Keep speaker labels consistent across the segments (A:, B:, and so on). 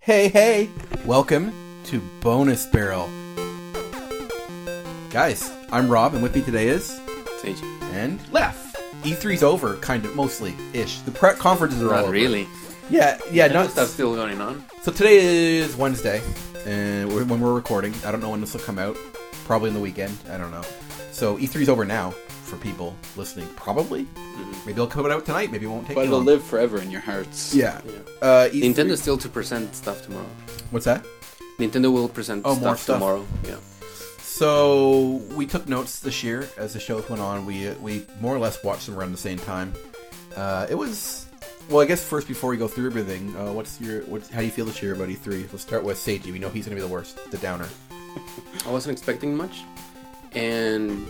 A: Hey, hey! Welcome to Bonus Barrel. Guys, I'm Rob, and with me today is.
B: Sage.
A: And Left! E3's over, kind of, mostly ish. The pre- conferences are all
B: Not
A: over.
B: really.
A: Yeah, yeah,
B: No
A: no.
B: stuff's still going on.
A: So today is Wednesday, and we're- when we're recording, I don't know when this will come out. Probably in the weekend. I don't know. So E3's over now for people listening. Probably. Maybe it'll come out tonight. Maybe it won't take.
C: But
A: you
C: it'll
A: long.
C: live forever in your hearts.
A: Yeah. Uh, E3
B: Nintendo's still to present stuff tomorrow.
A: What's that?
B: Nintendo will present
A: Oh,
B: stuff,
A: more stuff.
B: tomorrow. Yeah.
A: So we took notes this year as the shows went on. We uh, we more or less watched them around the same time. Uh, it was well, I guess first before we go through everything, uh, what's your what's, how do you feel this year about E3? Let's start with Seiji. We know he's gonna be the worst, the downer.
B: I wasn't expecting much, and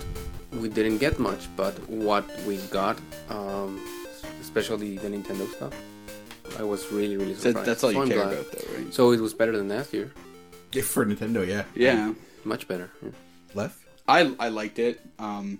B: we didn't get much. But what we got, um, especially the Nintendo stuff, I was really, really
C: That-
B: surprised.
C: that's all
B: So
C: you
B: I'm
C: care
B: glad.
C: about, though, right?
B: So it was better than last year.
A: Yeah, for Nintendo, yeah.
C: Yeah,
B: Much better. Yeah.
A: Left.
C: I I liked it. Um,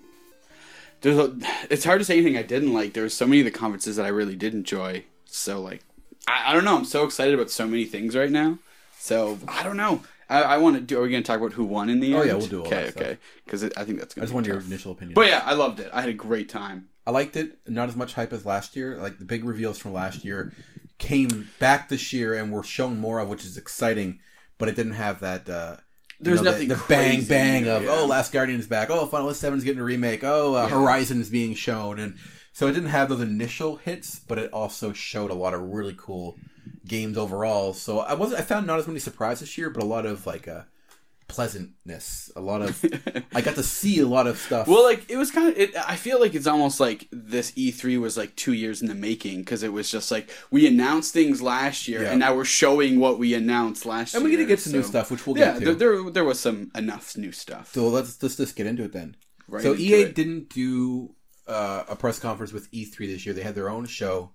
C: there's a, it's hard to say anything I didn't like. There were so many of the conferences that I really did enjoy. So like, I, I don't know. I'm so excited about so many things right now. So I don't know. I, I want to do. Are we going to talk about who won in the
A: Oh,
C: end?
A: yeah, we'll do all
C: okay,
A: that stuff.
C: okay. Because I think that's.
A: I
C: Gonna
A: just
C: be
A: wanted your
C: tough.
A: initial opinion.
C: But yeah, I loved it. I had a great time.
A: I liked it. Not as much hype as last year. Like the big reveals from last year came back this year and were shown more of, which is exciting. But it didn't have that. Uh, you
C: There's
A: know,
C: nothing
A: The, the bang
C: crazy,
A: bang of
C: yeah.
A: oh, Last Guardian's back. Oh, Final Seven's getting a remake. Oh, uh, Horizon's being shown, and so it didn't have those initial hits, but it also showed a lot of really cool games overall. So I wasn't. I found not as many surprises this year, but a lot of like. Uh, pleasantness a lot of i got to see a lot of stuff
C: Well, like it was kind of. It, I feel like it's almost like this E3 was like two years in the making because it was just like we announced things last year
A: Yeah.
C: and now we're showing what we announced last
A: and
C: year.
A: we're gonna get some new
C: so-
A: stuff which we'll
C: yeah,
A: get to
C: there, there there was some enough new stuff.
A: So let's let's just get into it then.
C: Right
A: so E
C: into
A: EA
C: it.
A: didn't do uh, a press conference with E3 this year. They had their own show,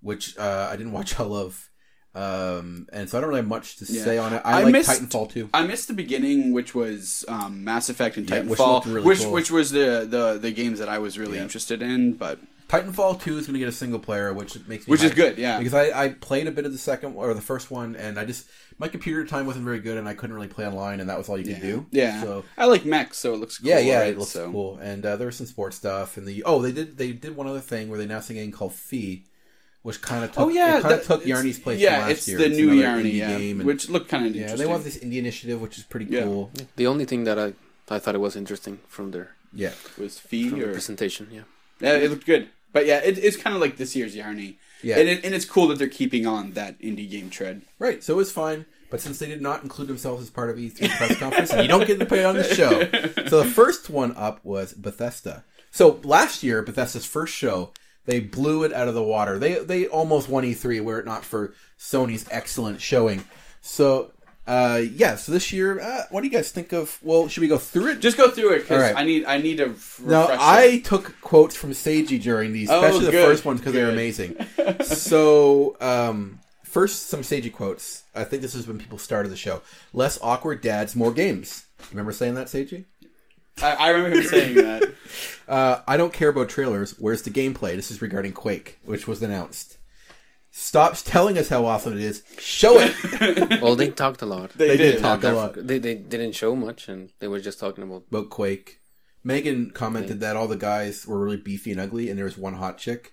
A: which uh, I didn't watch all of, um, and so I don't really have much to
C: Yeah.
A: say on it. I,
C: I
A: like
C: missed-
A: Titanfall too.
C: I missed the beginning, which was um, Mass Effect and
A: Yeah, which looked
C: Titanfall, which
A: really
C: which,
A: cool.
C: was the, the the games that I was really
A: Yeah.
C: interested in, but
A: Titanfall two is going to get a single player, which makes me
C: which is
A: hyped.
C: good, yeah.
A: because I, I played a bit of the second or the first one, and I just my computer time wasn't very good, and I couldn't really play online, and that was all you could do.
C: Yeah,
A: So
C: I like mechs, so it looks cool,
A: yeah, yeah,
C: right?
A: it looks
C: so.
A: cool. And uh, there was some sports stuff, and the oh, they did they did one other thing where they announced a game called Fee, which kind of took,
C: Oh yeah,
A: it kind
C: that-
A: of took
C: it's-
A: Yarny's place.
C: Yeah,
A: from last
C: it's
A: year.
C: the new
A: another indie
C: Yarny, yeah,
A: game, and-
C: which looked kind of
A: yeah,
C: interesting.
A: they want this indie initiative, which is pretty
C: Yeah.
A: cool.
B: The only thing that I, I thought it was interesting from their
A: Yeah,
C: was fee
B: from the
C: or
B: presentation. Yeah.
C: Yeah, it looked good. But yeah, it, it's kind of like this year's Yarny.
A: Yeah.
C: And, it, and it's cool that they're keeping on that indie game tread.
A: right. So it was fine, but since they did not include themselves as part of E3 press conference, you don't get to play it on the show. So the first one up was Bethesda. So last year, Bethesda's first show. They blew it out of the water. They they almost won E3 were it not for Sony's excellent showing. So uh, yeah, so this year, uh, what do you guys think of? Well, should we go through it?
C: Just go through it because
A: All right.
C: I need I need to refresh.
A: Now,
C: it.
A: I took quotes from Seiji during these,
C: Oh,
A: especially the
C: good,
A: first ones because they're
C: good.
A: amazing. so, um, first, some Seiji quotes. I think this is when people started the show. Less awkward dads, more games. Remember saying that, Seiji?
C: I, I remember him saying that.
A: Uh, I don't care about trailers. Where's the gameplay? This is regarding Quake, which was announced. Stops telling us how awesome it is. Show it.
B: Well, they talked a lot.
C: They,
A: They
C: did.
A: did talk a lot
B: They, they didn't show much, and they were just talking about
A: about Quake. Megan commented that all the guys were really beefy and ugly, and there was one hot chick.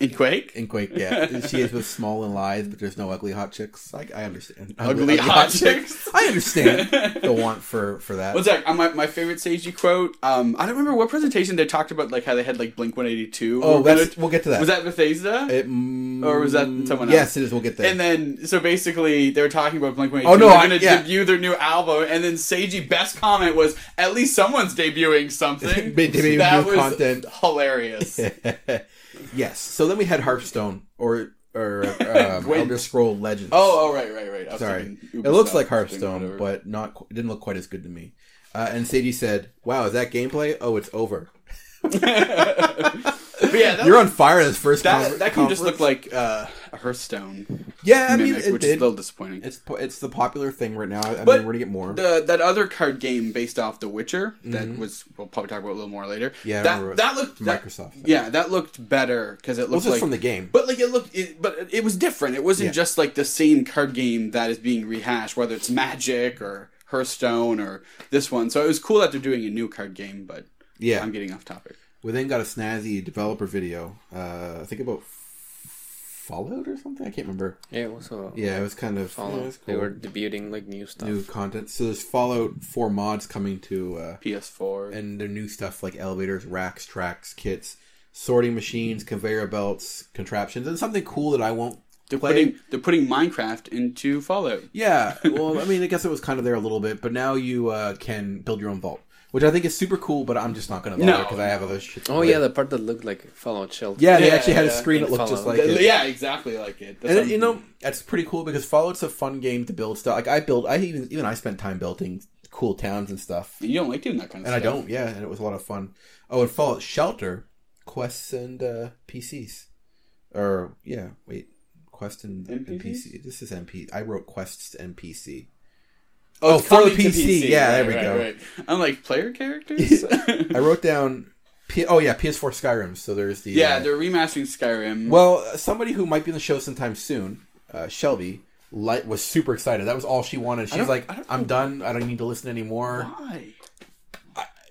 C: In Quake?
A: In Quake, yeah, she is with small and lithe, but there's no ugly hot chicks. I, I understand.
C: Ugly hot chicks?
A: I understand the want for for that.
C: What's that? Uh, my, my favorite Seiji quote. Um, I don't remember what presentation they talked about, like how they had like Blink One Eighty Two.
A: oh, that's, we'll get to that.
C: was that Bethesda?
A: It, mm,
C: Or was that someone
A: Yes,
C: else?
A: it is. We'll get there.
C: and then, so basically, they were talking about Blink One Eighty Two.
A: Oh, no,
C: they're
A: I-
C: gonna
A: yeah.
C: debut their new album, and then Seiji best comment was, "At least someone's debuting something."
A: They debuted
C: that
A: new
C: was
A: content.
C: hilarious. Oh,
A: yes. So then we had Hearthstone or or um,
C: Gwent.
A: Elder Scroll Legends.
C: Oh, oh, right, right, right. I was
A: sorry.
C: thinking
A: It
C: Ubisoft
A: looks like
C: thing,
A: Hearthstone,
C: whatever.
A: but not qu- it didn't look quite as good to me. Uh, and Sadie said, "Wow, is that gameplay? Oh, it's over.
C: But yeah, that,
A: You're on fire this first.
C: that,
A: conver-
C: that can just
A: conference.
C: look like uh, a Hearthstone.
A: Yeah, I mean,
C: Mimic,
A: it
C: which is a
A: did.
C: little disappointing.
A: It's po- it's the popular thing right now. I mean,
C: But
A: we're gonna get more.
C: the that other card game based off The Witcher that was we'll probably talk about a little more later.
A: Mm-hmm. Yeah, I remember
C: that
A: it.
C: that looked that-
A: Microsoft.
C: Yeah, that looked better because it
A: well,
C: looked
A: just
C: like
A: from the game.
C: But like it looked, it, but it was different. It wasn't
A: Yeah.
C: just like the same card game that is being rehashed, whether it's Magic or Hearthstone or this one. So it was cool that they're doing a new card game, but
A: yeah,
C: I'm getting off topic.
A: we then got a snazzy developer video. Uh, I think about Fallout or something. I can't remember.
B: Yeah, it was a
A: Yeah, it was kind of
B: follow.
A: yeah, it was
B: They
A: cool.
B: were debuting like new stuff.
A: new content. So there's Fallout Four mods coming to. Uh,
C: PS4.
A: and their new stuff like elevators, racks, tracks, kits, sorting machines, conveyor belts, contraptions, and something cool that I won't
C: they're
A: play.
C: putting they're putting Minecraft into Fallout.
A: yeah, well, I mean, I guess it was kind of there a little bit, but now you uh, can build your own vault, which I think is super cool. But I'm just not going to bother
C: No.
A: because I have other shit. to
B: Oh
A: play.
B: yeah, the part that looked like Fallout Shelter.
A: yeah, they
C: Yeah,
A: actually had a
C: yeah.
A: screen that
B: In
A: looked just
B: Fallout.
A: like it.
C: Yeah, exactly like it. That's
A: And
C: what-
A: you know that's pretty cool because Fallout's a fun game to build stuff. Like I build, I even even I spent time building cool towns and stuff.
C: you don't like doing that kind of
A: And I
C: stuff.
A: don't, yeah, and it was a lot of fun. Oh, and Fallout Shelter, quests and uh, PCs. Or, yeah, wait, quest and, and
C: MPPs?
A: PC. This is MP. I wrote quests and PC.
C: Oh,
A: it's for the PC. Yeah, there we go.
C: I'm like player characters.
A: I wrote down, P- oh yeah, PS4 Skyrim, so there's the...
C: yeah,
A: uh,
C: they're remastering Skyrim.
A: well, somebody who might be on the show sometime soon, uh, Shelby, light, was super excited. That was all she wanted. She's
C: don't-
A: like,
C: I don't
A: I'm done, I don't need to listen anymore.
C: Why?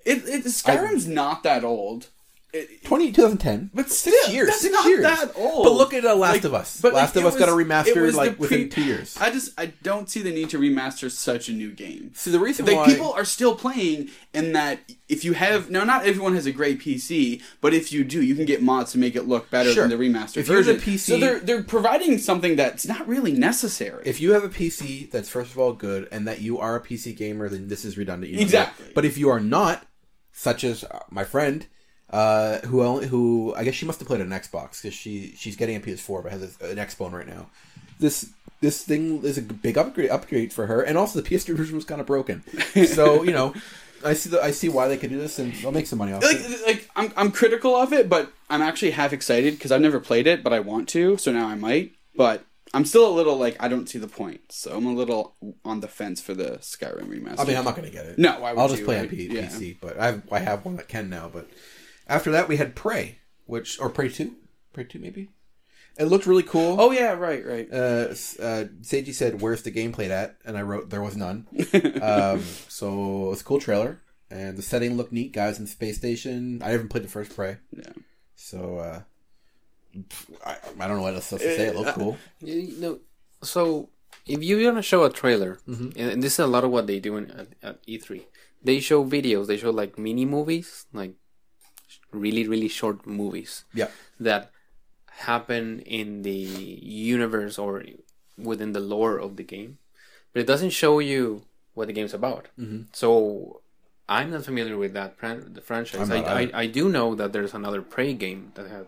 C: It, it Skyrim's not that old. It,
A: 20, 2010.
C: but
A: Six
C: still,
A: years.
C: that's
A: six
C: not
A: years.
C: that old.
A: But look at uh, Last
C: Like,
A: of Us.
C: but, like,
A: Last of
C: it
A: Us got a
C: was- it
A: remaster
C: was the
A: like within
C: pre-
A: two years.
C: I just I don't see the need to remaster such a new game.
A: So the reason
C: Like
A: why
C: people are still playing, and that if you have now, not everyone has a great PC, but if you do, you can get mods to make it look better
A: Sure.
C: than the remastered
A: If you have a
C: version.
A: PC
C: so they're they're providing something that's not really necessary.
A: if you have a PC that's first of all good and that you are a PC gamer, then this is redundant. You know
C: Exactly.
A: that. But if you are not, such as uh, my friend, uh, who only, who I guess she must have played an Xbox because she she's getting a PS4 but has a, an Xbone right now. This this thing is a big upgrade upgrade for her, and also the PS3 version was kind of broken. So you know, I see the I see why they could do this, and I'll make some money off it.
C: like, like I'm, I'm critical of it, but I'm actually half excited because I've never played it, but I want to, so now I might. But I'm still a little like I don't see the point, so I'm a little on the fence for the Skyrim remaster.
A: I mean, I'm not gonna get it.
C: No, why would
A: I'll just
C: you,
A: play on
C: right?
A: P-
C: Yeah.
A: PC. But I have, I have one that can now. But after that, we had Prey, which or Prey Two, Prey Two maybe. It looked really cool.
B: Oh yeah, right, right.
A: Uh, s- uh, Seiji said, "Where's the gameplay at?" And I wrote, "There was none." um, so it's a cool trailer, and the setting looked neat. Guys in the space station. I haven't played the first Prey,
C: Yeah.
A: so uh, I, I don't know what else to say. It
C: Uh,
A: looked cool.
B: You, you know, so if you want to show a trailer,
A: Mm-hmm.
B: and and this is a lot of what they do in, at, at E3, they show videos. They show like mini movies, like really, really short movies
A: Yeah,
B: that happen in the universe or within the lore of the game, but it doesn't show you what the game's about.
A: Mm-hmm.
B: So I'm not familiar with that fran- the franchise.
A: I'm
B: I,
A: not
B: I,
A: either.
B: I do know that there's another Prey game that had,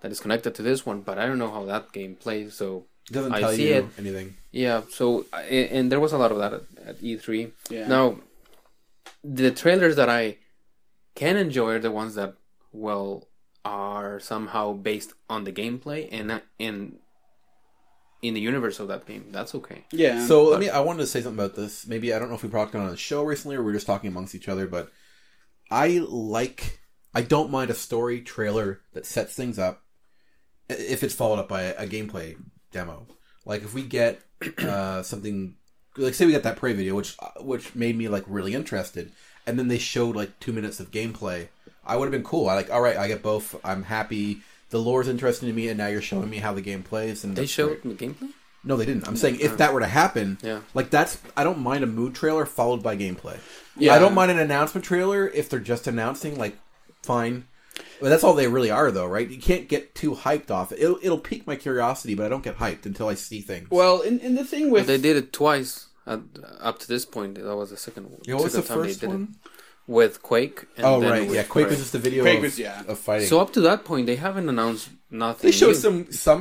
B: that is connected to this one, but I don't know how that game plays. So
A: it doesn't
B: I
A: tell
B: see
A: you
B: it.
A: anything.
B: yeah, so I- and there was a lot of that at, at E E3.
C: Yeah.
B: Now, the trailers that I can enjoy are the ones that well are somehow based on the gameplay and in in the universe of that game. That's okay.
C: Yeah.
A: So let me. I wanted to say something about this. Maybe I don't know if we talked on the show recently or we are just talking amongst each other, but I like. I don't mind a story trailer that sets things up, i- if it's followed up by a, a gameplay demo. Like if we get uh, something, like say we got that prey video, which uh, which made me like really interested, and then they showed like two minutes of gameplay. I would have been cool. I like. All right, I get both. I'm happy. The lore's interesting to me, and now you're showing me how the game plays. And
B: They
A: that's great.
B: showed the gameplay.
A: No, they didn't. I'm saying if that were to happen,
B: Yeah.
A: like that's I don't mind a mood trailer followed by gameplay.
C: Yeah.
A: I don't mind an announcement trailer if they're just announcing. Like, fine. But that's all they really are, though, right? You can't get too hyped off. it. It'll, it'll pique my curiosity, but I don't get hyped until I see things.
C: well, and, and the thing with
B: They did it twice. At, up to this point, that was the second one.
A: yeah, what was the first one?
B: with Quake. And
A: Oh,
B: then
A: right.
B: with
A: Yeah, Quake was
B: Prey.
A: just a video
C: Quake
A: of,
C: was- yeah.
A: of fighting.
B: So up to that point, they haven't announced nothing.
A: they showed
B: new.
A: some some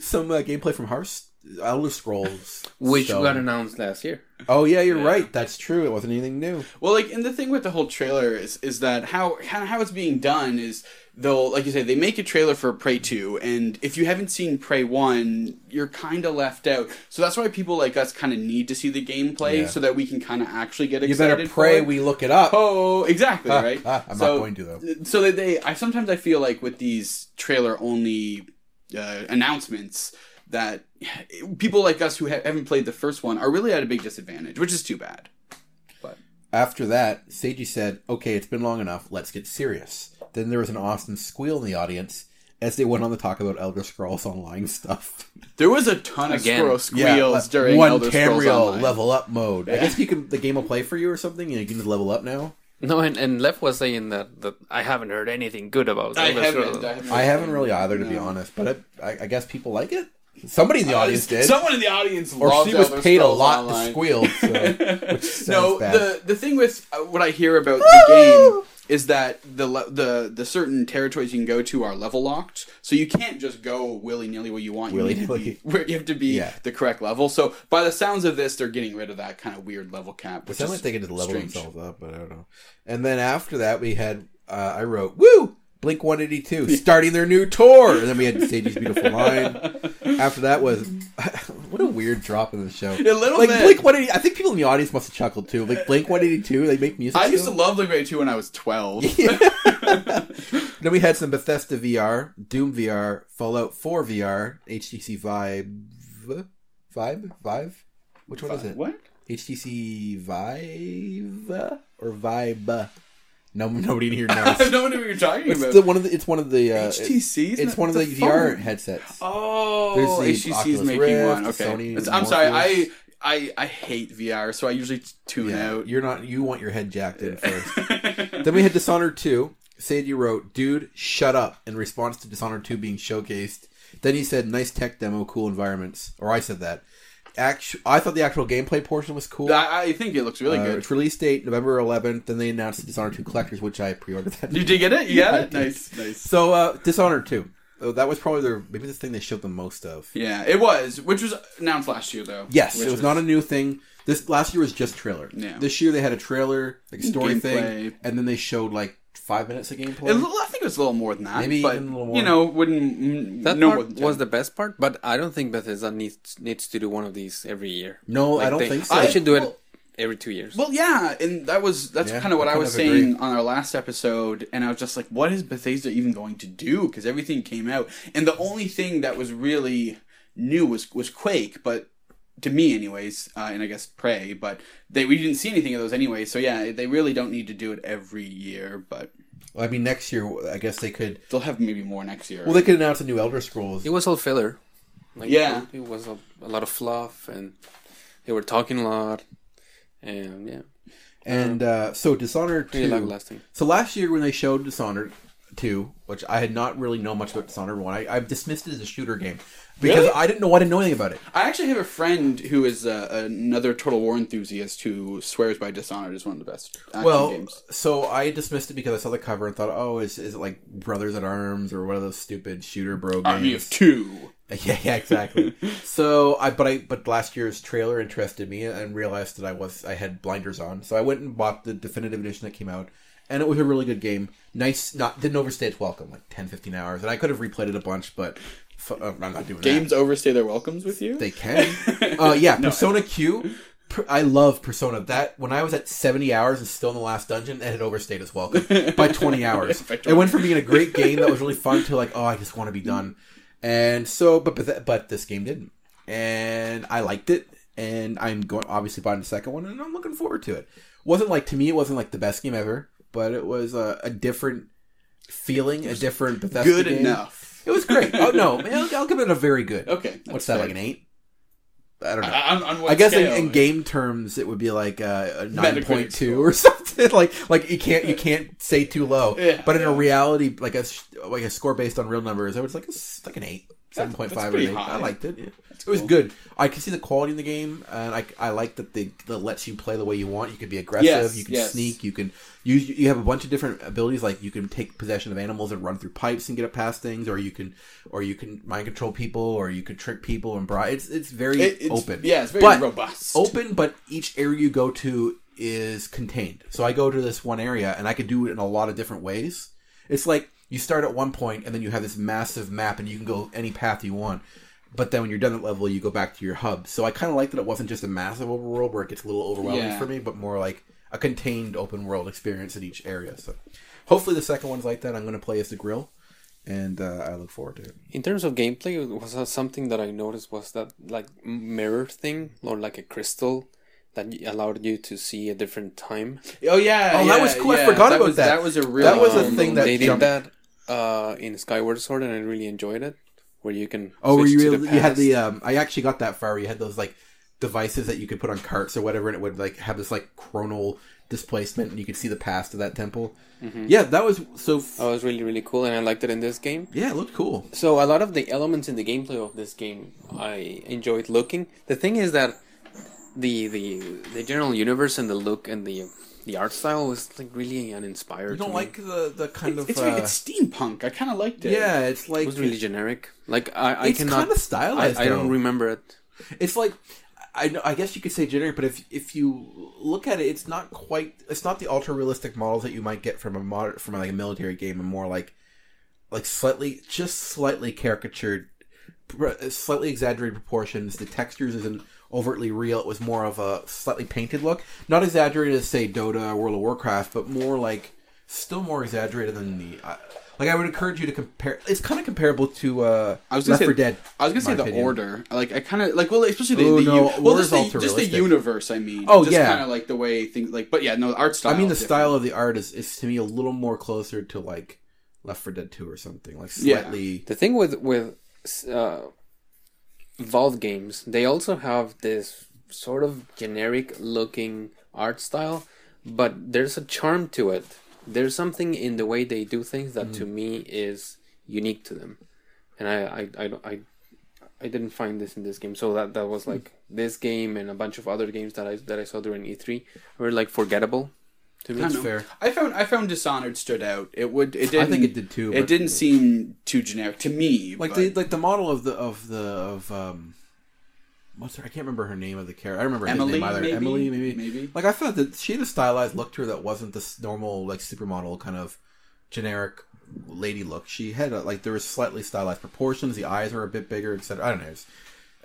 A: some uh, gameplay from Hearth Elder Scrolls,
B: which
A: so-
B: got announced last year.
A: Oh yeah, you're
C: Yeah.
A: right. That's true. It wasn't anything new.
C: Well, like, and the thing with the whole trailer is is that how kind of how it's being done is they'll like you said they make a trailer for Prey Two, and if you haven't seen Prey One, you're kind of left out. So that's why people like us kind of need to see the gameplay
A: Yeah.
C: so that we can kind of actually get
A: You
C: excited.
A: better pray
C: for it.
A: we look it up.
C: Oh, exactly
A: Ah,
C: right.
A: ah, I'm
C: So-
A: not going to though.
C: so that they i sometimes i feel like with these trailer only uh, announcements that people like us who ha- haven't played the first one are really at a big disadvantage which is too bad
A: After that, Seiji said, "Okay, it's been long enough. Let's get serious." Then there was an Austin squeal in the audience as they went on to talk about Elder Scrolls Online stuff.
C: there was a ton of
B: Again.
C: squirrel squeals
A: like
C: during
A: one
C: Elder Scrolls
A: Tamriel
C: Online.
A: level up mode. I
C: Yeah.
A: guess you can. The game will play for you or something, and you can just level up now.
B: No, and, and Lev was saying that, that I haven't heard anything good about
C: I
B: Elder
C: haven't,
B: Scrolls.
C: I haven't.
A: I haven't really either, to be
C: No.
A: honest. But I, I, I guess people like it. Somebody in the audience did,
C: Someone in the audience
A: or
C: loved
A: she was
C: Elder
A: paid a
C: Scrolls
A: lot
C: Online.
A: to squeal. So, which sounds
C: no,
A: bad.
C: the the thing with uh, what I hear about the game is that the le- the the certain territories you can go to are level locked, so you can't just go willy nilly where you want. You need to
A: Willy-nilly.
C: be- where you have to be
A: Yeah.
C: the correct level. So by the sounds of this, they're getting rid of that kind of weird level cap.
A: It
C: Which
A: sounds
C: is
A: like they could just level
C: strange.
A: themselves up, but I don't know. And then after that, we had uh, I wrote woo Blink One Eighty Two starting their new tour, and then we had Sagey's beautiful line. After that was what a weird drop in the show.
C: A little
A: Like
C: bit.
A: Blink One Eighty, I think people in the audience must have chuckled too. Like Blink One Eighty Two, they make music.
C: I used to
A: still?
C: love Blink Grade Two when I was twelve.
A: Then we had some Bethesda VR, Doom VR, Fallout Four VR, HTC Vive, Vive, Vive. Which one is it?
C: What?
A: HTC Vive or Vibe? No, nobody in here
C: I have
A: knows.
C: no idea what you're talking
A: it's
C: about.
A: the one of the. It's one of the. Uh,
C: HTC.
A: It's,
C: Isn't that-
A: one of the
C: it's a
A: VR
C: phone.
A: headsets.
C: Oh,
A: There's the
C: HTC
A: Oculus
C: is making
A: Rift,
C: one.
A: the
C: Okay,
A: Sony
C: It's- I'm sorry. I,
A: Morpheus.
C: I I hate VR, so I usually tune
A: yeah,
C: out.
A: you're not. You want your head jacked in first. then we had Dishonored Two. Sadie wrote, "Dude, shut up!" In response to Dishonored Two being showcased. Then he said, "Nice tech demo, cool environments." Or I said that. Actu- I thought the actual gameplay portion was cool.
C: I, I think it looks really
A: Uh,
C: good.
A: Its release date November 11th. Then they announced Dishonored 2 Collectors, which I pre-ordered. That
C: You did get it? You
A: Yeah,
C: got
A: I
C: it?
A: did.
C: Nice, nice.
A: So uh Dishonored 2. Oh, that was probably their maybe the thing they showed the most of.
C: Yeah, it was, which was announced last year though.
A: Yes,
C: Which
A: it was, not a new thing. This last year was just trailer.
C: Yeah.
A: This year they had a trailer, like a story
C: Gameplay.
A: thing, and then they showed like five minutes of gameplay.
C: It, I think it was a little more than that.
A: Maybe
C: but,
A: even a little more.
C: You know, wouldn't mm,
B: That
C: no more
B: part
C: than
B: was
C: ten.
B: the best part, but I don't think Bethesda needs needs to do one of these every year.
A: no, I
B: Like,
A: don't
B: they-
A: think so.
B: They should do it
C: Well-
B: every two years.
C: Well, yeah, and that was that's
A: Yeah,
C: kind of what
A: I
C: I,
A: kind
C: was
A: of
C: saying on our last episode, and I was just like, "What is Bethesda even going to do?" Because everything came out, and the only thing that was really new was was Quake, but to me, anyways, uh, and I guess Prey, but they we didn't see anything of those anyway. So yeah, they really don't need to do it every year, but
A: Well, I mean, next year I guess they could.
C: they'll have maybe more next year.
A: Well, they could announce a new Elder Scrolls.
B: it was all filler. Like,
C: Yeah.
B: It, it was a, a lot of fluff, and they were talking a lot, and yeah,
A: And uh, so Dishonored
B: pretty
A: 2.
B: long-lasting.
A: So last year when they showed Dishonored 2, which I had not really known much about Dishonored 1, I, I dismissed it as a shooter game because
C: Really?
A: I didn't know I didn't know anything about it.
C: I actually have a friend who is uh, another Total War enthusiast who swears by Dishonored is one of the best action
A: well,
C: games.
A: so I dismissed it because I saw the cover and thought, oh, is, is it like Brothers at Arms or one of those stupid shooter bro games?
C: Army of Two.
A: yeah, yeah, exactly. so I, but I, but last year's trailer interested me and realized that I was I had blinders on, so I went and bought the definitive edition that came out, and it was a really good game. Nice, not didn't overstay its welcome, like 10, 15 hours, and I could have replayed it a bunch, but f- uh, I'm not doing that.
C: Games overstay their welcomes with you.
A: They can. uh, yeah, Persona Q. per- I love Persona. That when I was at seventy hours and still in the last dungeon, it had overstayed its welcome by twenty hours.
C: By
A: It went from being a great game that was really fun to like, oh, I just want to be done. And so, but but, that, but this game didn't, and I liked it, and I'm going obviously buying the second one, and I'm looking forward to it. Wasn't like to me, it wasn't like the best game ever, but it was a, a different feeling, a different Bethesda
C: good
A: game.
C: enough.
A: It was great. Oh no, I'll, I'll give it a very good.
C: Okay.
A: What's that like an eight? I don't know. I,
C: On, on what
A: guess in,
C: scale?
A: in game terms, it would be like uh, a nine point two
C: score.
A: or something. like like you can't you can't say too low.
C: Yeah,
A: but in a
C: yeah.
A: reality, like a sh- like a score based on real numbers, I was like it's like an eight. seven point five or
C: pretty
A: eight.
C: high.
A: I liked it. it was
C: cool.
A: good. I could see the quality in the game, and I I like that they that lets you play the way you want. You can be aggressive.
C: Yes,
A: you can
C: yes.
A: sneak. You can you you have a bunch of different abilities. Like you can take possession of animals and run through pipes and get up past things, or you can or you can mind control people, or you can trick people and bribe. It's it's very
C: It- it's,
A: open.
C: Yeah, it's very
A: But-
C: robust.
A: open, but each area you go to is contained. So I go to this one area and I could do it in a lot of different ways. It's like you start at one point and then you have this massive map and you can go any path you want. But then when you're done at level, you go back to your hub. So I kind of like that it wasn't just a massive overworld where it gets a little overwhelming
C: Yeah.
A: for me, but more like a contained open world experience in each area. So hopefully the second one's like that. I'm going to play as the grill, and uh, I look forward to it.
B: In terms of gameplay, was that something that I noticed was that like mirror thing or like a crystal that y- allowed you to see a different time.
C: Oh yeah.
A: Oh,
C: yeah,
A: that was cool. I
C: yeah.
A: forgot about
C: was,
A: that.
C: That was a really
A: That was a
C: cool
A: thing that
B: Um,
C: moment.
B: they did
A: jumped-
B: that uh, in Skyward Sword, and I really enjoyed it. Where you can
A: Oh, were
B: switch
A: you
B: to
A: really,
B: the
A: you had
B: past.
A: the um I actually got that far. where You had those like devices that you could put on carts or whatever, and it would like have this like chronal displacement, and you could see the past of that temple. Yeah, that was so. F-
B: Oh, it was really really cool, and I liked it in this game.
A: yeah, it looked cool.
B: So a lot of the elements in the gameplay of this game I enjoyed looking. The thing is that the the the general universe and the look and the the art style was like really uninspired.
A: You
B: to
A: don't
B: me.
A: like the the kind
C: It's,
A: of
C: it's,
A: uh,
C: very- it's steampunk. I kind of liked it.
A: yeah, it's like
B: it was really generic. Like I, I
A: it's
B: cannot.
A: kind of stylized.
B: I, I don't
A: though.
B: remember it.
A: it's like I, know- I guess you could say generic, but if if you look at it, it's not quite. It's not the ultra realistic models that you might get from a mod, from like a military game, and more like like slightly, just slightly caricatured, pr- slightly exaggerated proportions. The textures isn't overtly real. It was more of a slightly painted look, not exaggerated as say Dota, or World of Warcraft, but more like still more exaggerated than the. Uh, like I would encourage you to compare. It's kind of comparable to uh,
C: I was gonna
A: Left
C: say
A: 4 Dead.
C: I was gonna
A: my
C: say the
A: opinion.
C: order. Like I kind of like well, especially the,
A: Ooh,
C: the
A: no,
C: well,
A: order's
C: just the,
A: ultra
C: just the
A: realistic.
C: universe. I mean,
A: Oh,
C: just
A: yeah.
C: kind of like the way things like. But yeah, no, the art style.
A: I mean, the
C: different.
A: style of the art is, is to me a little more closer to like Left 4 Dead 2 or something, like
C: Yeah.
A: slightly.
B: The thing with with uh, Valve games, they also have this sort of generic looking art style, but there's a charm to it. There's something in the way they do things that to me is unique to them, and I I I, don't- I, I didn't find this in this game. So that that was like this game and a bunch of other games that I that I saw during E3 were like forgettable to me.
C: I don't
A: It's
C: know.
A: fair.
C: I found I found Dishonored stood out. It would. It
A: I
C: didn't.
A: think it did too.
C: It
A: but-
C: didn't seem too generic to me.
A: like
C: but-
A: the like the model of the of the of um, what's her? I can't remember her name of the character. I don't remember
C: Emily,
A: his name either.
C: maybe?
A: Emily, maybe.
C: Maybe.
A: Like I thought that she had a stylized look to her that wasn't this normal like supermodel kind of generic lady look. She had a, like there was slightly stylized proportions. The eyes were a bit bigger, etc. I don't know. It's-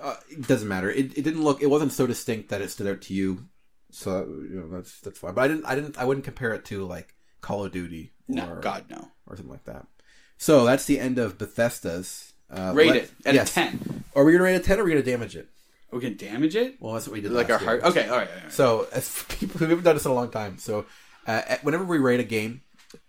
A: uh, it doesn't matter. It, it didn't look. It wasn't so distinct that it stood out to you. So you know that's that's fine. But I didn't. I didn't. I wouldn't compare it to like Call of Duty.
C: no,
A: or,
C: God no.
A: or something like that. So that's the end of Bethesda's. Uh,
C: Rate
A: let-
C: it at
A: yes.
C: a ten.
A: Are we gonna rate it ten or are we gonna damage it?
C: We can damage it.
A: Well, that's what we did.
C: Like our
A: last year.
C: heart. Okay, all right. all right.
A: So as for people, we haven't done this in a long time. So uh, at- whenever we rate a game,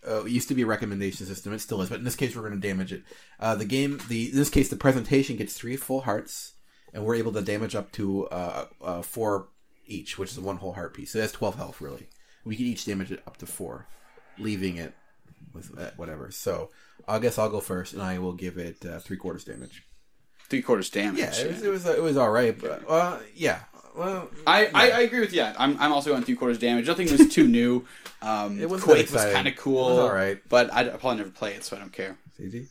A: uh, it used to be a recommendation system. It still is, but in this case, we're going to damage it. Uh, the game, the in this case, the presentation gets three full hearts, and we're able to damage up to uh, uh, four each, which is one whole heart piece. So that's twelve health, really. We can each damage it up to four, leaving it with uh, whatever. So I guess I'll go first, and I will give it uh, three quarters damage.
C: Three quarters damage.
A: Yeah, it was it was, it was all right, but uh, yeah. Well,
C: I, I, I agree with you. I'm, I'm also on three quarters damage. Nothing was too new. Um,
A: It wasn't that
C: Quake was
A: exciting.
C: kind of cool.
A: It was all right.
C: but I probably never play it, so I don't care.
A: easy.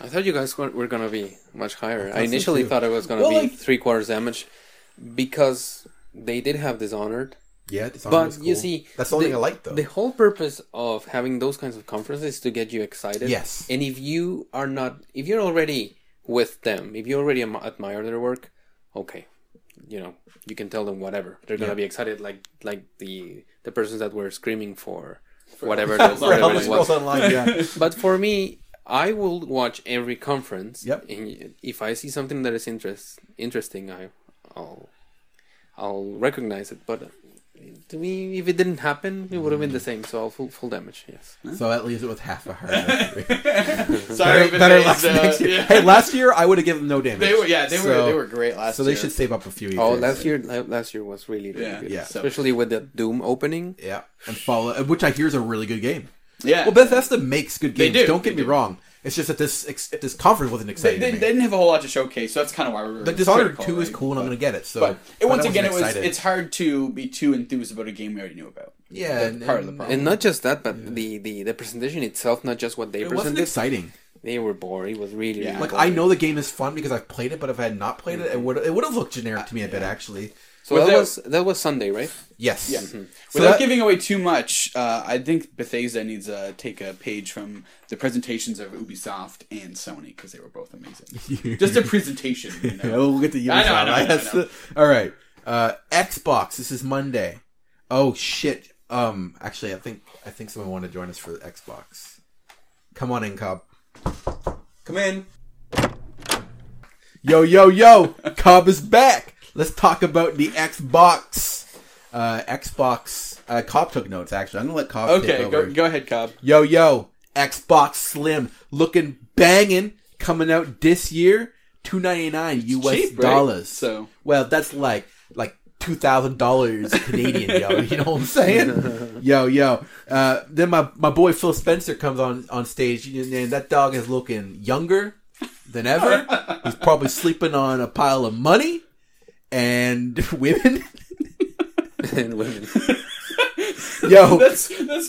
B: I thought you guys were, were gonna be much higher. I,
A: so
B: initially
A: too.
B: thought it was gonna
A: Well,
B: be
A: like-
B: three quarters damage because they did have Dishonored.
A: Yeah, Dishonored
B: But
A: was
B: you
A: cool.
B: see,
A: that's the only thing I like though.
B: The whole purpose of having those kinds of conferences is to get you excited.
A: Yes.
B: And if you are not, if you're already with them, if you already am- admire their work, okay, you know, you can tell them whatever. They're gonna
A: Yeah.
B: be excited, like like the the persons that were screaming for whatever, the,
A: Sorry,
B: whatever
A: Elder
B: it
A: Scrolls
B: was.
A: Online, yeah.
B: But for me, I will watch every conference.
A: Yep.
B: And if I see something that is interest interesting, I, I'll, I'll recognize it. But to me, if it didn't happen, it would have been the same. So I'll full full damage. Yes.
A: so that leaves Mm. it with half a heart.
C: Sorry, but
A: Better
C: they-
A: luck
C: uh,
A: next year.
C: yeah.
A: Hey, last year I would have given them no damage.
C: They were yeah they were
A: So-
C: they were great last.
A: So they
C: year.
A: should save up a few.
B: Oh,
A: E3s.
B: last year, la- last year was really, really
C: Yeah,
B: good.
A: yeah.
B: Especially with the Doom opening.
A: Yeah, and follow, uh, which I hear is a really good game.
C: yeah.
A: Well, Bethesda makes good
C: They
A: games.
C: do,
A: Don't get
C: they
A: me
C: do.
A: wrong. It's just that this ex- this conference wasn't
C: They,
A: exciting.
C: they,
A: to me.
C: they didn't have a whole lot to showcase, so that's kind of why we were.
A: But Dishonored
C: critical,
A: Two is
C: right?
A: cool, and I'm
C: But-
A: going to get it. So,
C: but
A: but
C: it,
A: I
C: once
A: wasn't
C: again, it was.
A: excited.
C: It's hard to be too enthused about a game we already knew about.
A: yeah,
C: that's
A: and-
C: part of the
A: and
C: problem.
B: And not just that, but the, the, the presentation itself, not just what they
A: It wasn't
B: presented.
A: exciting.
B: They were boring. It was really,
C: Yeah.
B: really
A: Like I
B: boring.
A: know the game is fun because I've played it, but if I had not played it, it would it would have looked generic to me a bit actually.
B: So
C: Without-
B: that was that was Sunday, right?
A: Yes.
C: Yeah.
A: So
C: Without
A: that-
C: giving away too much, uh, I think Bethesda needs to take a page from the presentations of Ubisoft and Sony because they were both amazing. Just a presentation. You
A: Yeah,
C: know?
A: Oh, we'll get to you.
C: I know, I know, I know, I know.
A: All right. Uh, Xbox. This is Monday. Oh shit. Um. Actually, I think I think someone wanted to join us for the Xbox. Come on in, Cobb. Come in. Yo, yo, yo! Cobb is back. Let's talk about the Xbox. Uh, Xbox. Uh, Cobb took notes. Actually, I'm gonna let Cobb take
C: Okay,
A: over.
C: go, go ahead, Cobb.
A: Yo, yo, Xbox Slim looking banging coming out this year, two ninety nine US
C: cheap, right?
A: dollars.
C: So-
A: well, that's like like two thousand dollars Canadian, yo. You know what I'm saying? yo, yo. Uh, then my my boy Phil Spencer comes on on stage, and and that dog is looking younger than ever. He's probably sleeping on a pile of money and women.
B: and women.
A: Yo,
C: That's that's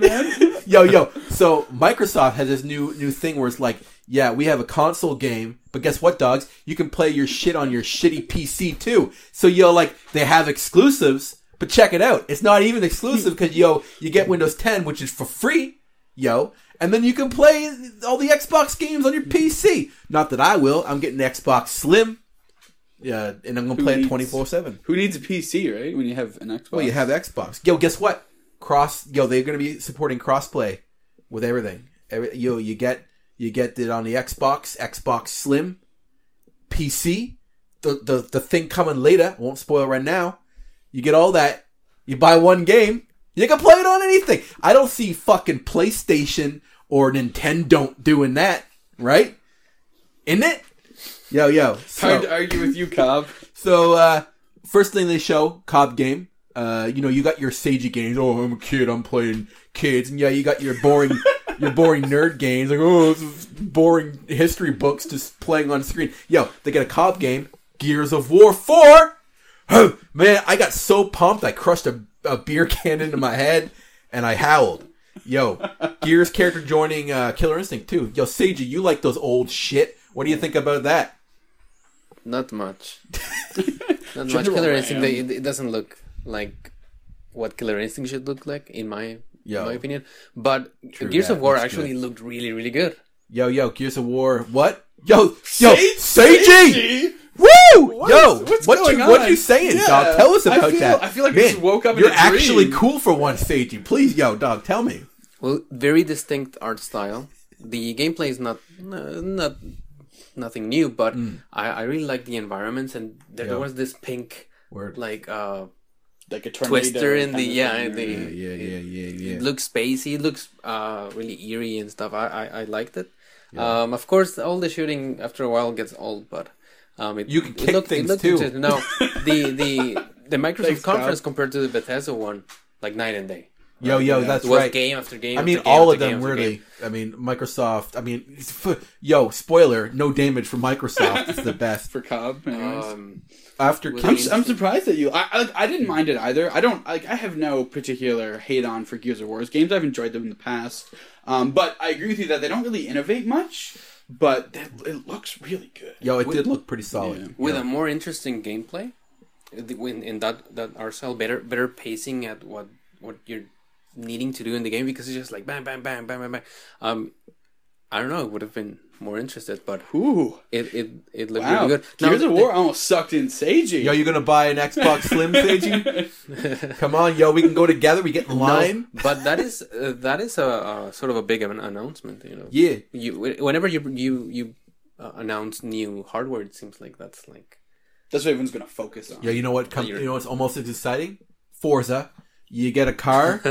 C: man.
A: yo yo so microsoft has this new new thing where it's like yeah we have a console game but guess what dogs you can play your shit on your shitty pc too so yo like they have exclusives but check it out it's not even exclusive because yo you get windows 10 which is for free yo and then you can play all the xbox games on your pc not that i will i'm getting the xbox slim yeah and i'm gonna play it
C: needs-
A: 24-7
C: Who needs a PC, right? When you have an Xbox.
A: well, you have Xbox. Yo, guess what? Cross. Yo, they're gonna be supporting crossplay with everything. Every, yo, you get you get it on the Xbox, Xbox Slim, PC. The the the thing coming later. I won't spoil right now. You get all that. You buy one game. You can play it on anything. I don't see fucking PlayStation or Nintendo doing that, right? In it. Yo, yo.
C: It's
A: So.
C: hard to argue with you, Cobb.
A: So uh first thing they show, Cobb game. Uh, you know, you got your Seiji games. Oh, I'm a kid. I'm playing kids. And yeah, you got your boring, your boring nerd games. Like oh, this is boring history books just playing on screen. Yo, they got a Cobb game, Gears of War Four. Oh, man, I got so pumped. I crushed a, a beer can into my head and I howled. Yo, Gears character joining uh, Killer Instinct too. Yo, Seiji, you like those old shit. What do you think about that?
B: Not much. Not much.
C: General
B: Killer
C: Ram.
B: Instinct. They, it doesn't look like what Killer Instinct should look like, in my
A: Yeah.
B: in my opinion. But
A: True
B: Gears
A: that,
B: of War
A: looks
B: actually looked really, really good.
A: Yo, yo, Gears of War. What? Yo, yo,
C: Seiji!
A: Seiji! Woo! yo,
C: what's
A: what
C: going
A: you what
C: on?
A: you saying,
C: Yeah.
A: dog? Tell us
C: I
A: about
C: feel-
A: that.
C: I feel like I
A: Man,
C: just woke up in
A: You're
C: a dream.
A: actually cool for one, Seiji. Please, yo, dog, tell me.
B: Well, very distinct art style. The gameplay is not no- not nothing new, but I, I really like the environments and there,
A: Mm. Yeah.
B: was this pink
A: Word.
B: like uh
C: Like a tornado
B: twister in
C: kind
B: the
C: of
B: yeah
C: thing,
B: in the
C: right?
A: Yeah, yeah, yeah,
B: It
A: yeah.
B: looks spacey. It looks uh, really eerie and stuff. I, I, I liked it. Um, of course, all the shooting after a while gets old, but um, it,
A: You can
B: it
A: kick
B: looked,
A: things
B: it looked
A: too.
B: interesting. Now, the the the Microsoft
C: Thanks, Bob.
B: conference compared to the Bethesda one, like night and day.
A: Yo, yo,
C: Yeah.
A: that's
B: It was
A: right.
B: game after game.
A: I mean,
B: after game
A: all of
B: after game
A: them
B: after
A: really.
B: game.
A: I mean, Microsoft. I mean, it's f- yo, spoiler, no damage for Microsoft is the best.
C: For Cobb, anyways.
B: Um,
A: After
B: With
A: King-
C: I'm, su- I'm surprised that you. I, I I didn't mind it either. I don't like. I have no particular hate on for Gears of War's games. I've enjoyed them in the past, um, but I agree with you that they don't really innovate much. But that, it looks really good.
A: yo, it did look pretty solid.
C: Yeah.
B: with a more interesting gameplay, the- in, in that that RSL better better pacing at what what you're needing to do in the game because it's just like bam bam bam bam bam bam. Um, I don't know. Would have been more interested, but
C: Ooh,
B: it it, it looked
C: wow!
B: really good.
C: Gears
B: Now,
C: of War almost sucked in Seiji.
A: Yo, you gonna buy an Xbox Slim, Seiji? Come on, yo, we can go together. We get in
B: no,
A: line.
B: but that is uh, that is a, a sort of a big an announcement, you know.
A: Yeah.
B: You whenever you you you uh, announce new hardware, it seems like that's like
C: That's what everyone's gonna focus on.
A: Yeah, you know what? Com-
B: you're-
A: you know what's almost as exciting? Forza. You get a car,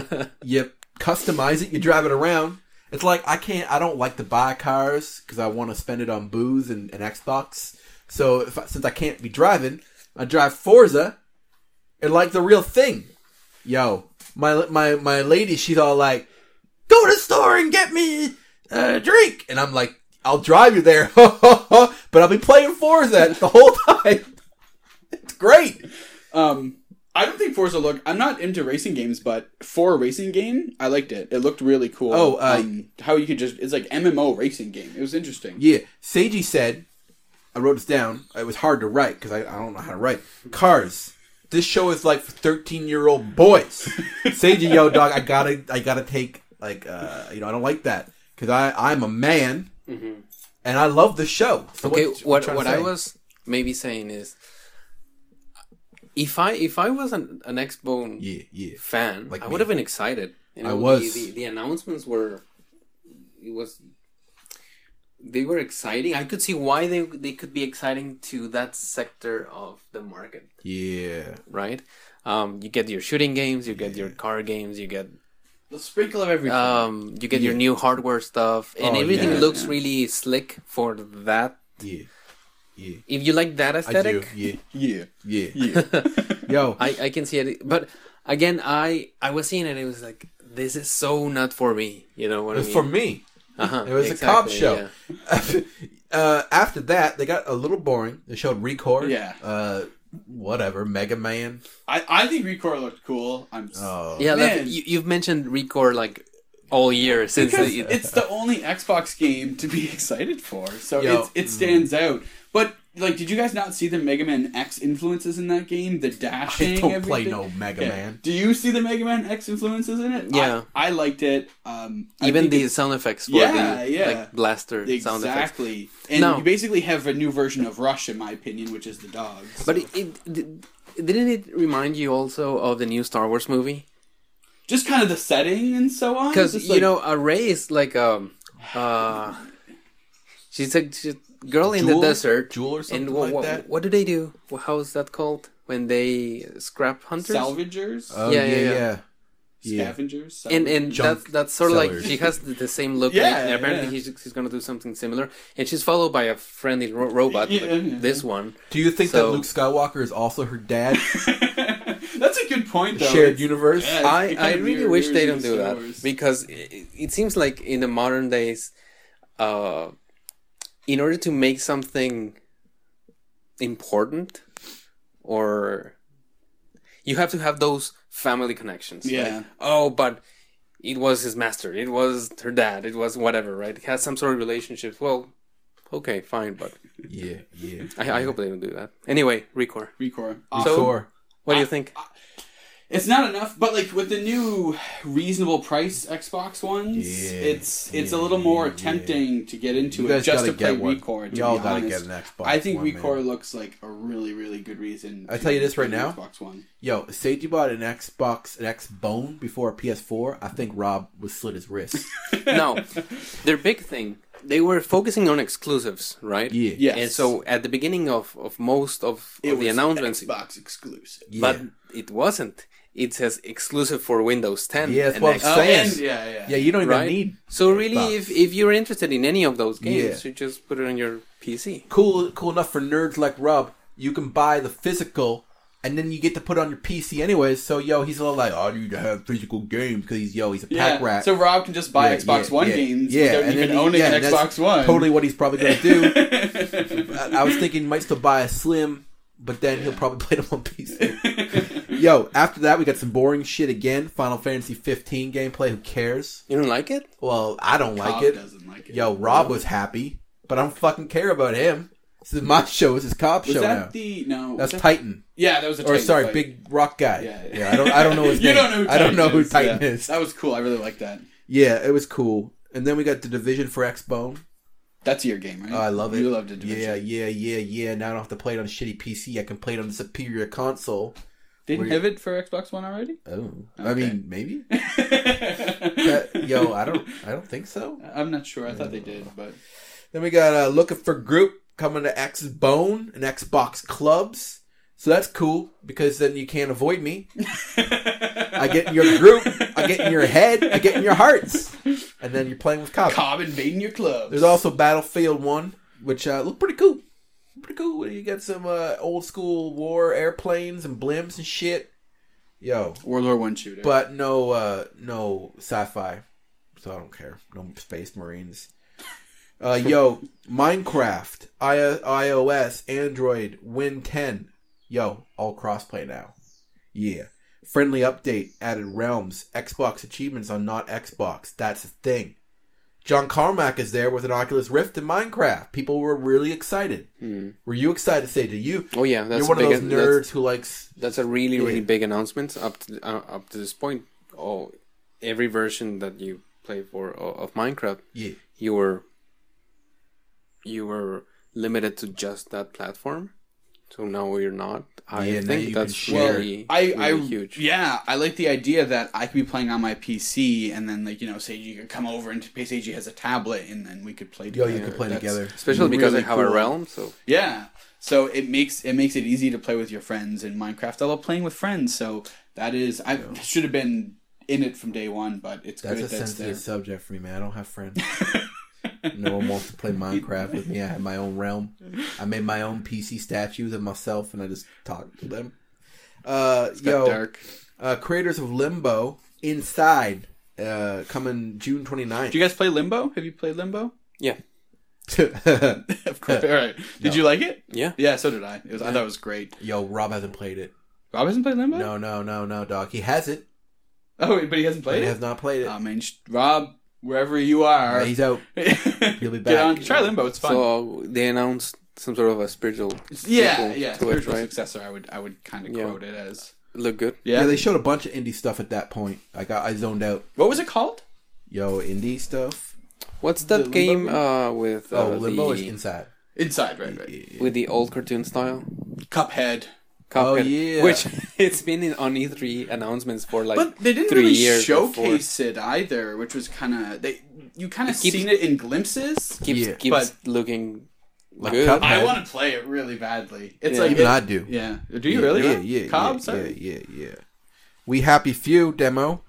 A: you customize it, you drive it around. It's like I can't. I don't like to buy cars because I want to spend it on booze and, and Xbox. So if I, since I can't be driving, I drive Forza, and like the real thing. Yo, my my my lady, she's all like, "Go to the store and get me uh, drink, and I'm like, I'll drive you there, but I'll be playing Forza the whole time. It's great.
C: Um, I don't think Forza look. I'm not into racing games, but for a racing game, I liked it. It looked really cool.
A: Oh, uh,
C: um, how you could just—it's like MMO racing game. It was interesting.
A: Yeah, Seiji said, I wrote this down. It was hard to write because I, I don't know how to write. Cars. This show is like for thirteen year old boys. Seiji, yo, dog, I gotta, I gotta take like, uh, you know, I don't like that because I, I'm a man, and I love the show. So
B: Okay,
A: what,
B: what
A: I'm
B: what
A: trying to
B: I
A: say.
B: was maybe saying is, if I if I was an, an X Bone
A: Yeah, yeah.
B: fan,
A: Like
B: I
A: me.
B: would have been excited. You
A: I was.
B: The, the, the announcements were, it was, they were exciting. I could see why they they could be exciting to that sector of the market,
A: Yeah.
B: right? Um, you get your shooting games, you get your car games, you get
C: The sprinkle of
A: Uh,
C: everything.
B: um, you get your
A: Yeah.
B: new hardware stuff, and
A: Oh,
B: everything
A: yeah,
B: looks
C: yeah.
B: really slick for that.
A: Yeah. Yeah.
B: If you like that
A: I
B: aesthetic,
A: do. Yeah.
C: yeah,
A: Yeah.
C: yeah.
A: Yo.
B: I, I can see it, but again, I I was seeing it. It was like this is so not for me. You know what
A: It
B: I
A: was
B: mean?
A: for me.
B: uh-huh,
A: It was a cop show. uh, after that, they got a little boring. They showed Record.
C: Yeah.
A: Uh, whatever. Mega Man.
C: I, I think Recore looked cool. I'm. s-
A: Oh.
B: Yeah, yeah like,
C: Man.
B: you, you've mentioned Recore like all year since
C: because
B: the,
C: it's the only Xbox game to be excited for, so
A: Yo. mm.
C: it's, it stands out. But like, did you guys not see the Mega Man X influences in that game? The
A: I
C: dashing.
A: don't play
C: everything?
A: no Mega
C: Okay.
A: Man.
C: Do you see the Mega Man X influences in it?
B: Yeah.
C: I, I liked it. Um, I
B: even
C: think
B: the sound effects for
C: Yeah,
B: the
C: yeah.
B: like blaster
C: it's-
B: sound effects.
C: exactly, and
B: No.
C: you basically have a new version of Rush, in my opinion, which is the dog.
B: But it, it, did- didn't it remind you also of the new Star Wars movie?
C: just kind of the setting and so on.
B: Because
C: It's just
B: you
C: like-
B: know, Array is like um, uh, she's a she's a girl in
A: Jewel?
B: the desert.
A: Jewel or something
B: and wha-
A: like
B: wha-
A: that?
B: What do they do? Wha- How is that called when they scrap hunters?
C: salvagers,
A: Oh,
B: Yeah,
A: yeah,
B: yeah,
A: yeah, yeah.
C: scavengers,
B: and
C: salvagers.
B: and
A: Junk
B: that's that's sort of like
A: sellers.
B: she has the, the same look.
C: Yeah,
B: and apparently
C: yeah.
B: He's, he's gonna do something similar, and she's followed by a friendly ro- robot.
C: Yeah,
B: like
C: yeah.
B: This one.
A: Do you think
B: So-
A: that Luke Skywalker is also her dad?
C: that's a good point. Though
A: shared
C: It's-
A: universe?
C: yeah, it's-
B: I,
C: it
B: I
C: kinda
B: really
C: mirrors-
B: wish they don't
C: mirrors
B: do
C: Star
B: that
C: Wars.
B: because it, it seems like in the modern days, uh, in order to make something important, or you have to have those family connections. like,
C: Yeah.
B: oh, but it was his master. It was her dad. It was whatever. Right. It has some sort of relationship. Well, okay, fine, but
A: yeah, yeah.
B: I, I hope they don't do that. Anyway, Recore.
C: Recore.
B: So-
A: Sure.
B: What do you think?
C: it's not enough but like with the new reasonable price xbox ones
A: Yeah,
C: it's it's a
A: yeah,
C: little more
A: yeah.
C: tempting to get into
A: You
C: it
A: guys
C: just
A: gotta
C: to play
A: get one.
C: record to
A: Y'all
C: be
A: gotta
C: honest.
A: get an Xbox
C: i think
A: one, man.
C: record looks like a really really good reason
A: I
C: to
A: tell you this right
C: get an
A: now.
C: xbox one
A: Yo, Seiji bought an Xbox, an X Bone before a PS4. I think Rob would slit his wrist.
B: no, their big thing. They were focusing on exclusives, right?
A: Yeah.
C: Yes.
B: And so at the beginning of, of most of,
C: it
B: of
C: was
B: the announcements,
C: xbox exclusive
A: eh, Yeah.
B: but it wasn't. It says exclusive for Windows 10.
A: Yeah, that's
B: and
A: what I'm
B: Xbox,
A: saying.
C: oh, and,
A: Saying.
C: yeah yeah
A: yeah, you don't even
B: right?
A: need
B: So really,
A: Xbox.
B: if, if you're interested in any of those games,
A: Yeah.
B: you just put it on your PC.
A: cool cool enough for nerds like Rob, you can buy the physical and then you get to put it on your PC anyways. So yo, he's a little like, I need to have physical games because he's yo, he's a
C: Yeah,
A: pack rat.
C: so rob can just buy
A: Yeah,
C: xbox
A: yeah,
C: one
A: yeah,
C: games
A: yeah,
C: without
A: and
C: even
A: then he-
C: owning
A: yeah,
C: an
A: and that's
C: xbox one
A: Totally what he's probably gonna do. I, I was thinking he might still buy a Slim, but then he'll probably play them on PC. yo, after that we got some boring shit again. Final Fantasy 15 gameplay. Who cares?
B: You don't like it?
A: Well, I don't like
C: Rob
A: it.
C: doesn't like it
A: Yo, Rob was happy, but I don't fucking care about him. This is my show. This is cop
C: was
A: show
C: that
A: now.
C: the no was
A: That's
C: that-
A: Titan.
C: yeah that was a
A: or
C: Titan
A: sorry,
C: fight.
A: Big Rock guy.
C: Yeah,
A: Yeah,
C: yeah.
A: I don't. I don't know his
C: you
A: name.
C: don't know who
A: I don't know who
C: is. Yeah.
A: Titan is.
C: that was cool i really liked that
A: Yeah, it was cool. And then we got the division for X Bone.
C: That's your game, right?
A: Oh, I love it.
C: You loved it. Division.
A: Yeah, yeah, yeah, yeah. Now I don't have to play it on a shitty PC. I can play it on the superior console.
C: Didn't
A: Weird.
C: have it for Xbox One already?
A: Oh, I
C: Okay.
A: mean, maybe. That- yo, I don't. I don't think so.
C: I'm not sure. I thought they did, but
A: Then we got uh, looking for group coming to X Bone and Xbox Clubs. So that's cool because then you can't avoid me. I get in your group, I get in your head, I get in your hearts, and then you're playing with cops.
C: Cobb invading your club.
A: There's also Battlefield One, which uh, looked pretty cool. Pretty cool. You got some uh, old school war airplanes and blimps and shit. Yo,
C: World War One shooter.
A: but no, uh, no sci-fi. so I don't care. No space marines. Uh, yo, Minecraft, I- iOS, Android, Win 10. Yo, all crossplay now. Yeah. Friendly update added realms, Xbox achievements on not Xbox. That's a thing. John Carmack is there with an Oculus Rift in Minecraft. People were really excited.
B: Hmm.
A: Were you excited? Say to you,
B: Oh yeah, that's
A: you're one
B: big,
A: of those nerds
B: that's-
A: who likes.
B: That's a really,
A: Yeah.
B: really big announcement up to uh, up to this point. Oh, every version that you play for o- of Minecraft,
A: Yeah,
B: you were you were limited to just that platform. So now you're not. I
A: Yeah, now you
B: think
A: can
B: that's
A: share.
B: really,
C: I,
B: really
C: I
B: huge.
C: yeah, I like the idea that I could be playing on my PC, and then like you know, say you could come over and Seiji has a tablet, and then we could play.
A: yo,
C: Together.
A: you can play
B: that's-
A: together.
B: Especially because
C: really
B: I have a
C: cool.
B: realm, so
C: Yeah. So it makes it makes it easy to play with your friends in Minecraft. I love playing with friends, so that is I should have been in it from day one, but it's
A: That's a
C: good that's there.
A: sensitive subject for me, man. I don't have friends. no one wants to play Minecraft with me. I have my own realm. I made my own PC statues of myself, and I just talk to them. Uh,
C: It's got
A: yo,
C: dark.
A: uh, creators of Limbo Inside uh, coming June
C: Do
A: 29th.
C: you guys play Limbo? Have you played Limbo?
B: yeah,
C: of course. All right. Did
A: No.
C: you like it?
B: yeah.
C: Yeah, so did I. It was, I thought it was great.
A: yo, Rob hasn't played it.
C: Rob hasn't played Limbo.
A: No, no, no, no, dog. He has it,
C: Oh, wait, but he hasn't
A: but
C: played
A: he
C: it. Oh,
A: has not played it.
C: I mean, sh- Rob, wherever you are,
A: Yeah, he's out. He'll be
C: Get
A: back.
C: on, try Limbo. It's fun.
B: So they announced some sort of a spiritual
C: yeah,
B: sequel
C: yeah.
B: to it,
C: Spiritual
B: right?
C: successor. I would, I would kind of
B: Yeah.
C: quote it as.
B: Look good.
A: Yeah,
C: Yeah.
A: they showed a bunch of indie stuff at that point. I got, I zoned out.
C: what was it called?
A: Yo, indie stuff.
B: What's
C: The
B: that
C: Limbo
B: game
C: game?
B: uh, with uh,
A: Oh, Limbo
B: the,
A: is inside.
C: Inside, right, right.
B: with the old cartoon style?
C: Cuphead.
A: Oh,
B: Cuphead,
A: yeah.
B: which it's been in, on E3 announcements for like
C: But they didn't
B: three
C: really
B: years.
C: showcase it either, which was kind of they. You kind of
B: It keeps-
C: seen it in glimpses.
B: before. keeps
A: Yeah.
B: keeps looking
A: Like
B: good.
A: Cuphead.
C: I want to play it really badly. It's
B: Yeah.
C: like
A: Even
C: it-
A: I do.
C: yeah. Do you really?
A: Yeah, yeah, yeah,
C: Cobb,
A: yeah,
C: sorry.
A: yeah, yeah. We Happy Few demo.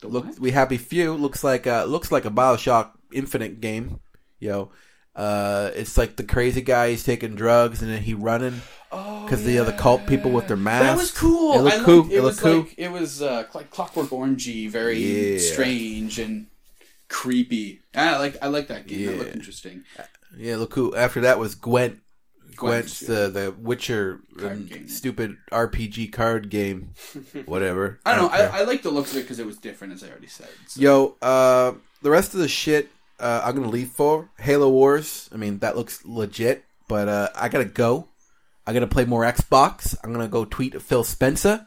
C: The
A: Look,
C: what?
A: We Happy Few looks like a looks like a BioShock Infinite game, yo. Uh, it's like the crazy guy. He's taking drugs and then he running
C: Oh,
A: because the other cult people with their masks.
C: That was cool.
A: It looked
C: I liked-
A: cool. It,
C: It, was
A: looked cool.
C: like it was uh, like Clockwork Orangey, very
A: Yeah.
C: strange and creepy. Ah, I like I like that game. That
A: Yeah.
C: looked interesting.
A: yeah, it looked cool. After that was Gwent. Gwent's
C: yeah.
A: the the Witcher
C: Card
A: um,
C: game.
A: stupid RPG card game, whatever.
C: I don't know.
A: care.
C: I, I like the looks of it because it was different, as I already said. So-
A: Yo, uh, the rest of the shit uh, I'm gonna leave for Halo Wars. I mean, that looks legit, but uh, I gotta go. I gotta play more Xbox. I'm gonna go tweet at Phil Spencer.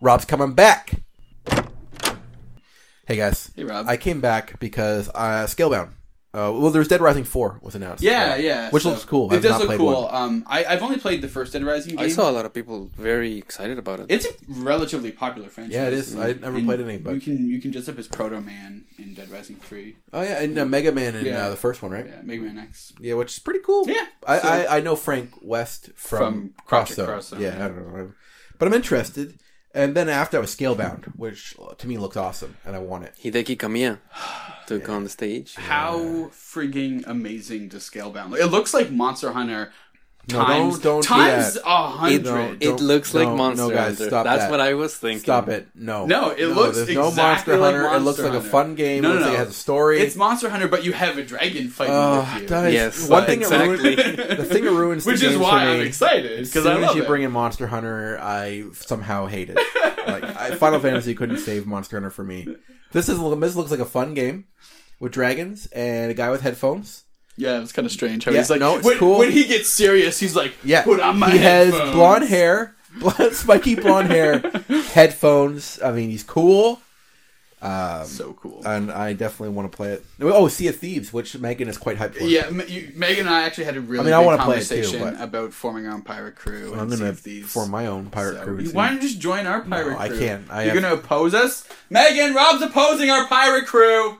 A: Rob's coming back. Hey guys,
C: Hey, Rob.
A: I came back because uh, Scalebound. Uh, well, there's Dead Rising Four was announced.
C: yeah,
A: Uh,
C: yeah.
A: which
C: so-
A: looks cool.
C: It
A: I've not
C: does look
A: played
C: cool.
A: one.
C: Um, I, I've only played the first Dead Rising game.
B: I saw a lot of people very excited about it.
C: It's a relatively popular franchise.
A: Yeah, it is. I never
C: And
A: played any, but
C: you can you can dress up as Proto Man in Dead Rising Three.
A: oh yeah, and uh, Mega Man in
C: Yeah.
A: uh, the first one, right? Yeah,
C: Yeah, Mega Man X.
A: which is pretty cool.
C: Yeah,
A: I,
C: so-
A: I, I know Frank West from,
C: From
A: Cross
C: Project
A: Zone.
C: Crosszone,
A: Yeah,
C: yeah.
A: I don't know. But I'm interested. And then after I was Scalebound, which to me looks awesome, and I want it.
B: Hideki Kamiya took on the stage.
C: How frigging amazing to scale bound! It looks like Monster Hunter.
A: No,
C: times,
A: don't- don't do
C: times
A: that.
C: a
B: It,
C: hundred.
A: No,
B: it
A: don't-
B: looks like
A: no,
B: Monster
A: no, guys,
B: Hunter.
A: stop
B: That's
A: that.
B: what I was thinking.
A: Stop it! No,
C: No, it looks exactly like
A: it looks
C: Monster
A: like a
C: Hunter.
A: fun game. No,
C: No, no,
A: looks like it
C: no.
A: has a story.
C: It's Monster Hunter, but you have a dragon fighting
A: Ugh,
C: with you.
A: guys,
B: Yes,
A: one thing that
B: exactly.
A: ruins, the thing that ruins the
C: Which is
A: games
C: why
A: for
C: I'm
A: me,
C: excited
A: Because
C: because I
A: soon as
C: love
A: you
C: it.
A: bring in Monster Hunter, I somehow hate it. like I, Final Fantasy couldn't save Monster Hunter for me. This is this looks like a fun game with dragons and a guy with headphones.
C: yeah, it's kind of strange. How
A: Yeah,
C: he's like,
A: no, it's
C: when,
A: cool.
C: when he gets serious, he's like,
A: Yeah,
C: put on my
A: he has
C: headphones."
A: blonde hair, blonde, spiky blonde hair, headphones. I mean, he's cool,
C: So cool.
A: and I definitely want to play it. Oh, Sea of Thieves, which Megan is quite hyped for.
C: Yeah, M- you, Megan and I actually had a really
A: I mean, I
C: good
A: wanna play it too,
C: conversation
A: but-
C: about forming our own pirate crew.
A: I'm
C: and
A: gonna
C: Sea of
A: form my own pirate
C: so,
A: crew. and
C: you-
A: see-
C: Why don't you just join our pirate
A: I
C: crew?
A: can't. I
C: You're
A: have-
C: gonna oppose us, Megan. Rob's opposing our pirate crew.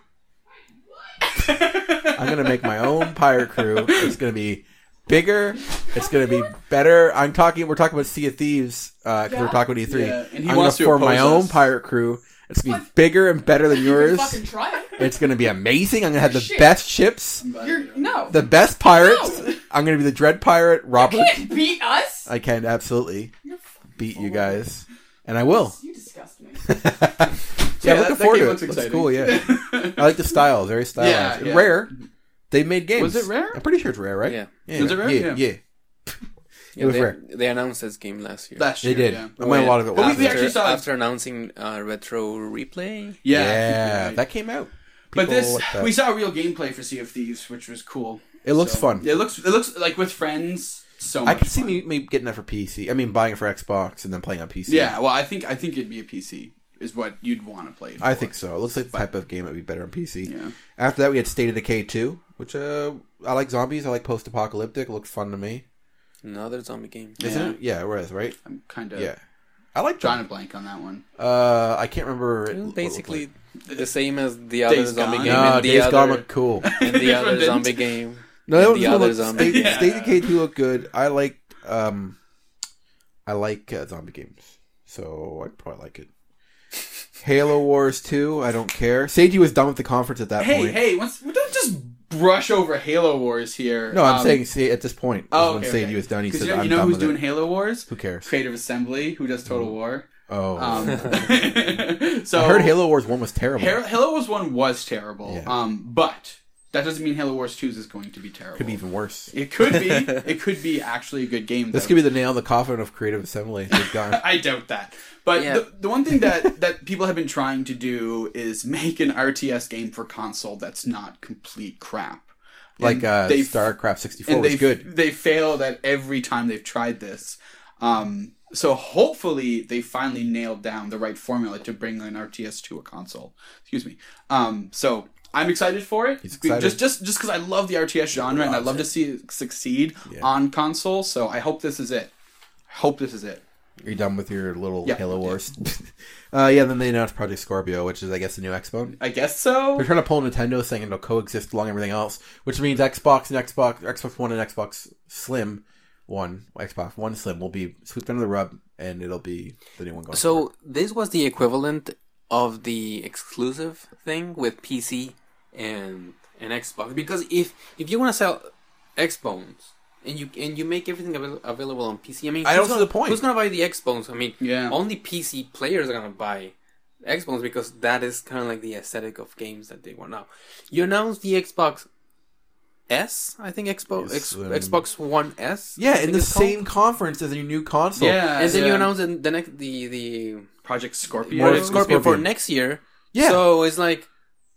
A: I'm gonna make my own pirate crew. It's gonna be bigger. It's gonna be better. I'm talking. We're talking about Sea of Thieves. Uh, 'cause we're talking about E3.
C: Yeah, and he
A: I'm
C: wants
A: gonna
C: to
A: form my
C: oppose
A: own
C: us.
A: pirate crew. It's gonna be bigger and better than yours.
D: Fucking try it.
A: It's gonna be amazing. I'm gonna have the
D: Shit.
A: best ships,
D: You're no.
A: the best pirates.
D: No.
A: I'm gonna be the Dread Pirate, Robert.
D: you can't beat us.
A: I can absolutely
D: You're fucking
A: beat you
D: forward.
A: guys, and I will.
D: You disgust me.
A: Oh. yeah,
C: that-
A: looking forward
C: that game
A: to it. Looks
C: looks exciting.
A: cool. Yeah. I like the style, very stylized.
C: Yeah, yeah.
A: Rare. They made games.
C: Was it Rare?
A: I'm pretty sure it's rare, right?
B: Yeah.
A: yeah
C: Was it Rare?
A: Yeah,
C: Yeah.
A: yeah.
B: Yeah,
A: was
B: they,
A: rare.
B: they announced this game last year.
C: Last
A: They did.
C: Oh, Yeah.
A: I mean, a lot of it
C: But we-
A: was.
B: after,
C: we actually saw-
B: after announcing uh, retro replay.
A: yeah,
C: Yeah. Right.
A: that came out.
C: but
A: People
C: this,
A: like that.
C: we saw real gameplay for Sea of Thieves, which was cool.
A: it looks
C: So-
A: fun.
C: It looks, it looks like with friends. So much
A: I could see
C: fun.
A: me, me getting that for PC. I mean, buying it for Xbox and then playing on PC.
C: Yeah, well, I think I think it'd be a PC is what you'd want to play. It
A: I
C: for.
A: think so. It looks like the type of game that would be better on PC.
C: Yeah.
A: After that, we had State of Decay 2, which uh, I like zombies. I like post apocalyptic. Looked fun to me.
B: Another zombie game.
A: Isn't it? Yeah, it was, right?
C: I'm kind of
A: Yeah. I like
C: drawing
A: John.
C: a blank on that one.
A: Uh, I can't remember. it- what it
B: Basically,
A: looked
B: the same as the other
C: Days
B: zombie
C: Gone.
B: game
A: like. no,
B: and the
A: Days
B: other,
A: Gone looked cool.
B: and the
C: This one
B: other
C: didn't.
B: zombie game.
A: No, that
B: And
A: was
B: the
A: the
B: other
A: looked,
B: zombie.
A: State,
C: um, Yeah.
A: State of Decay 2 looked good. I liked, um, I like uh, zombie games, so I'd probably like it. Halo Wars 2, I don't care. Seiji was done with the conference at that
C: Hey,
A: point.
C: hey, what's, we don't just brush over Halo Wars here.
A: No, I'm
C: Um,
A: saying see, at this point,
C: Oh,
A: when
C: okay,
A: Sadie
C: okay.
A: was done, he
C: 'Cause
A: said,
C: you know,
A: "I'm
C: you know
A: done
C: who's
A: with
C: doing
A: it."
C: Halo Wars?
A: Who cares?
C: Creative Assembly, who does Total War.
A: Oh,
C: Um, so
A: I heard Halo Wars One was terrible.
C: Har- Halo Wars one was terrible,
A: Yeah.
C: um, but that doesn't mean Halo Wars two is going to be terrible.
A: could be even worse.
C: It could be. it could be actually a good game.
A: This
C: though.
A: could be the nail in the coffin of Creative Assembly. They've gone.
C: I doubt that. But
B: Yeah.
C: the, the one thing that, that people have been trying to do is make an RTS game for console that's not complete crap. And
A: like uh,
C: they've-
A: StarCraft 64
C: and
A: was
C: they
A: good.
C: They failed at every time they've tried this. Um, so hopefully they finally nailed down the right formula to bring an RTS to a console. Excuse me. Um, so I'm excited for it.
A: He's excited.
C: Just just just because I love the RTS genre and I love to see it succeed on console. So I hope this is it. I hope this is it.
A: You're done with your little
C: Yeah.
A: Halo Wars. uh, yeah, then they announced Project Scorpio, which is, I guess, the new Xbox.
C: I guess so.
A: They're trying to pull Nintendo, saying it'll coexist along everything else, which means Xbox and Xbox, Xbox One and Xbox Slim, one Xbox One Slim will be swept under the rug, and it'll be the new one going. forward.
B: So this was the equivalent of the exclusive thing with PC and and Xbox because if if you want to sell Xbones and you and you make everything avail- available on PC, I mean,
A: I
B: who's
A: don't see
B: gonna-
A: the point.
B: Who's gonna buy the Xbones? I mean,
C: Yeah.
B: only PC players are gonna buy Xbones because that is kind of like the aesthetic of games that they want now. You announce the Xbox. S, I think Xbox
A: Yes,
B: X,
A: um,
B: Xbox One S. I
A: Yeah,
B: think
A: in the
B: it's called.
A: same conference as your new console.
C: yeah.
B: And then
C: yeah.
B: you announce the, the next the the
C: Project Scorpio.
A: More
B: Project Scorpio for
A: Scorpion.
B: next year.
A: Yeah.
B: So it's like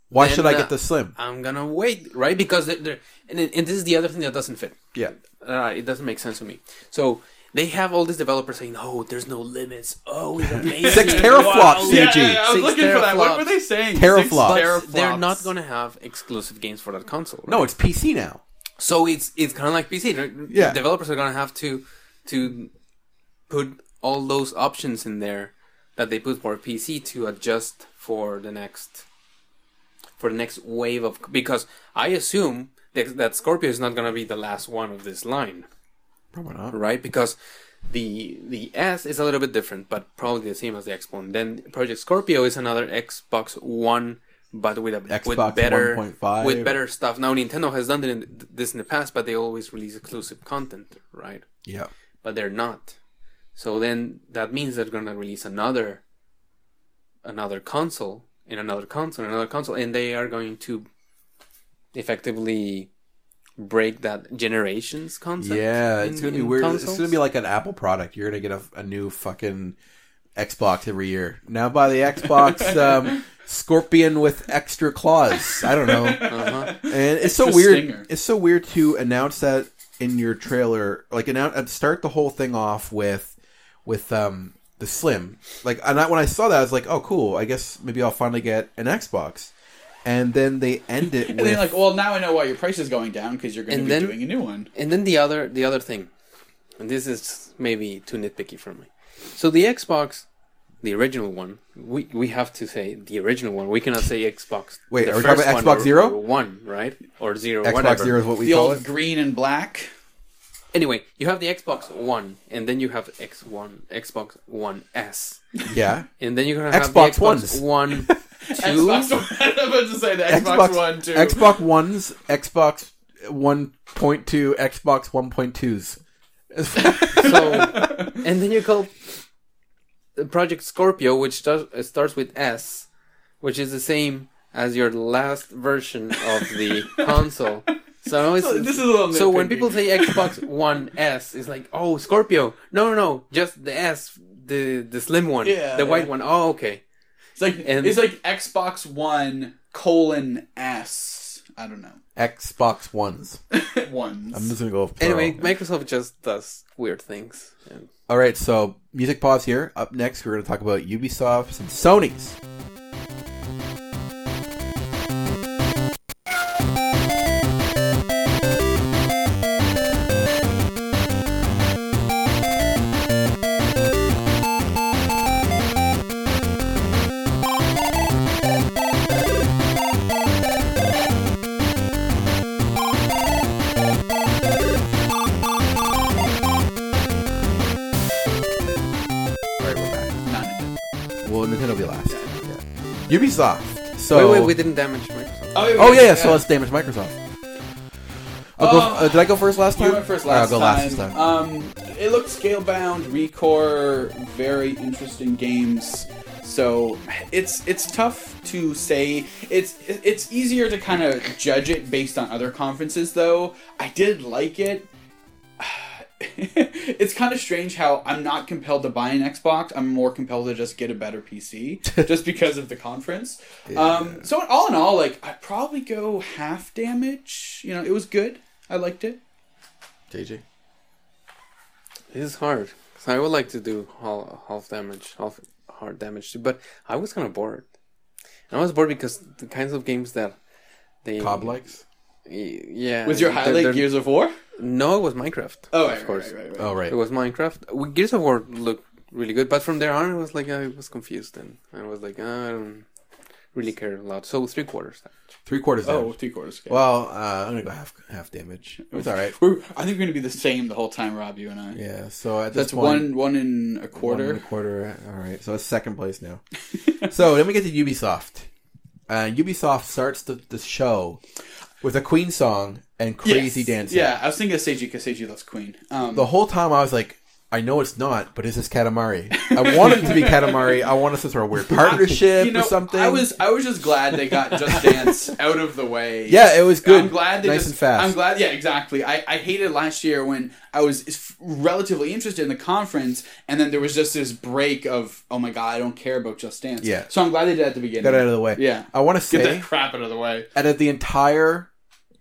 A: Why
B: And,
A: should I
B: uh,
A: get the Slim?
B: I'm gonna wait, right? Because they're, they're and and this is the other thing that doesn't fit.
A: Yeah.
B: Uh, it doesn't make sense to me. So they have all these developers saying, "Oh, there's no limits. Oh, it's amazing.
A: Six teraflops,
B: Wow."
C: Yeah,
A: CG.
C: yeah, yeah, I was
B: Six
C: looking for that. What
B: teraflops.
C: were they saying?
A: Teraflops.
B: But
C: Six
B: they're
C: teraflops.
B: not gonna have exclusive games for that console. right?
A: No, it's PC now.
B: So it's it's kind of like PC. right?
A: Yeah.
B: Developers are gonna have to to put all those options in there that they put for PC to adjust for the next for the next wave of because I assume that, that Scorpio is not gonna be the last one of this line,
A: Probably not.
B: right? Because the the S is a little bit different, but probably the same as the Xbox. Then Project Scorpio is another Xbox One, but with a
A: Xbox
B: with better
A: 1.5.
B: with better stuff. Now Nintendo has done it in, this in the past, but they always release exclusive content, right?
A: Yeah.
B: But they're not. So then that means they're gonna release another another console and another console and another console, and they are going to effectively break that generations concept.
A: Yeah,
B: in-
A: it's gonna be
B: in
A: weird. It's
B: consoles.
A: gonna be like an Apple product. You're gonna get a, a new fucking Xbox every year. Now buy the Xbox um, Scorpion with extra claws. I don't know,
B: Uh-huh.
A: and it's so
C: Extra
A: weird.
C: stinger.
A: It's so weird to announce that in your trailer, like announce start the whole thing off with with um the Slim. Like, and I, when I saw that, I was like, oh, cool. I guess maybe I'll finally get an Xbox. And then they end it
C: And
A: with
C: they're like, oh, well, now I know why your price is going down because you're going to
B: And
C: be
B: then-
C: doing a new one.
B: And then the other the other thing, and this is maybe too nitpicky for me. So the Xbox, the original one, we we have to say the original one. We cannot say Xbox.
A: Wait,
B: the
A: are we talking
B: first
A: about
B: one
A: Xbox
B: or-
A: Zero?
B: or one, right? Or zero,
A: Xbox
B: whatever.
A: Zero is what we
C: The
A: call
C: old
A: it.
C: green and black.
B: Anyway, you have the Xbox One, and then you have X One, Xbox One S,
A: Yeah.
B: and then you're gonna have
A: Xbox
B: the
A: Ones.
B: Xbox One, Two.
C: Xbox One. I'm about to say the Xbox, One too.
A: Xbox Ones, Xbox One Point Two, Xbox One Point Twos.
B: so, and then you call Project Scorpio, which does, uh, starts with S, which is the same as your last version of the console. So I always,
C: So this is a little.
B: so when
C: nitpicky.
B: people say Xbox One S, it's like, oh, Scorpio. No, no, no, just the S, the the slim one,
C: Yeah,
B: the white
C: yeah.
B: one. Oh, okay.
C: it's like
B: and-
C: it's like Xbox One colon S. I don't know
A: Xbox Ones.
C: ones.
A: I'm just gonna go. with plural.
B: Anyway, Microsoft just does weird things. And
A: All right, so music pause here. Up next, we're going to talk about Ubisoft's and Sony's.
B: right, we're back.
C: Not in it.
A: Well, Nintendo will be last. Yeah. Ubisoft. So,
B: Wait, wait, we didn't damage Microsoft.
C: wait,
A: oh
C: wait,
A: yeah, yeah, so let's damage Microsoft. I'll go,
C: Oh.
A: uh, did I go first last time?
C: You went first last
A: I'll go
C: time.
A: last this time.
C: Um, it looked scalebound, recore, very interesting games. So it's it's tough to say. It's it's easier to kind of judge it based on other conferences, though. I did like it. it's kind of strange how I'm not compelled to buy an Xbox. I'm more compelled to just get a better PC just because of the conference. Um, so all in all, like I'd probably go half damage. You know, it was good. I liked it.
A: JJ.
B: This is hard. 'cause I would like to do half, half damage, half hard damage, too, but I was kind of bored. And I was bored because the kinds of games that they
A: Cob likes.
B: Y- Yeah.
C: Was your
B: they're-
C: highlight
B: they're-
C: Gears of War?
B: No, it was Minecraft.
C: Oh,
B: of course.
A: Oh right.
B: It was Minecraft. We- Gears of War looked really good, but from there on, I was like, I was confused, and I was like, "Ah, I don't really care a lot. So three quarters.
A: Three quarters.
C: Oh,
A: Damage.
C: three quarters. Okay.
A: Well, uh, I'm gonna go half half damage. It was all right.
C: We're, I think we're gonna be the same the whole time, Rob. You and I.
A: Yeah. So at this
C: That's
A: point,
C: one, one and a quarter.
A: One and a quarter. All right. So it's second place now. so then we get to Ubisoft. Uh, Ubisoft starts the, the show with a Queen song and crazy
C: Yes.
A: dancing.
C: Yeah, I was thinking of Seiji because Seiji loves Queen. Um,
A: The whole time I was like, I know it's not, but is this Katamari? I want it to be Katamari. I want us to throw a weird partnership
C: you know,
A: or something.
C: I was I was just glad they got Just Dance out of the way.
A: yeah, it was good.
C: I'm glad they
A: nice
C: just,
A: and fast.
C: I'm glad, yeah, exactly. I, I hated last year when I was f- relatively interested in the conference, and then there was just this break of, oh my god, I don't care about Just Dance.
A: Yeah.
C: So I'm glad they did it at the beginning.
A: Got it out of the way.
C: Yeah.
A: I want to
C: Get
A: say
C: that crap out of the way.
A: out of the entire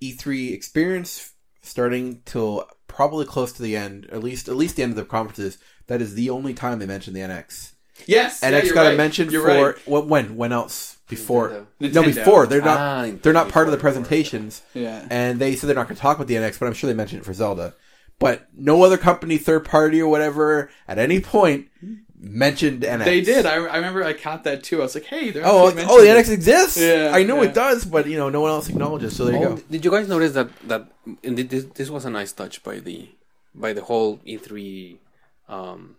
A: E3 experience, starting till probably close to the end, at least at least the end of the conferences, that is the only time they mention the NX.
C: Yes,
A: NX
C: yeah, you're
A: got
C: right.
A: a mention
C: You're
A: for
C: right.
A: what when when else before
C: Nintendo.
A: no
C: Nintendo.
A: before they're not
B: Ah,
A: they're not part of the
B: before, before.
A: presentations
C: Yeah.
A: and they said they're not going to talk about the NX, but I'm sure they mentioned it for Zelda. But no other company, third party or whatever, at any point mentioned NX.
C: They did. I, I remember I caught that too. I was like, hey, they're
A: oh,
C: actually
A: oh, the
C: mentioning
A: NX exists.
C: Yeah,
A: I know
C: yeah.
A: it does, but you know, no one else acknowledges. So there you
B: Oh,
A: go.
B: did you guys notice that that and thi- this, this was a nice touch by the by the whole E3 um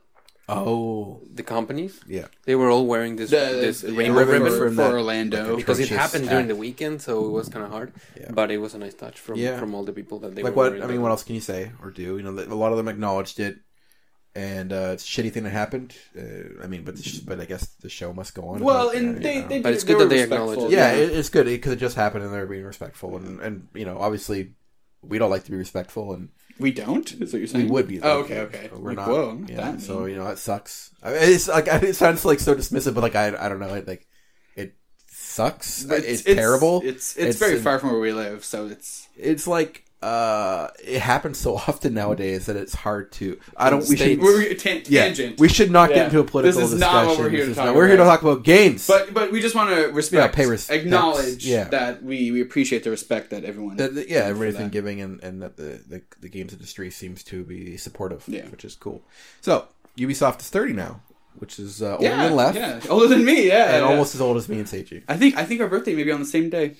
A: Oh,
B: the companies
A: yeah.
B: they were all wearing this
C: the,
B: this
C: the,
B: rainbow
C: ribbon
B: ribbon
C: for,
A: from
C: for
A: that-
C: Orlando.
A: like
B: because it
A: Atrocious
B: happened during
A: act.
B: the weekend so it was kind of hard
A: Yeah.
B: but it was a nice touch from
A: Yeah.
B: from all the people that they
A: like
B: were
A: what
B: wearing
A: I
B: that.
A: mean, what else can you say or do? You know, a lot of them acknowledged it, and uh, it's a shitty thing that happened. Uh, I mean, but the sh- but I guess the show must go on.
C: Well,
A: Like,
C: and
A: uh,
C: they,
A: you know.
C: they
B: But it's
C: they
B: good that
C: were
B: they
C: respectful.
B: acknowledge it.
A: yeah, it, it's good because it just happened and they're being respectful and and you know obviously we don't like to be respectful and
C: we don't. Is what you're saying?
A: we would be.
C: Oh,
A: like,
C: okay, okay.
A: We're
C: Like,
A: not.
C: whoa, I'm not
A: yeah,
C: that
A: so
C: mean.
A: you know that sucks. I mean, it's like I- it sounds like so dismissive, but like I I don't know it like it sucks. It's, terrible.
C: It's it's, very far from where we live, so it's
A: it's like uh it happens so often nowadays that it's hard to i don't we should
B: States.
C: we're, we're tan-
A: yeah,
C: tangent.
A: we should not
C: Yeah.
A: get into a political
C: This is
A: discussion
C: not what we're here
A: This
C: to
A: is
C: talk
A: not- we're here to
C: about.
A: talk about games
C: but but we just want to respect,
A: pay res-
C: acknowledge
A: thanks. Yeah.
C: that we, we appreciate the respect that everyone.
A: That- that- yeah everybody's
C: that.
A: been giving and, and that the, the the games industry seems to be supportive
C: Yeah.
A: which is cool so ubisoft is 30 now which is uh, older
C: yeah,
A: than left
C: yeah, older than me, yeah,
A: and
C: yeah.
A: almost as old as me and seiji
C: I think I think our birthday may be on the same day.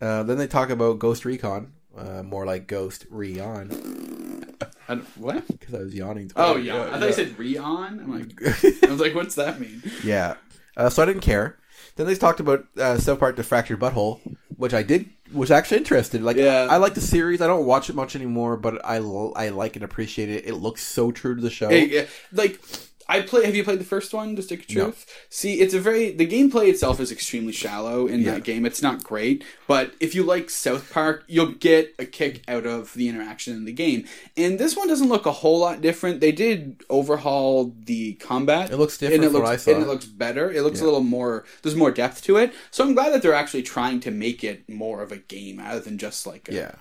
A: uh, then they talk about ghost recon uh, more like ghost reon
C: I don't, what?
A: because i was yawning
C: Oh yeah, I thought you said Rion. I'm like, I was like, what's that mean?
A: Yeah. Uh, so I didn't care. Then they talked about uh, South Park: The Fractured Butthole, which I did was actually interested. Like,
C: Yeah.
A: I like the series. I don't watch it much anymore, but I l- I like and appreciate it. It looks so true to the show.
C: Hey, yeah, like I play. Have you played the first one, The Stick of
A: No.
C: Truth? See, it's a very the gameplay itself is extremely shallow in
A: Yeah.
C: that game. It's not great, but if you like South Park, you'll get a kick out of the interaction in the game. And this one doesn't look a whole lot different. They did overhaul the combat.
A: It looks different
C: and it
A: from
C: looks,
A: what I saw.
C: And it looks better. It looks
A: Yeah.
C: a little more. There's more depth to it. So I'm glad that they're actually trying to make it more of a game rather than just like a
A: Yeah.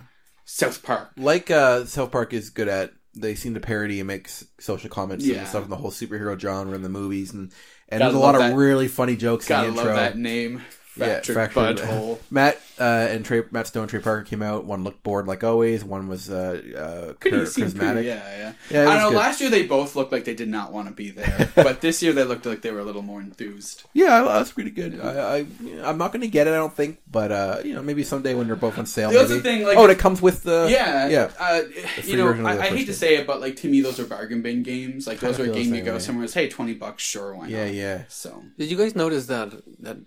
C: South Park.
A: Like uh, South Park is good at, they seem to parody and make s- social comments
C: Yeah.
A: and stuff in the whole superhero genre and the movies. And, and
C: Gotta
A: there's a lot of
C: love that-
A: really funny jokes
C: Gotta
A: in the intro.
C: love that name. Fractured
A: Fractured-
C: butthole.
A: Matt uh, and Trey, Matt Stone, Trey Parker came out. One looked bored like always. One was uh, uh,
C: Pretty-
A: char-
C: seemed
A: charismatic.
C: pretty- yeah, yeah.
A: Yeah, it
C: I
A: was
C: don't know.
A: good.
C: Last year they both looked like they did not want to be there, but this year they looked like they were a little more enthused.
A: Yeah, well, that's pretty good. I, I I'm not gonna get it, I don't think, but uh, you know, maybe someday when they're both on sale.
C: The other
A: maybe.
C: thing, like-
A: oh, and it comes with the
C: yeah,
A: yeah.
C: Uh,
A: free
C: you know,
A: version of
C: I,
A: the
C: I hate
A: first
C: to
A: game.
C: say it, but like to me, those are bargain bin games. Like those
A: Kinda
C: are a
A: feels
C: game
A: the
C: you
A: same
C: go
A: way.
C: somewhere. It's hey, twenty bucks, sure, why not?
A: yeah, yeah.
C: So
B: Did you guys notice that that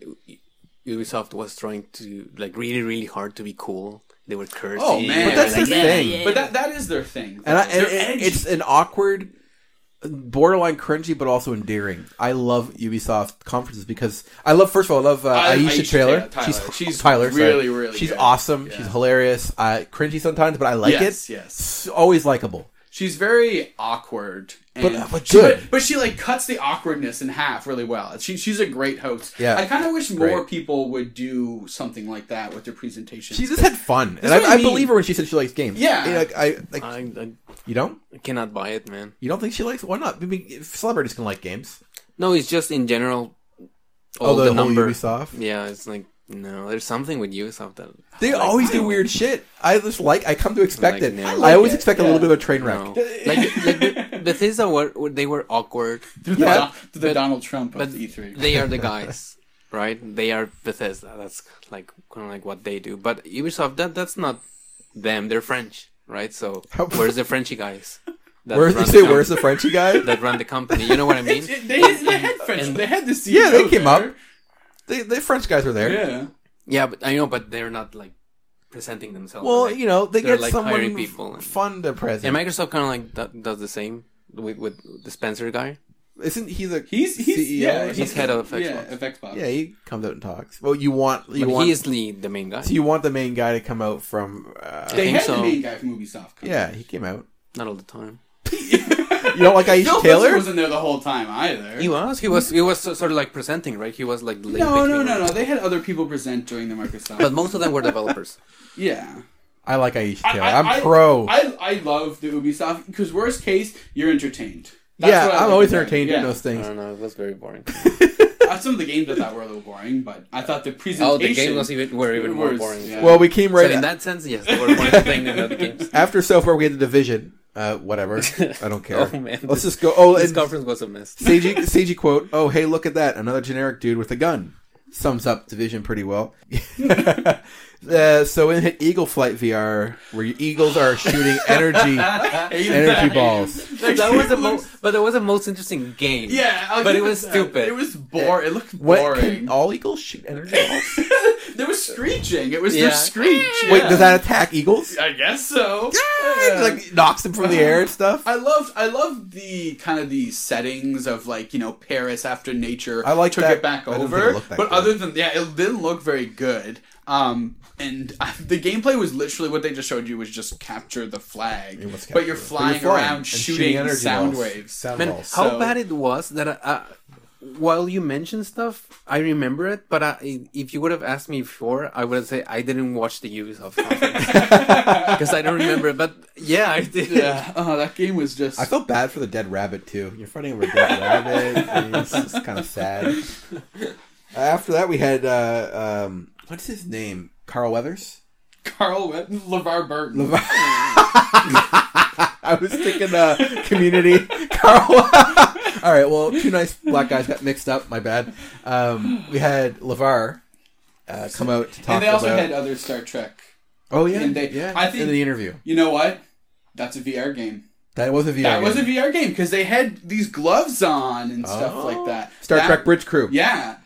B: Ubisoft was trying to like really really hard to be cool? They were cursing.
C: Oh, man.
A: But that's
B: like,
A: the
B: yeah,
A: thing.
B: yeah.
C: But that that is their thing.
A: And, I, and
C: They're
A: it-
C: edgy.
A: it's an awkward, borderline cringy, but also endearing. I love Ubisoft conferences because I love. First of all, I love uh,
C: I love
A: Aisha,
C: Aisha
A: Taylor.
C: Taylor- Tyler.
A: She's
C: She's
A: Tyler. sorry.
C: really, really
A: She's
C: good.
A: awesome.
C: Yeah.
A: She's hilarious. Uh, cringy sometimes, but I like
C: Yes,
A: it.
C: yes.
A: S- always likable.
C: she's very awkward, and
A: But- but
C: she-
A: good.
C: but she like cuts the awkwardness in half really well. She, she's a great host.
A: Yeah.
C: I kind of wish more
A: Great.
C: people would do something like that with their presentation.
A: She just had fun, and
C: That's what
A: I,
C: I
A: I
C: mean.
A: believe her when she said she likes games.
C: Yeah. Uh,
A: You know, like, I like.
B: I,
A: you don't?
B: I cannot buy it, man.
A: You don't think she likes? Why not? I mean, celebrities can like games.
B: No, it's just in general. All
A: Oh,
B: the,
A: the, whole
B: number.
A: Ubisoft.
B: Yeah, it's like no. There's something with Ubisoft that
A: They
B: like,
A: always do weird shit. I just like. I come to expect it.
B: Like, no.
A: I,
B: I
C: like
A: always
C: it,
A: expect a
C: yeah.
A: little bit of a train wreck.
B: No. like, like Be- Bethesda were were- they were awkward.
C: They're the,
A: Yeah.
C: Don- they're the Donald Trump of E
B: but
A: E
C: the E3.
B: They are the guys, right? They are Bethesda. That's like kind of like what they do. But Ubisoft, that that's not them. They're French, right? So
A: How-
B: where's the Frenchy guys? That
A: Where's
B: run
A: you say?
B: com-
A: Where's the Frenchy guy?
B: that run the company? You know what I mean?
C: It- they, had, they had French. they had the CEO.
A: Yeah, they came
C: there.
A: up. The, the French guys are there.
C: Yeah.
B: yeah, but I know, but they're not like presenting themselves.
A: Well,
B: like-
A: you know, they
B: They're,
A: get
B: like,
A: someone
B: hiring people and-
A: fun to
B: and
A: present.
B: Microsoft kind of like do- does the same with with the Spencer guy.
A: Isn't he the
C: He's he's
A: CEO?
C: yeah,
A: or
B: he's
A: something?
B: head of Xbox.
C: Yeah, of Xbox.
A: yeah, he comes out and talks. Well, you want you
B: but
A: want
B: he is the, the main guy,
A: so you want the main guy to come out from. Uh,
C: they
B: think
C: had
B: so.
C: the main guy from Ubisoft. come.
A: yeah, he came out.
B: not all the time.
A: You don't like Aisha
C: Phil Taylor
A: Taylor?
C: wasn't there the whole time either.
B: He was, he was, he was so- sort of like presenting, right? He was like the link
C: no, no,
B: between
C: no,
B: them.
C: no. They had other people present during the Microsoft.
B: But most of them were developers.
C: yeah.
A: I like Aisha Taylor. I, am pro.
C: I, I love the Ubisoft because worst case, you're entertained. That's
A: yeah,
C: what I
A: I'm
C: like
A: always
C: about it.
A: entertained in
C: Yeah.
A: those
B: I
A: things.
B: don't know. It was very boring.
C: Uh, Some of the games I thought were a little boring, but I thought the presentation.
B: oh, the game was even were even more
C: Worse,
B: boring.
C: yeah.
B: Well,
A: Well, we came right
B: so in
A: at-
B: that sense, yes, they were more entertaining than other games.
A: after so far we had the division. Uh, whatever. I don't care.
B: Oh, man.
A: Let's just go. Oh,
B: This
A: and
B: conference was a mess.
A: Seiji, Seiji quote. Oh, hey, look at that! Another generic dude with a gun. Sums up division pretty well. uh, so in Eagle Flight VR, where your eagles are shooting energy energy balls.
B: that was the most, but that was the most interesting game.
C: Yeah, I'll
B: But
C: give
B: it was
C: that.
B: stupid.
C: It was boring. It looked
A: What
C: boring.
A: can all eagles shoot energy balls?
C: there was screeching. It was
B: Yeah.
C: their screech.
A: Wait,
C: yeah.
A: does that attack eagles?
C: I guess so.
A: It, Like knocks them from the air and stuff.
C: I loved I loved the kind of the settings of like you know Paris after nature.
A: I like
C: took
A: that.
C: it back
A: I didn't think it
C: over,
A: looked that
C: but
A: good.
C: other than yeah, it didn't look very good. Um, and I, the gameplay was literally what they just showed you was just capture the flag,
A: It was
C: but you're
A: captured.
C: flying, around
A: and
C: shooting, sound waves.
A: Sound
B: Man,
A: balls.
B: how
C: Oh, So-
B: bad it was that uh, while you mentioned stuff, I remember it. But I, if you would have asked me before, I would have said I didn't watch the Ubisoft conference because I don't remember. it. But yeah, I did.
C: yeah, oh, that game was just.
A: I felt bad for the dead rabbit too. You're fighting over a dead rabbit. and It's just kind of sad. After that, we had uh, um, what's his name? Carl Weathers.
C: Carl Webb, LeVar Burton.
A: I was thinking uh, Community. Carl. All right. Well, two nice black guys got mixed up. My bad. Um, we had Levar uh, come out to talk
C: and they also
A: about.
C: had other Star Trek.
A: oh yeah,
C: and they-
A: yeah.
C: I
A: in
C: think-
A: the interview
C: You know what? That's a VR game.
A: that was a VR.
C: that was a
A: game.
C: VR game because they had these gloves on and stuff like that.
A: Oh. Star
C: That-
A: Trek Bridge Crew.
C: Yeah,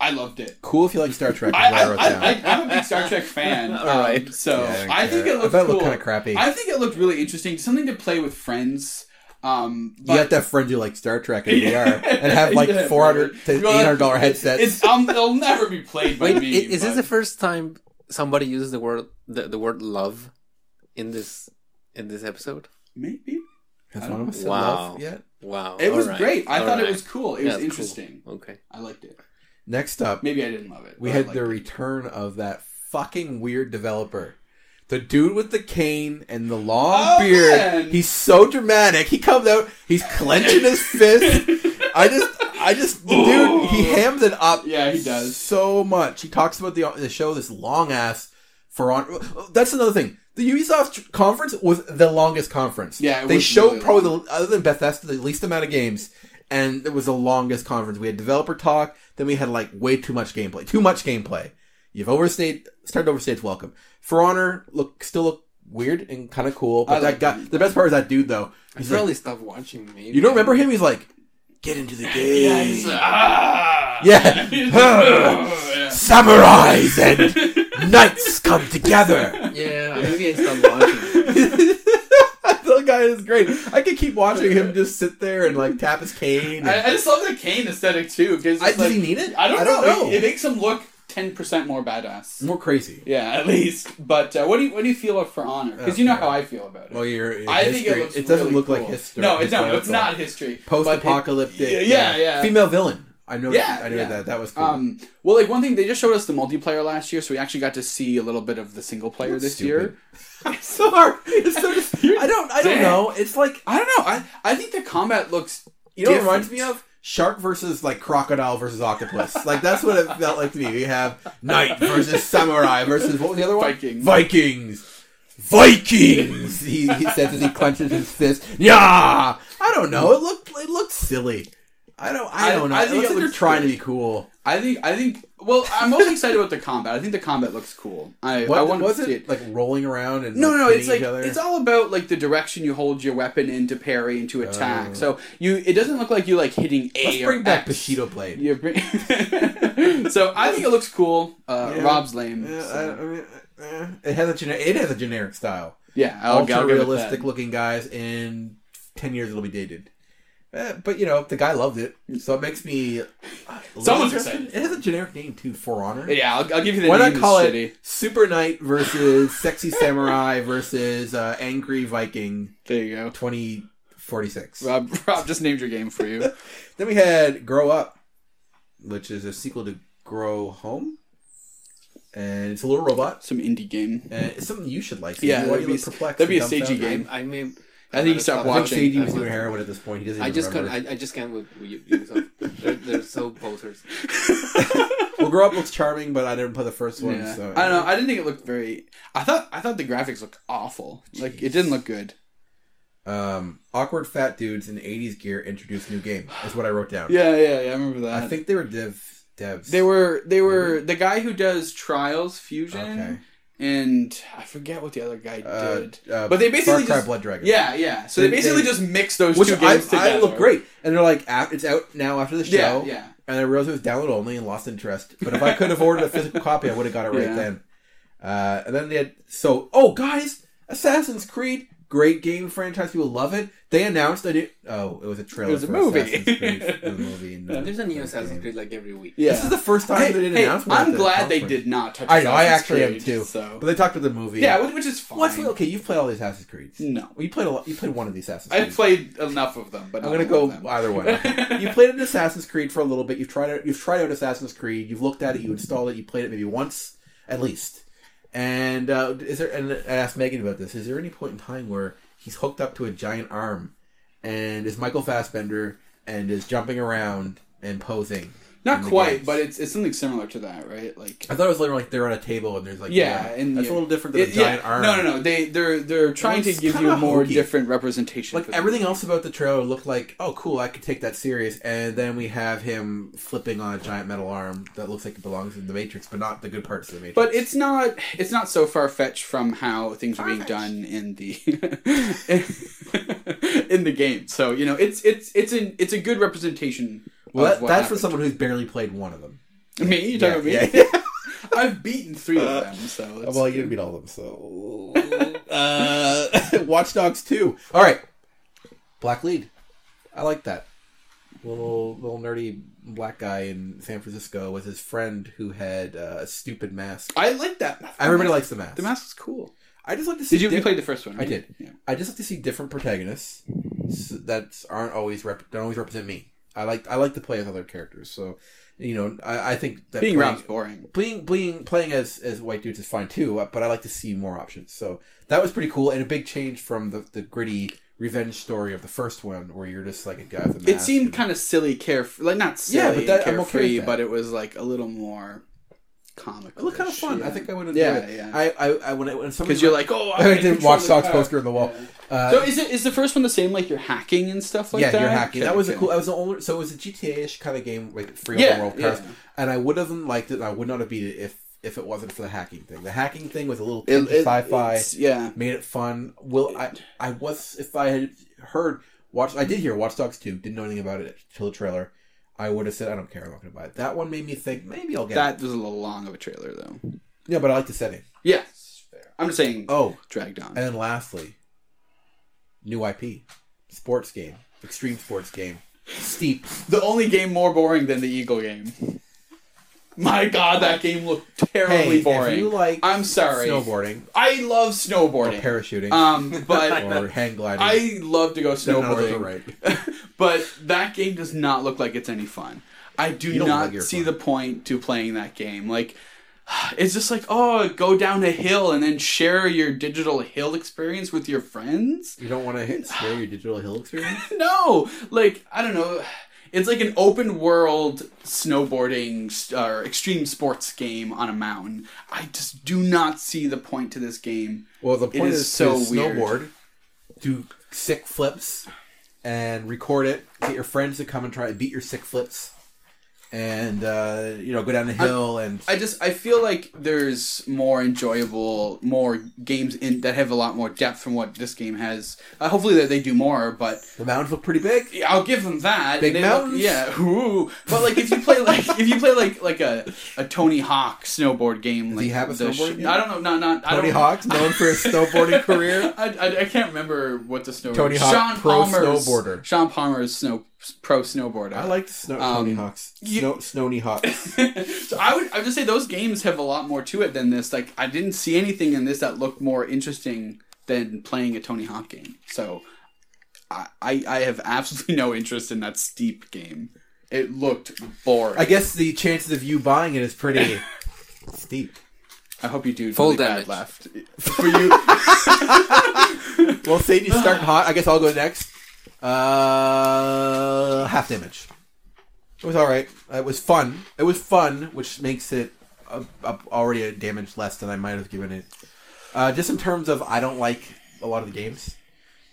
C: I loved it.
A: Cool if you like Star Trek. is
C: I,
A: what I
C: I,
A: wrote
C: I,
A: down.
C: I, I'm a big Star Trek fan. All right,
B: Alright.
C: so
A: Yeah, I don't
C: I think
A: care.
C: it
A: I
C: looked
A: thought it
C: cool.
A: looked kinda crappy.
C: I think it looked really interesting. Something to play with friends. Um,
A: You
C: but-
A: got that friend who like Star Trek and VR and have like
C: Yeah,
A: four hundred to eight
C: bro.
A: hundred dollar headsets.
C: It's um, it'll never be played by
B: Wait,
C: me.
B: i- is this
C: but-
B: the first time somebody uses the word the, the word love in this in this episode?
C: maybe?
A: Has one of us said
B: Wow.
A: love yet?
B: Wow,
C: It
B: all
C: was
B: right,
C: great. I
B: all
C: thought it
B: right.
C: was cool. It
B: Yeah,
C: was
B: it's cool.
C: interesting.
B: Okay,
C: I liked it.
A: Next up,
C: Maybe I didn't love it.
A: we
C: but I
A: had
C: liked
A: the
C: it.
A: return of that fucking weird developer. The dude with the cane and the long
C: Oh,
A: beard.
C: man.
A: He's so dramatic. He comes out, he's clenching his fist. I just I just the dude, he hams it up.
C: Yeah, he does.
A: So much. He talks about the the show this long ass for on That's another thing. The Ubisoft conference was the longest conference.
C: Yeah, it
A: they
C: was
A: showed
C: really
A: probably the, other than Bethesda the least amount of games, and it was the longest conference. We had developer talk, then we had like way too much gameplay, too much gameplay. You've overstayed, started to overstay its welcome. For Honor look still look weird and kind of cool, but
C: I
A: that
C: like
A: guy.
C: him.
A: The best part is that dude though.
B: I
A: He's like,
B: probably stopped watching me.
A: you don't remember him? He's like, get into the
C: Yeah,
A: game.
C: he's like, ah!
A: Yeah.
C: Yeah.
A: Samurais and knights come together.
B: Yeah, maybe I stopped watching.
A: the guy is great. I could keep watching him just sit there and like tap his cane.
C: I,
A: and-
C: I just love the cane aesthetic too. Because
A: I-
C: like,
A: does he need it?
C: I don't,
A: I don't
C: know.
A: know.
C: It, it makes him look ten percent more badass.
A: More crazy.
C: Yeah, at least. But uh, what do you what do you feel about for honor? Because you know how I feel about it.
A: Well, you're. you're
C: I think it
A: history-
C: looks.
A: doesn't
C: really
A: look
C: cool.
A: like history.
C: No, it's not. It's
A: historical.
C: not history. but it-
A: Post-apocalyptic.
C: Yeah, yeah, yeah.
A: Female villain. I know.
C: Yeah,
A: I know
C: yeah.
A: that. That was cool.
C: Um, well, like one thing they just showed us the multiplayer last year, so we actually got to see a little bit of the single player
A: That's
C: this
A: stupid.
C: year.
A: It's so hard. It's so just, I don't. I don't
C: Damn.
A: know. It's like
C: I don't know. I I think the combat looks.
A: you know. What it
C: different.
A: reminds me of shark versus like crocodile versus octopus. like that's what it felt like to me. We have knight versus samurai versus what was the other one?
C: Vikings.
A: Vikings. Vikings. he, he says as he clenches his fist. Yeah. I don't know. It looked. It looked silly. I don't. I,
C: I-
A: don't know.
C: I
A: I
C: think
A: think
C: it
A: like they're
C: looks
A: trying to
C: good.
A: be cool.
C: I think. I think. Well, I'm most excited about the combat. I think the combat looks cool. I
A: What
C: I want
A: was
C: to
A: it?
C: see it.
A: Like rolling around and
C: No,
A: like,
C: no,
A: hitting
C: it's like
A: each other?
C: it's all about like the direction you hold your weapon in to parry and to attack.
A: Oh.
C: So you, it doesn't look like you like hitting A
A: Let's
C: or
A: bring back
C: X.
A: Bushido Blade.
C: You bring- so I think it looks cool. Uh,
A: Yeah.
C: Rob's lame.
A: Yeah,
C: so-
A: I, I mean, eh, it has a gener- it has a generic style.
C: yeah, I'll,
A: Ultra
C: I'll give it that.
A: realistic looking guys. In ten years, it'll be dated. Eh, but you know, the guy loved it, so it makes me. uh, a little
C: Someone's
A: interested.
C: excited.
A: It has a generic name too, For Honor.
C: Yeah, I'll, I'll give you the
A: Why
C: name.
A: not call it
C: is shitty.
A: Super Knight versus Sexy Samurai versus uh, Angry Viking
C: There you go.
A: twenty forty six?
C: Rob, Rob just named your game for you.
A: Then we had Grow Up, which is a sequel to Grow Home, and it's a little robot.
C: Some indie game.
A: Uh, it's something you should like.
C: Yeah,
A: why
C: that'd
A: you
C: be
A: look
C: a-
A: perplexed
C: that'd be
A: and
C: a stagey
A: dumbfounded?
C: game.
B: I mean,
C: I think you stopped
A: I think
C: watching.
A: Sadie was
B: I'm
A: doing
B: not-
A: heroin at this point. He doesn't.
B: I
A: even
B: just can't.
A: remember.
B: I, I just can't with you. Ubisoft. They're, they're so posers.
A: Well, grow up looks charming, but I didn't play the first one.
C: Yeah.
A: So
C: I don't know. I didn't think it looked very. I thought I thought the graphics looked awful. Like it didn't look good.
A: Um, awkward fat dudes in '80s gear introduce new game. Is what I wrote down.
C: Yeah, yeah, yeah. I remember that.
A: I think they were dev devs.
C: they were they were the guy who does Trials Fusion
A: Okay.
C: and I forget what the other guy
A: Uh,
C: did.
A: uh,
C: But they
A: Far
C: basically
A: Cry
C: just-
A: Blood Dragon.
C: yeah, yeah. So they,
A: They-
C: basically
A: they-
C: just mix those
A: Which
C: two
A: I,
C: games
A: I
C: together.
A: look great, and they're like, af- it's out now after the show.
C: Yeah, yeah.
A: and I realized it was download only and lost interest. But if I could have ordered a physical copy, I would have got it right
C: Yeah.
A: then. Uh, and then they had so oh guys, Assassin's Creed, great game franchise, people love it. They announced a new oh it was a trailer.
C: It was a
A: for
C: movie.
A: Assassin's Creed, for the movie. And, uh,
B: There's a new
A: for the
B: Assassin's
A: game.
B: Creed like every week.
C: Yeah.
A: This is the first time
C: Hey,
A: they did an
C: hey,
A: announcement. at
C: I'm
A: the
C: glad they
A: conference.
C: did not touch.
A: I know, I
C: Assassin's
A: actually am
C: Creed,
A: too.
C: So
A: But they talked about the movie.
C: yeah, which- which is fine.
A: What's okay? You've played all the Assassin's Creeds.
C: No,
A: Well, you played a lot. You played one of the Assassin's.
C: I've
A: Creeds.
C: played enough of them, but
A: I'm
C: not
A: gonna
C: all
A: go
C: of them.
A: either one. Okay. you played an Assassin's Creed for a little bit. You've tried out. You've tried out Assassin's Creed. You've looked at it. You installed it. You played it maybe once at least. And uh, is there? And I asked Megan about this. Is there any point in time where he's hooked up to a giant arm, and is Michael Fassbender and is jumping around and posing?
C: Not
A: in the
C: quite,
A: games?
C: but it's it's something similar to that, right? Like
A: I thought it was literally like they're on a table and there's like
C: Yeah, and
A: that's
C: you-
A: a little different than a
C: It-
A: giant
C: yeah.
A: arm.
C: No, no, no. They they're they're trying to
A: looks
C: give you
A: kinda
C: a more
A: hokey.
C: different representation.
A: Like
C: for them.
A: everything else about the trailer looked like, oh, cool, I could take that serious. And then we have him flipping on a giant metal arm that looks like it belongs in the Matrix, but not the good parts of the Matrix.
C: But it's not it's not so far fetched from how things are being done in the in the game. So you know it's it's it's an it's a good representation.
A: well,
C: of
A: that,
C: what
A: that's for
C: happened.
A: someone who's barely played one of them.
C: me. You talking
A: Yeah, Uh,
C: about me? I've beaten three of them. So it's,
A: well, you didn't beat all of them, so. uh, Watch Dogs 2. All right. Black Lead. I like that. Little little nerdy black guy in San Francisco with his friend who had uh, a stupid mask.
C: I like that.
A: Everybody likes the mask.
C: the mask. Was cool.
A: I just like to see.
C: Did you, you
A: diff-
C: played the first one?
A: I did.
C: Yeah.
A: I just like to see different protagonists s- that aren't always rep- don't always represent me. I like I like to play as other characters. So, you know, I, I think that
C: Being
A: playing,
C: Rob's boring.
A: playing playing playing as as white dudes is fine too, uh, but I like to see more options. So that was pretty cool and a big change from the, the gritty revenge story of the first one, where you're just like a guy with a mask.
C: It seemed
A: and-
C: kind of silly, carefree. Like not silly,
A: Yeah, but that- I'm okay
C: carefree,
A: with that.
C: but it was like a little more comical.
A: it looked kind of fun. I think I would enjoy
C: Yeah,
A: it.
C: yeah.
A: I I, I when, I, when somebody
C: because you're like, oh,
A: I did watch
C: Sox
A: Sox poster on the wall. Uh,
C: So is it is the first one the same? Like you're hacking and stuff like
A: yeah,
C: that.
A: you're hacking.
C: Okay,
A: that was a
C: okay.
A: cool. That was the only. So it was a GTA-ish kind of game, like free
C: Yeah,
A: open world cars.
C: yeah.
A: And I would have liked it. and I would not have beat it if if it wasn't for the hacking thing. The hacking thing was a little
C: It-
A: kinky
C: it-
A: sci-fi.
C: it's- Yeah,
A: made it fun. Will I? I was if I had heard watch. I did hear Watch Dogs two. Didn't know anything about it till the trailer. I would have said I don't care. I'm not going to buy it. That one made me think maybe I'll get
C: that was a little long of a trailer though.
A: it. Yeah, but I like the setting.
C: Yeah, I'm just saying.
A: Oh,
C: dragged on.
A: and then lastly, new IP, sports game, extreme sports game, steep.
C: the only game more boring than the Eagle game. My God, that game looked terribly
A: Hey,
C: boring.
A: if you like,
C: I'm sorry.
A: snowboarding
C: I love
A: or
C: snowboarding,
A: parachuting
C: um, but
A: or hang gliding.
C: I love to go
A: None of those are
C: snowboarding.
A: right.
C: but that game does not look like it's any fun. I do
A: You don't
C: not
A: like your
C: see
A: fun.
C: the point to playing that game. Like, it's just like, oh, go down a hill and then share your digital hill experience with your friends.
A: You don't want to hit scare your digital hill experience.
C: No, like I don't know. It's like an open world snowboarding or extreme sports game on a mountain. I just do not see the point to this game.
A: Well, the point
C: is
A: is,
C: so
A: to
C: weird.
A: snowboard, do sick flips, and record it. Get your friends to come and try to beat your sick flips, and uh, you know go down the hill and
C: I just I feel like there's more enjoyable, more games in that have a lot more depth from what this game has. Uh, hopefully that they do more, but
A: the mountains look pretty big.
C: yeah, I'll give them that.
A: Big
C: They look-
A: mountains?
C: yeah. Ooh. But like if you play like if you play like like a, a Tony Hawk snowboard game, like
A: he have a
C: the
A: snowboard game?
C: I don't know. Not not I
A: Tony
C: don't-
A: Hawk's known for his snowboarding career.
C: I, I, I can't remember what the snowboarder.
A: Tony Hawk, pro snowboarder.
C: Sean Palmer's snow pro snowboarder.
A: I like snow,
C: Um,
A: Tony Hawk's
C: you-
A: snow, Snowy Hawks.
C: so I would I would just say those games have a lot more to it than this. Like I didn't see anything in this that looked more interesting than playing a Tony Hawk game. So I I, I have absolutely no interest in that steep game. It looked boring.
A: I
C: I,
A: guess the chances of you buying it is pretty steep.
C: hope you do
B: Full
C: really bad
B: damage.
C: left for you.
A: Well, Sadie's starting hot. I guess I'll go next. Uh, half damage. It was all right. It was fun. It was fun, which makes it uh, up already a damage less than I might have given it. Uh, just in terms of, I don't like a lot of the games,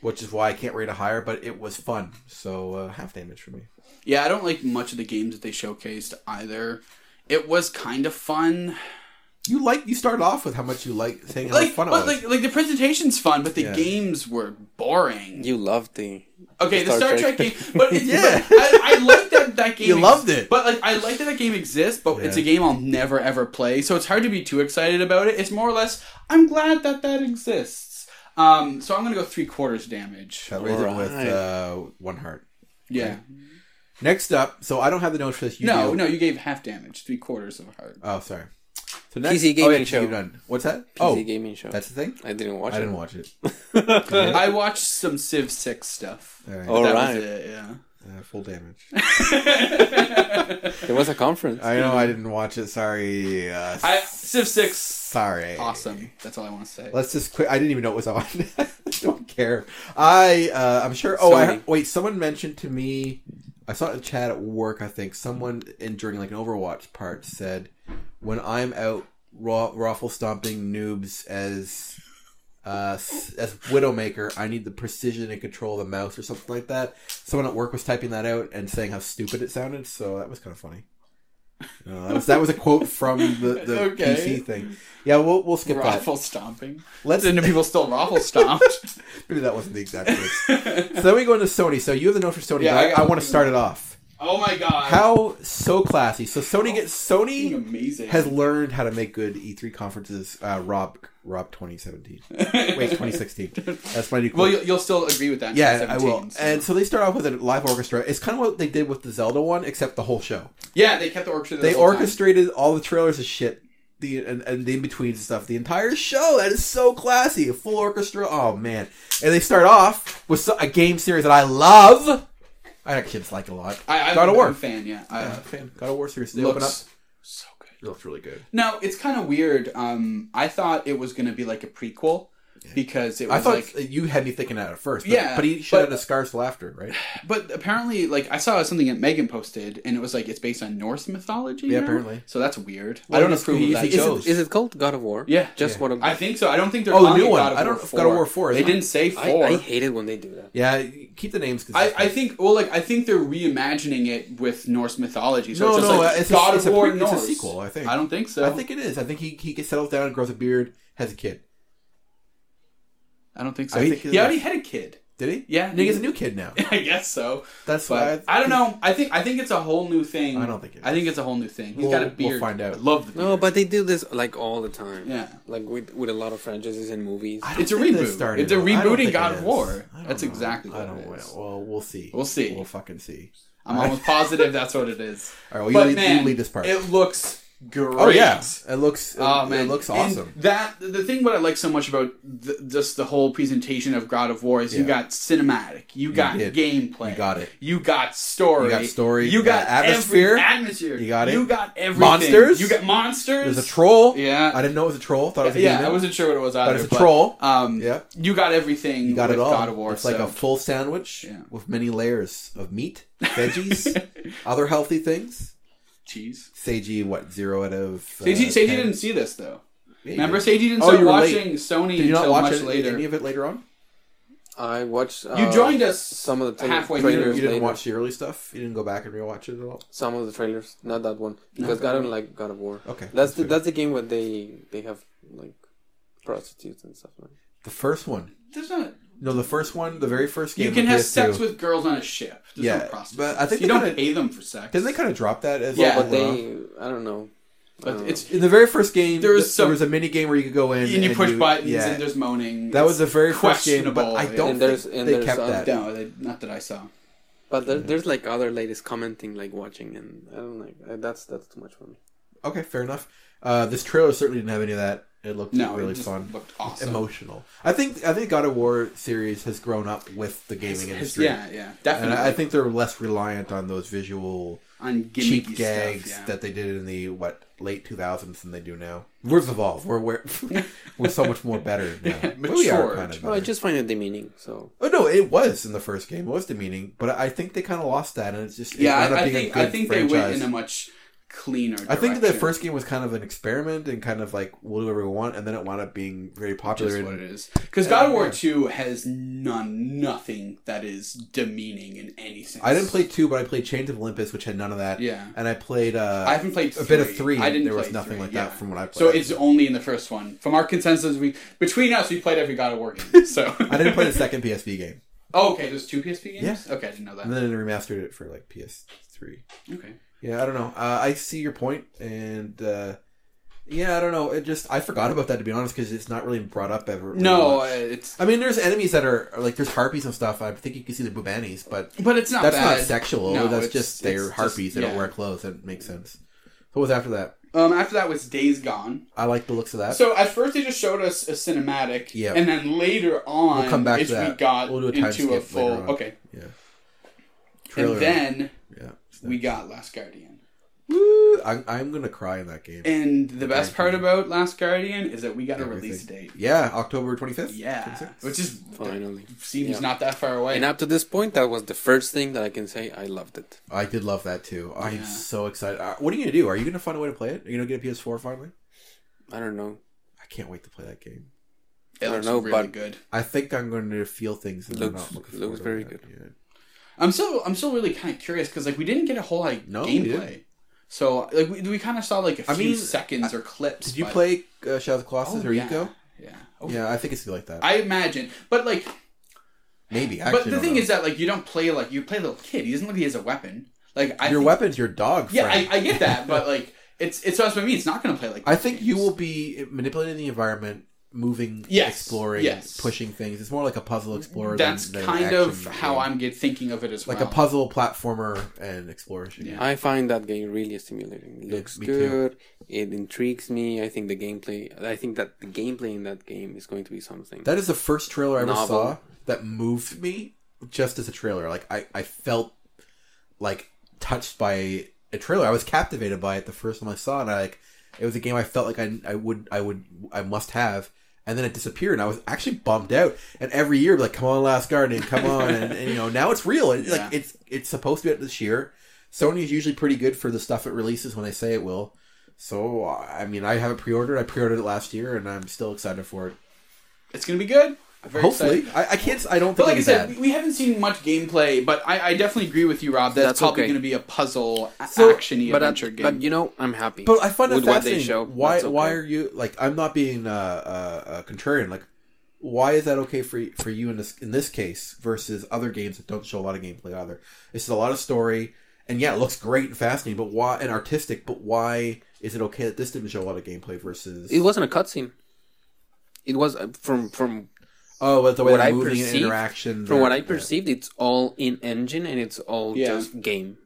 A: which is why I can't rate it higher. But it was fun, so uh, half damage for me.
C: Yeah, I don't like much of the games that they showcased either. It was kind of fun.
A: You like you started off with how much you like saying how
C: like,
A: fun it
C: but
A: was.
C: like, like the presentation's fun, but the
A: Yeah.
C: games were boring.
B: You love the.
C: okay, the Star, Trek game, but it's,
A: Yeah.
C: but I, I like that that game.
A: You loved it.
C: but like I like that that game exists. But it's a
A: Yeah.
C: game I'll never ever play, so it's hard to be too excited about it. It's more or less I'm glad that that exists. Um, so I'm gonna go three quarters damage.
A: That raised it with
B: Alright.
A: uh, one heart.
C: Yeah,
A: Next up, so I don't have the notes for this. You
C: no,
A: do.
C: no, you gave half damage, three quarters of a heart.
A: Oh, sorry. So
B: PC
A: oh, yeah,
B: gaming show.
A: you've done- What's that?
B: PC
A: oh,
B: gaming show.
A: that's the thing.
B: I didn't watch
A: I
B: it.
A: didn't watch it.
C: I watched some Civ Six stuff.
A: All right.
B: All
C: that
B: right.
C: was it. Yeah.
A: Uh, full damage.
B: There was a conference.
A: I know I didn't watch it. Sorry. Uh,
C: I Civ Six.
A: sorry.
C: Awesome. That's all I want to say.
A: Let's just quit. I didn't even know it was on. Don't care. I uh, I'm sure. Oh, I
B: Sony.
A: wait. Someone mentioned to me. I saw it in chat at work. I think someone in during like an Overwatch part said, "When I'm out raw, raffle stomping noobs as uh, s- as Widowmaker, I need the precision and control of the mouse or something like that." Someone at work was typing that out and saying how stupid it sounded. So that was kind of funny. Uh, that, was, that was a quote from the, the
C: Okay.
A: PC thing. Yeah, we'll we'll skip that.
C: Raffle stomping.
A: Let's
C: Didn't people still raffle stomped?
A: Maybe that wasn't the exact words. so then we go into Sony. So you have the note for Sony,
C: Yeah,
A: but
C: I
A: I,
C: got-
A: I want to start it off.
C: Oh my god!
A: How so classy. So Sony gets
C: Fucking
A: Sony
C: amazing.
A: has learned how to make good E3 conferences. Uh, Rob Rob 2017. Wait, 2016. That's my new.
C: well,
A: quote.
C: you'll, you'll still agree with that. in
A: yeah, I will.
C: 2017, so-
A: And so they start off with a live orchestra. It's kind of what they did with the Zelda one, except the whole show.
C: yeah, they kept the orchestra.
A: They
C: orchestrated.
A: orchestrated all the trailers and shit, the and, and the in between stuff, the entire show. That is so classy, a full orchestra. Oh man! And they start off with so- a game series that I love. I actually just like it a lot.
C: I, I'm
A: God
C: a
A: of War.
C: fan. Yeah, I,
A: Uh, fan. God of War series. They open up.
C: looks so good.
A: It looks really good.
C: Now it's kind of weird. Um, I thought it was going to be like a prequel because it was
A: I thought
C: like,
A: you had me thinking that at first. But,
C: Yeah,
A: but he shut out
C: but-
A: a scar's laughter, right?
C: but apparently, like I saw something that Megan posted, and it was like it's based on Norse mythology.
A: Yeah,
C: now?
A: apparently.
C: So that's weird.
A: Well,
C: I don't
A: he's-
C: approve of
A: he's-
C: that.
A: he's-
B: Is
A: Shows.
B: it, is it called God of War?
C: Yeah.
B: Just
A: Yeah.
B: what I'm,
C: I think so. I don't think they're.
A: Oh, the
C: calling
A: new
C: it
A: one.
C: God of
A: I don't
C: War
A: know if God of
C: 4.
A: War 4 is
C: They
A: on.
C: didn't say
B: I,
C: four.
B: I hate it when they do that.
A: Yeah, keep the names.
C: I,
A: Consistent.
C: I think well like I think they're reimagining it with Norse mythology. So
A: no,
C: it's just
A: no,
C: like
A: uh, it's,
C: God
A: a, it's,
C: of
A: a,
C: War
A: pre- it's a
C: Norse.
A: sequel. I think.
C: I don't think so.
A: I think it is. I think he he gets settles down, grows a beard, has a kid.
C: I don't think so.
A: I
C: he,
A: think it
C: he already
A: is.
C: had a kid.
A: Did he?
C: Yeah.
A: And he gets a new kid now.
C: I guess so.
A: That's why.
C: But I, don't know. I think I think it's a whole new thing.
A: I don't think it
C: I think it's a whole new thing. He's
A: We'll-
C: got a
A: we'll
C: beard.
A: find out.
C: I love the beard.
B: No, but they do this like all the time.
C: Yeah.
B: Like with with a lot of franchises and movies.
A: I don't
C: It's a
A: think that
C: reboot.
A: started
C: It's a
A: it. I don't
C: rebooting
A: think
C: God
A: it
C: of
A: is.
C: War.
A: I don't
C: That's exactly
A: I
C: what
A: don't.
C: it is.
A: Well, we'll see.
C: We'll see.
A: We'll fucking see.
C: I'm almost positive that's what it is.
A: All right. Well, Oh, you,
C: but
A: lead,
C: man,
A: you lead this part.
C: It looks great.
A: oh yeah. It looks. It,
C: Oh man,
A: it looks
C: And
A: awesome.
C: that the thing what I like so much about th- just the whole presentation of God of War is you
A: Yeah.
C: got cinematic, you got
A: did.
C: gameplay,
A: You got it.
C: you got story,
A: You got story,
C: you
A: you got
C: got,
A: atmosphere.
C: every- atmosphere,
A: You got it.
C: you got everything,
A: Monsters.
C: you got monsters.
A: There's a troll.
C: Yeah.
A: I didn't know it was a troll. Thought it was a
C: yeah,
A: human.
C: I wasn't sure what it was either.
A: it's a troll.
C: Um,
A: Yeah.
C: you got everything.
A: You got
C: with
A: it all.
C: God of War.
A: it's like
C: so-
A: a full sandwich
C: Yeah.
A: with many layers of meat, veggies, other healthy things. Uh,
C: cheese.
A: Seiji, what zero out of? Uh,
C: Seiji, Seiji
A: 10?
C: didn't see this though.
A: Yeah,
C: Remember,
A: you-
C: Seiji didn't
A: Oh,
C: start
A: you were late.
C: watching Sony
A: Did you not
C: until
A: watch
C: much
A: it,
C: later.
A: any Oh. of it later on?
B: I watched. Uh,
C: you joined us
B: some of the tra-
C: halfway
A: You
C: through.
A: didn't,
B: trailers
A: you didn't
B: later.
A: watch the early stuff. You didn't go back and rewatch it at all.
B: Some of the trailers, not that one, because I don't like God of War.
A: Okay,
B: that's
A: Oh, that's
B: the,
A: fair.
B: that's the game where they they have like prostitutes and stuff. Like.
A: The first one.
C: There's not.
A: No, the first one, the very first game.
C: You can
A: on
C: have
A: PS2.
C: sex with girls on a ship. There's
A: Yeah,
C: no prostitutes.
A: but I think
C: you
A: they
C: don't
A: kinda-
C: pay them for sex.
A: Didn't they kind of drop that as
C: Yeah,
A: well?
B: But they, I don't know. Uh,
C: But it's
A: in the very first game,
C: There
A: there
C: was
A: was,
C: some-
A: there was a mini game where you could go in
C: and, you push buttons
A: yeah.
C: and there's moaning.
A: that was the
C: It's
A: very first game, but
C: questionable,
A: I
C: yeah.
A: don't think
B: And there's- and
A: they
B: there's,
A: kept
B: um,
A: that.
C: no, they, not that I saw.
B: but there, there's like other ladies commenting, like watching, and I don't like I, that's that's too much for me.
A: Okay, fair enough. Uh, this trailer certainly didn't have any of that. It looked
C: No,
A: really
C: it just
A: fun,
C: looked awesome.
A: emotional. I think I think God of War series has grown up with the gaming industry,
C: Yeah, yeah,
A: and
C: definitely.
A: I I think they're less reliant on those visual
C: on gimmicky
A: cheap
C: stuff,
A: gags
C: yeah.
A: that they did in the what late 2000s than they do now. We've evolved. We're we're, we're so much more better now.
C: Yeah,
A: Well, we are
C: matured.
A: kind of
B: Well, I
A: better.
B: just find it demeaning. So
A: Oh no, it was in the first game. It was demeaning, but I think they kind of lost that, and it's just it
C: yeah,
A: wound up
C: I, I
A: being a
C: think
A: good
C: I think they
A: franchise.
C: went in a much cleaner. Direction.
A: I think that first game was kind of an experiment and kind of like we'll do whatever we want, and then it wound up being very popular.
C: Just
A: and-
C: what it is. Because God of War
A: Yeah.
C: 2 has none, nothing that is demeaning in any sense.
A: I didn't play two, but I played Chains of Olympus, which had none of that.
C: Yeah.
A: and I played uh,
C: I haven't played
A: a bit of
C: three.
A: three.
C: I didn't
A: There was
C: play
A: nothing
C: three,
A: like
C: yeah.
A: that from what I played.
C: So it's only in the first one. From our consensus, we between us we played every God of War game. So
A: I didn't play the second PSP game,
C: Oh, okay. There's two PSP games.
A: Yeah.
C: Okay, I didn't know
A: and
C: that.
A: then I remastered it for like PS3.
C: Okay.
A: Yeah, I don't know. Uh, I see your point, and uh, yeah, I don't know. It just I forgot about that to be honest because it's not really brought up ever. really
C: No, uh,
A: much.
C: it's
A: I mean there's enemies that are, are like there's harpies and stuff. I think you can see the boobannies, but
C: but it's not
A: that's
C: bad.
A: not sexual.
C: No,
A: that's
C: it's-
A: just they're
C: it's
A: harpies.
C: just-
A: they
C: yeah.
A: don't wear clothes. That makes sense. So what was after that?
C: Um, after that was Days Gone.
A: I like the looks of that.
C: So at first they just showed us a cinematic,
A: Uh, Yeah.
C: and then later on
A: We'll come back to
C: it's- we
A: that.
C: got
A: We'll do a time skip
C: into a
A: later
C: full
A: on.
C: okay,
A: yeah,
C: and then
A: yeah.
C: we got Last Guardian.
A: Woo! I'm, I'm gonna cry in that game.
C: And the best part about Last Guardian is that we got a
A: Everything.
C: release date.
A: Yeah, October 25th.
C: Yeah,
A: 26th?
C: which is
B: finally,
C: seems
B: Yeah.
C: not that far away.
B: and up to this point, that was the first thing that I can say I loved it.
A: I did love that too. I'm
C: Yeah.
A: so excited. Uh, what are you gonna do? Are you gonna find a way to play it? Are you gonna get a PS4 finally?
B: I don't know.
A: I can't wait to play that game.
C: it
B: I
C: looks
B: don't know,
C: really
B: but-
C: good.
A: I think I'm going to feel things that I'm
B: Looks-
A: not looking forward
B: looks
A: to
B: very
A: that.
B: good.
A: Yeah.
C: I'm still I'm still really kind of curious because like we didn't get a whole like
A: No, we
C: gameplay. So like we, we kind of saw like a few
A: I mean,
C: seconds or clips.
A: Did you
C: but-
A: play uh, Shadow of the Colossus
C: Oh,
A: or
C: yeah.
A: Eco?
C: Yeah. Oh,
A: Yeah, I think it's like that.
C: I imagine, but like,
A: Maybe. I Actually,
C: but the thing is that like you don't play like you play a little kid. He doesn't look like he has a weapon. Like I
A: your
C: think-
A: weapon's your dog.
C: Yeah, I,
A: friend.
C: I get that, but like it's it's that's what I mean. It's not going to play like.
A: I
C: those
A: think
C: games.
A: you will be manipulating the environment, moving,
C: Yes,
A: exploring,
C: yes.
A: pushing things. It's more like a puzzle explorer. than-
C: That's
A: than an
C: kind of
A: action
C: how
A: game.
C: I'm get, thinking of it as
A: like
C: well.
A: a puzzle platformer and exploration.
C: Yeah.
B: I find that game really stimulating. It looks
A: me too.
B: good. It intrigues me. I think the gameplay. I think that the gameplay in that game is going to be something.
A: That is the first trailer I ever
B: Novel.
A: saw that moved me just as a trailer. Like I, I felt like touched by a trailer. I was captivated by it the first time I saw it. I like it was a game I felt like I, I would I would I must have. And then it disappeared, and I was actually bummed out. And every year, like, come on, Last Guardian, come on, and, and you know, now it's real. And,
C: Yeah.
A: Like, it's it's supposed to be out this year. Sony is usually pretty good for the stuff it releases when they say it will. So, I mean, I have it pre-ordered. I pre-ordered it last year, and I'm still excited for it.
C: it's going to be good. I'm very
A: Hopefully,
C: excited.
A: I, I can't. s- I don't
C: But
A: think
C: like I
A: it's
C: said,
A: bad.
C: we- we haven't seen much gameplay, but I, I definitely agree with you, Rob. That's,
B: That's
C: probably
B: okay.
C: going to be a puzzle, a-
B: So-
C: actiony
B: but I-
C: adventure game.
B: But you know, I'm happy.
A: But I find that
B: with what they
A: fascinating.
B: show,
A: why?
B: that's okay.
A: Why are you like? I'm not being uh, uh, uh, contrarian. Like, why is that okay for y- for you in this in this case versus other games that don't show a lot of gameplay either? This is a lot of story, and yeah, it looks great and fascinating, but why and artistic? But why is it okay that this didn't show a lot of gameplay versus?
B: It wasn't a cutscene. It was uh, from from
A: oh, but the way
B: what
A: they're
B: I
A: moving and
B: perceived-
A: interaction.
B: from what I
A: yeah.
B: perceived. It's all in engine and it's all
C: Yeah.
B: just game.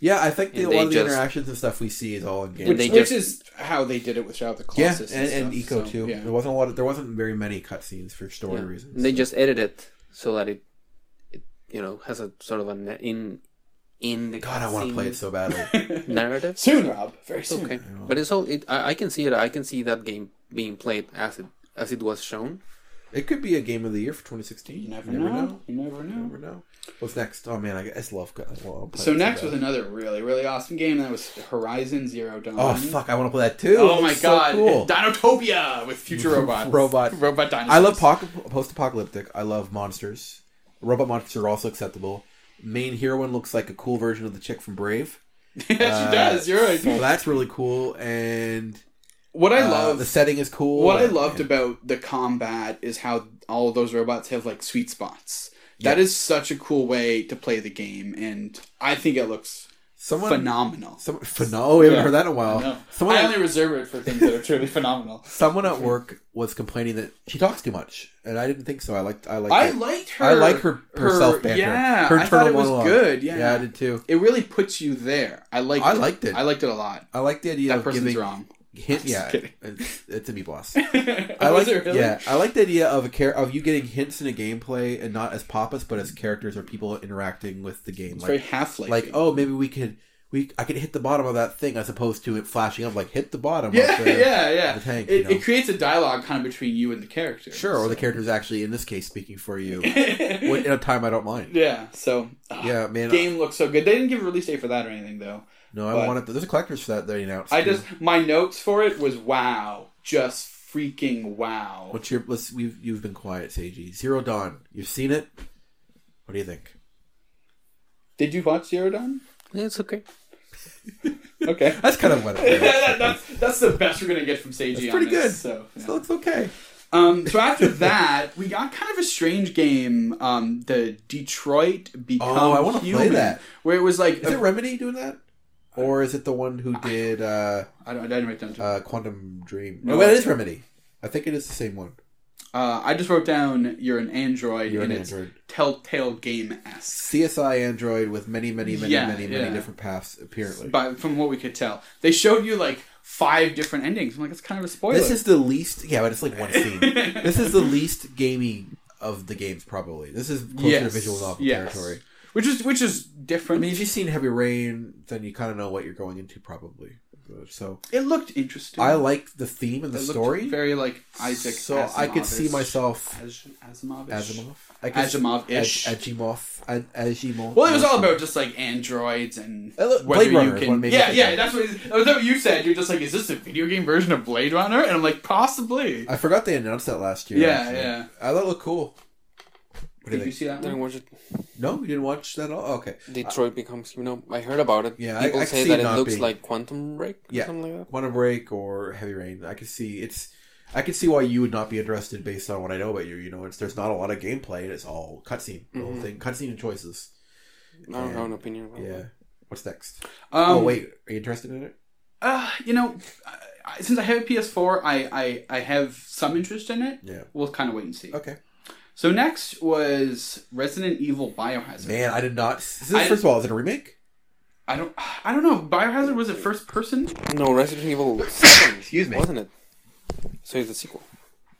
A: Yeah, I think the, a
B: And they
A: lot of the
B: just-
A: interactions and stuff we see is all in game.
C: which,
B: and they
C: which
B: just-
C: is how they did it with Shadow of the
A: yeah,
C: Colossus.
A: and, and
C: stuff,
A: Eco
C: so,
A: too.
C: yeah.
A: There wasn't a lot. Of, there wasn't very many cutscenes for story
B: Yeah.
A: reasons.
B: They just edit it so that it, it you know, has a sort of an in in the
A: God, I want to play it so badly.
B: cutscene narrative.
C: Soon, Rob. Very soon.
B: Okay, but it's all. It, I, I can see it. I can see that game being played as it as it was shown.
A: It could be a game of the year for 2016.
C: You never, know. You never
A: You
C: know.
A: never know. What's next? Oh man, I guess love. Well, I'll play
C: So
A: it
C: next
A: bad.
C: was another really, really awesome game. That was Horizon Zero Dawn.
A: Oh fuck, I want to play that too.
C: Oh my
A: It's so
C: god!
A: cool.
C: Dinotopia with future robots.
A: Robot.
C: Robot dinosaurs.
A: I love poc- post-apocalyptic. I love monsters. Robot monsters are also acceptable. Main heroine looks like a cool version of the chick from Brave.
C: yeah, she
A: uh,
C: does. You're right.
A: So that's really cool, and
C: What I
A: uh,
C: love.
A: the setting is cool.
C: What I
A: and-
C: loved
A: and-
C: about the combat is how all of those robots have like sweet spots. That is such a cool way to play the game, and I think it looks
A: someone
C: phenomenal.
A: Some, phenomenal. Oh, we haven't
C: Yeah.
A: heard that in a
C: I
A: while.
C: know.
A: Someone
C: I only reserve it for things that are truly phenomenal.
A: someone at work was complaining that she talks too much, and I didn't think so. I liked I liked
C: I
A: it.
C: liked her.
A: I like her herself banter.
C: Yeah,
A: her
C: I
A: internal
C: thought it was
A: monologue.
C: good. Yeah,
A: yeah, I did too.
C: it really puts you there. I liked.
A: I
C: it.
A: liked it.
C: I liked it a lot.
A: I like the idea
C: That
A: of
C: person's
A: giving
C: wrong.
A: hint.
C: Just
A: Yeah,
C: kidding.
A: it's, it's a B plus.
C: I
A: I like
C: was it really?
A: yeah. I like the idea of a care of you getting hints in a gameplay and not as pop-ups, but as characters or people interacting with the game.
C: It's very
A: like,
C: half life.
A: like oh, maybe we could we I could hit the bottom of that thing as opposed to it flashing up like hit the bottom. of
C: yeah,
A: the-
C: yeah, yeah.
A: the tank,
C: it,
A: you know.
C: it creates a dialogue kind of between you and the character.
A: Sure, or the character's actually in this case speaking for you in a time I don't mind.
C: Yeah, uh, so ugh,
A: Yeah, man. uh,
C: game looks so good. They didn't give a release date for that or anything though.
A: no, I
C: but-
A: wanted. There's a collector's set that they announced.
C: I
A: too.
C: just my notes for it was wow, just freaking wow.
A: What's your? Let's. We've, you've been quiet, Seiji. Zero Dawn. You've seen it. What do you think?
C: Did you watch Zero Dawn?
B: Yeah, it's okay.
C: Okay.
A: That's kind of what. It is.
C: That- that's, that's the best we're gonna get from Seiji.
A: That's
C: on
A: pretty
C: this,
A: good.
C: So, yeah.
A: It looks okay.
C: um, so after that, we got kind of a strange game, um, the Detroit Become
A: Oh, I wanna play
C: Human,
A: that.
C: where it was like
A: Is it Remedy doing that, or is it the one who did uh,
C: I don't, I didn't write down. to-
A: uh, Quantum Dream?
C: No,
A: No, wait, it
C: it's-
A: is Remedy. I think it is the same one.
C: Uh, I just wrote down you're an android
A: You're
C: and
A: an
C: it's
A: android.
C: Telltale game esque.
A: CSI Android with many, many, many,
C: Yeah,
A: many, many
C: yeah.
A: different paths. Apparently,
C: But from what we could tell, they showed you like five different endings. I'm like, that's kind of a spoiler.
A: this is the least. Yeah, but it's like one scene. this is the least gamey of the games, probably. This is closer to
C: Yes,
A: visual novel
C: yes.
A: territory.
C: which is which is
A: I
C: different.
A: mean, if you've seen Heavy Rain, then you kind of know what you're going into, probably. So
C: it looked interesting.
A: I liked the theme and the
C: It looked
A: story.
C: very like Isaac.
A: so I could see
C: Asimov-ish.
A: myself
C: As- Asimov.
A: Asimov. I could
C: Asimov-ish.
A: Ag- Agimov. Ag- Agimov.
C: well, it was all about just like androids and
A: It looked-
C: whether
A: Blade Runner
C: you
A: is
C: can.
A: what made me
C: yeah,
A: think
C: yeah,
A: of.
C: that's what, that was what you said. You're just like, is this a video game version of Blade Runner? And I'm like, possibly.
A: I forgot they announced that last year.
C: Yeah,
A: actually.
C: yeah.
A: I thought it looked cool. What do you
C: Did you
A: think?
C: see that?
B: I didn't
C: One?
B: watch it.
A: No, you didn't watch that at all. Okay.
B: Detroit becomes. You know, I heard about it.
A: Yeah, I-
B: people
A: I can
B: say
A: see
B: that
A: it
B: it
A: not
B: looks
A: being-
B: like Quantum Break or
A: Yeah.
B: something like that.
A: Want a break or Heavy Rain? I could see it's. I could see why you would not be interested based on what I know about you. You know, it's there's not a lot of
C: Mm-hmm.
A: gameplay. and It's all cutscene, little thing, cutscene and choices.
B: I don't
A: Yeah.
B: have an opinion. About
A: Yeah.
B: that.
A: What What's next?
C: Um,
A: oh wait, are you interested in it?
C: Uh, you know, I- I- since I have a PS4, I, I, I have some interest in it.
A: Yeah.
C: We'll kind of wait and see.
A: Okay.
C: So next was Resident Evil Biohazard.
A: Man, I did not. Is this-
C: I-
A: first of all, is it a remake?
C: I don't I don't know. Biohazard was it first person?
B: No, Resident Evil 7.
A: Excuse me.
B: Wasn't it? So it's a sequel.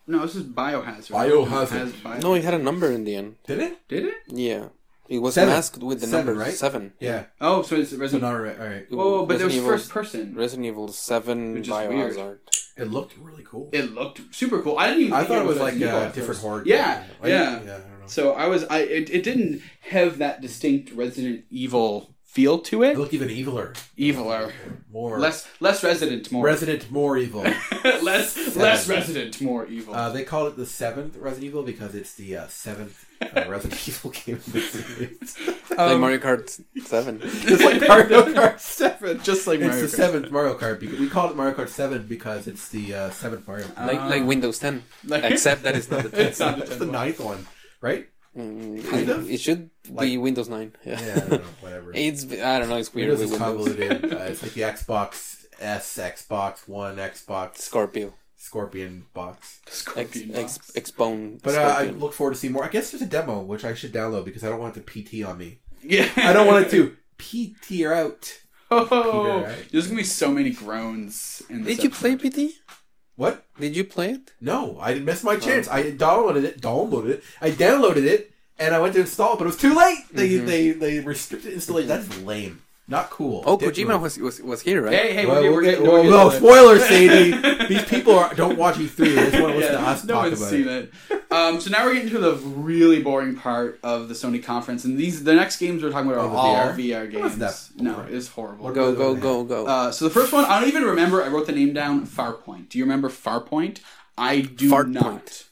C: No, this is Biohazard.
A: Biohazard.
C: Has bio-
B: No, it had a number in the end.
A: Did it?
C: Did it?
B: Yeah. It was
A: Seven.
B: masked with the
A: Seven,
B: number
A: right?
B: 7.
A: Yeah.
C: Oh, so it's
A: So
C: Resident.
A: not right. All right.
C: Whoa, but there was
B: Resident
C: first
B: Evil,
C: person.
B: Resident Evil 7
C: Which is weird.
B: Biohazard.
A: It looked really cool.
C: It looked super cool. I didn't even.
A: I
C: think
A: thought it was like
C: Resident Evil
A: a
C: at
A: different
C: first.
A: horror.
C: Yeah,
A: I didn't-
C: yeah.
A: yeah. I don't know.
C: So I was I it, it didn't have that distinct Resident Evil feel to
A: It
C: it.
A: looked even eviler,
C: Eviler,
A: more
C: less less Resident, more
A: Resident, more evil.
C: less less Resident, more evil.
A: Uh, they call it the seventh Resident Evil because it's the uh, seventh uh, Resident Evil game in the series.
B: like
C: Um,
B: Mario Kart 7.
A: Just like Mario Kart Seven.
C: just like
A: It's
C: Mario
A: the
C: Kart.
A: seventh Mario Kart. Because we call it Mario Kart Seven because it's the uh, seventh Mario. Kart.
B: like, like Windows 10.
C: Like-
B: Except that it's not the 10.
C: It's not the
A: It's the
C: tenth one.
A: ninth one, right?
B: Mm,
A: Kind
B: it,
A: of.
B: it should be
A: Like-
B: Windows 9. Yeah.
A: Yeah, I don't know, whatever.
B: It's I don't know. It's weird
A: Windows is
B: with Windows.
A: convoluted. Uh, it's like the Xbox S, Xbox One, Xbox
B: Scorpio.
A: Scorpion box.
B: Ex,
C: Scorpion
B: ex,
C: box.
B: expone.
A: But uh, I
B: Scorpion.
A: look forward to seeing more. I guess there's a demo which I should download because I don't want it to PT on me.
C: yeah,
A: I don't want it to PT out.
C: Oh,
A: Peter, right?
C: there's gonna be so many groans. In this
B: Did you play
C: episode.
B: PT?
A: What?
B: Did you play it?
A: No, I didn't miss my chance. I downloaded it, downloaded it, I downloaded it, and I went to install it, but it was too late. They they they restricted installation. That's lame. Not cool.
B: Oh,
A: Dick
B: Kojima
A: move.
B: was, was was here, right?
C: Hey, hey,
A: Well,
C: we're,
A: we'll
C: we're
A: get-
C: getting. we're
A: well,
C: getting
A: no,
C: to it.
A: spoiler, Sadie. These people are, don't watch E3. They just want to listen to
C: Yeah,
A: us
C: no
A: talk
C: one's
A: about
C: seen
A: it.
C: it. Um, so now we're getting to the really boring part of the Sony conference, and these the next games we're talking about
A: Oh,
C: are
A: the
C: all
A: VR?
C: VR
A: That was
C: games.
A: that
C: no,
A: boring.
C: it's horrible.
A: What-
B: Go go go go.
C: Uh, so the first one, I don't even remember. I wrote the name down. Farpoint. Do you remember Farpoint? I do
B: Fartpoint.
C: not.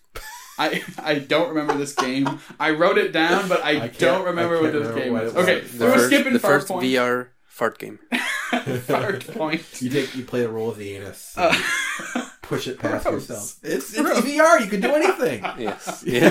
C: I I don't remember this game. I wrote it down, but I,
A: can't-
C: don't remember
A: I
C: what
A: can't
C: this
A: remember
C: game
A: what
C: is.
A: it was.
C: Okay,
A: The
C: we were
B: first,
C: skipping
B: the first
C: Farpoint.
B: VR fart game.
C: Farpoint.
A: You take you play the role of the anus. and push it past
C: Uh, Gross.
A: yourself. It's, it's VR. You can do anything.
B: Yes. Yeah.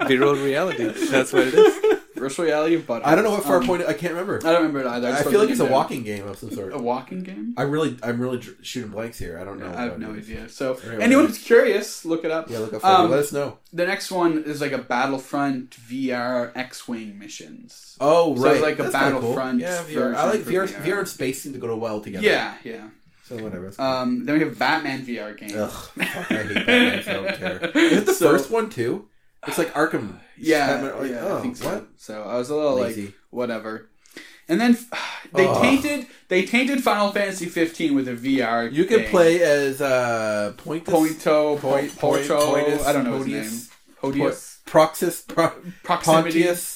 B: Virtual reality. That's what it is.
C: Virtual reality of buttons.
A: I don't know what
C: Um,
A: Farpoint. I can't remember.
C: I don't remember it either.
A: I,
C: just
A: feel
C: wrote
A: like
C: the
A: it's a
C: name down.
A: walking game of some sort.
C: A walking game?
A: I really, I'm really dr- shooting blanks here. I don't know.
C: Oh. I have
A: what
C: no
A: it is.
C: idea. So
A: Right,
C: anyone
A: right.
C: who's curious, look it up.
A: Yeah, look up.
C: Um,
A: Farpoint. Let us know.
C: The next one is like a Battlefront VR X-wing missions.
A: Oh,
C: So
A: right.
C: it's like a
A: That's kinda
C: Battlefront
A: Yeah, VR.
C: version
A: I like
C: for
A: VR.
C: VR.
A: VR and space seem to go to well together.
C: Yeah, yeah.
A: So whatever. it's cool.
C: Um, then we have Batman VR game.
A: Ugh. fuck, I hate Batman. so I don't care. Is it the
C: So-
A: first one too? It's like Arkham.
C: Yeah,
A: Batman- like,
C: yeah,
A: oh,
C: I think so.
A: What?
C: So I was a little like
A: Lazy.
C: whatever. And then f- they
A: Ugh.
C: tainted they tainted Final Fantasy 15 with a VR.
A: You can
C: game.
A: play as uh, Pointus.
C: Pointo,
A: Point-
C: Point,
A: Point-
C: Portro,
A: Pointus,
C: I don't know his
A: Podius,
C: name. Podius,
A: Proxus. Pro-
C: proximity,
A: Pontius.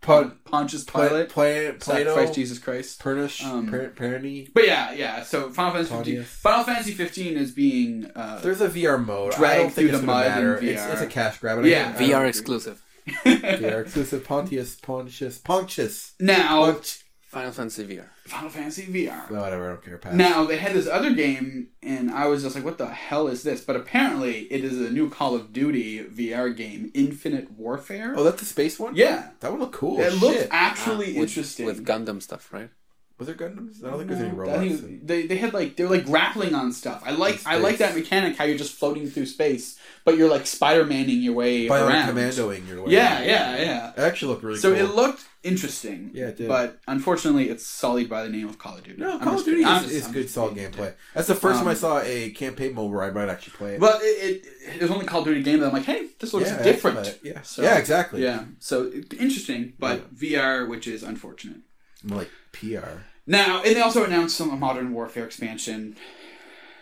A: Pon-
C: Pon- Pontius
A: Pla-
C: Pilate,
A: Pla-
C: sacrifice
A: Plato.
C: Jesus Christ.
A: Pernish.
C: Um,
A: Per- Perni.
C: But yeah, yeah. So Final Fantasy 15.
A: Claudius.
C: Final Fantasy 15 is being uh,
A: There's a VR mode. I
C: Drag
A: don't
C: through
A: think it's
C: the
A: gonna
C: mud in
A: matter. It's,
C: VR.
A: it's a cash grab. and I
C: Yeah.
A: don't- I don't
B: VR
A: agree.
B: exclusive.
A: VR exclusive. Pontius. Pontius. Pontius.
C: now
A: Pontius.
B: Final Fantasy VR.
C: Final Fantasy VR.
A: No, Oh, whatever. I don't care. Pass.
C: Now they had this other game, and I was just like, "What the hell is this?" But apparently, it is a new Call of Duty VR game, Infinite Warfare.
A: Oh, that's the space one.
C: yeah,
A: that one looked cool.
C: it
A: Shit.
C: looks actually
B: Ah, with-
C: interesting.
B: With Gundam stuff, right?
A: Was there Gundams? I don't think there's any
C: Mm, I
A: robots.
C: think they, they had like they were like grappling on stuff. I like I like
A: space.
C: that mechanic how you're just floating through space, but you're like Spider Maning your way
A: By like
C: around.
A: commandoing your way.
C: Yeah, yeah, yeah.
A: It actually looked really
C: so
A: cool.
C: it looked interesting.
A: Yeah, it did.
C: But unfortunately, it's sullied by the name of Call of Duty.
A: no,
C: I'm
A: Call of
C: just
A: Duty
C: kidding. I'm
A: is,
C: just-
A: is
C: I'm
A: good,
C: just
A: solid
C: kidding.
A: gameplay. That's the first
C: Um,
A: time I saw a campaign mode where I might actually play it.
C: Well, it, it, it was only Call of Duty game that I'm like, hey, this looks
A: yeah, I
C: different.
A: thought it- Yeah,
C: So-
A: yeah, exactly.
C: Yeah, so it- interesting, but VR, which is unfortunate.
A: I'm like PR,
C: Now, and they also announced some Modern Warfare expansion,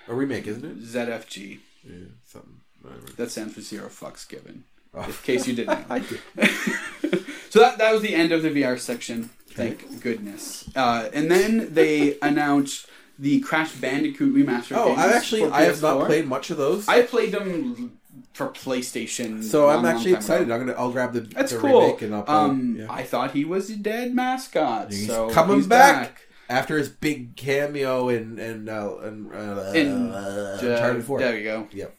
A: a remake, isn't it?
C: ZFG.
A: Yeah, something. whatever.
C: That stands for zero fucks given.
A: Oh.
C: In case you didn't know.
A: I did.
C: so that, that was the end of the VR section. Thank goodness. Uh, and then they announced the Crash Bandicoot remaster.
A: Oh,
C: games
A: I've actually
C: for
A: I have not
C: PS4.
A: played much of those,
C: I played them for PlayStation.
A: so
C: a long,
A: I'm
C: long
A: actually
C: time
A: excited.
C: ago.
A: I'm gonna I'll grab the,
C: That's
A: the
C: cool.
A: remake and I'll play.
C: Um,
A: yeah.
C: I thought he was a dead mascot.
A: He's
C: so
A: coming
C: he's
A: back. after his big cameo in and uh, and uh,
C: In,
A: uh,
C: Uh,
A: Uncharted Four.
C: There you go.
A: Yep.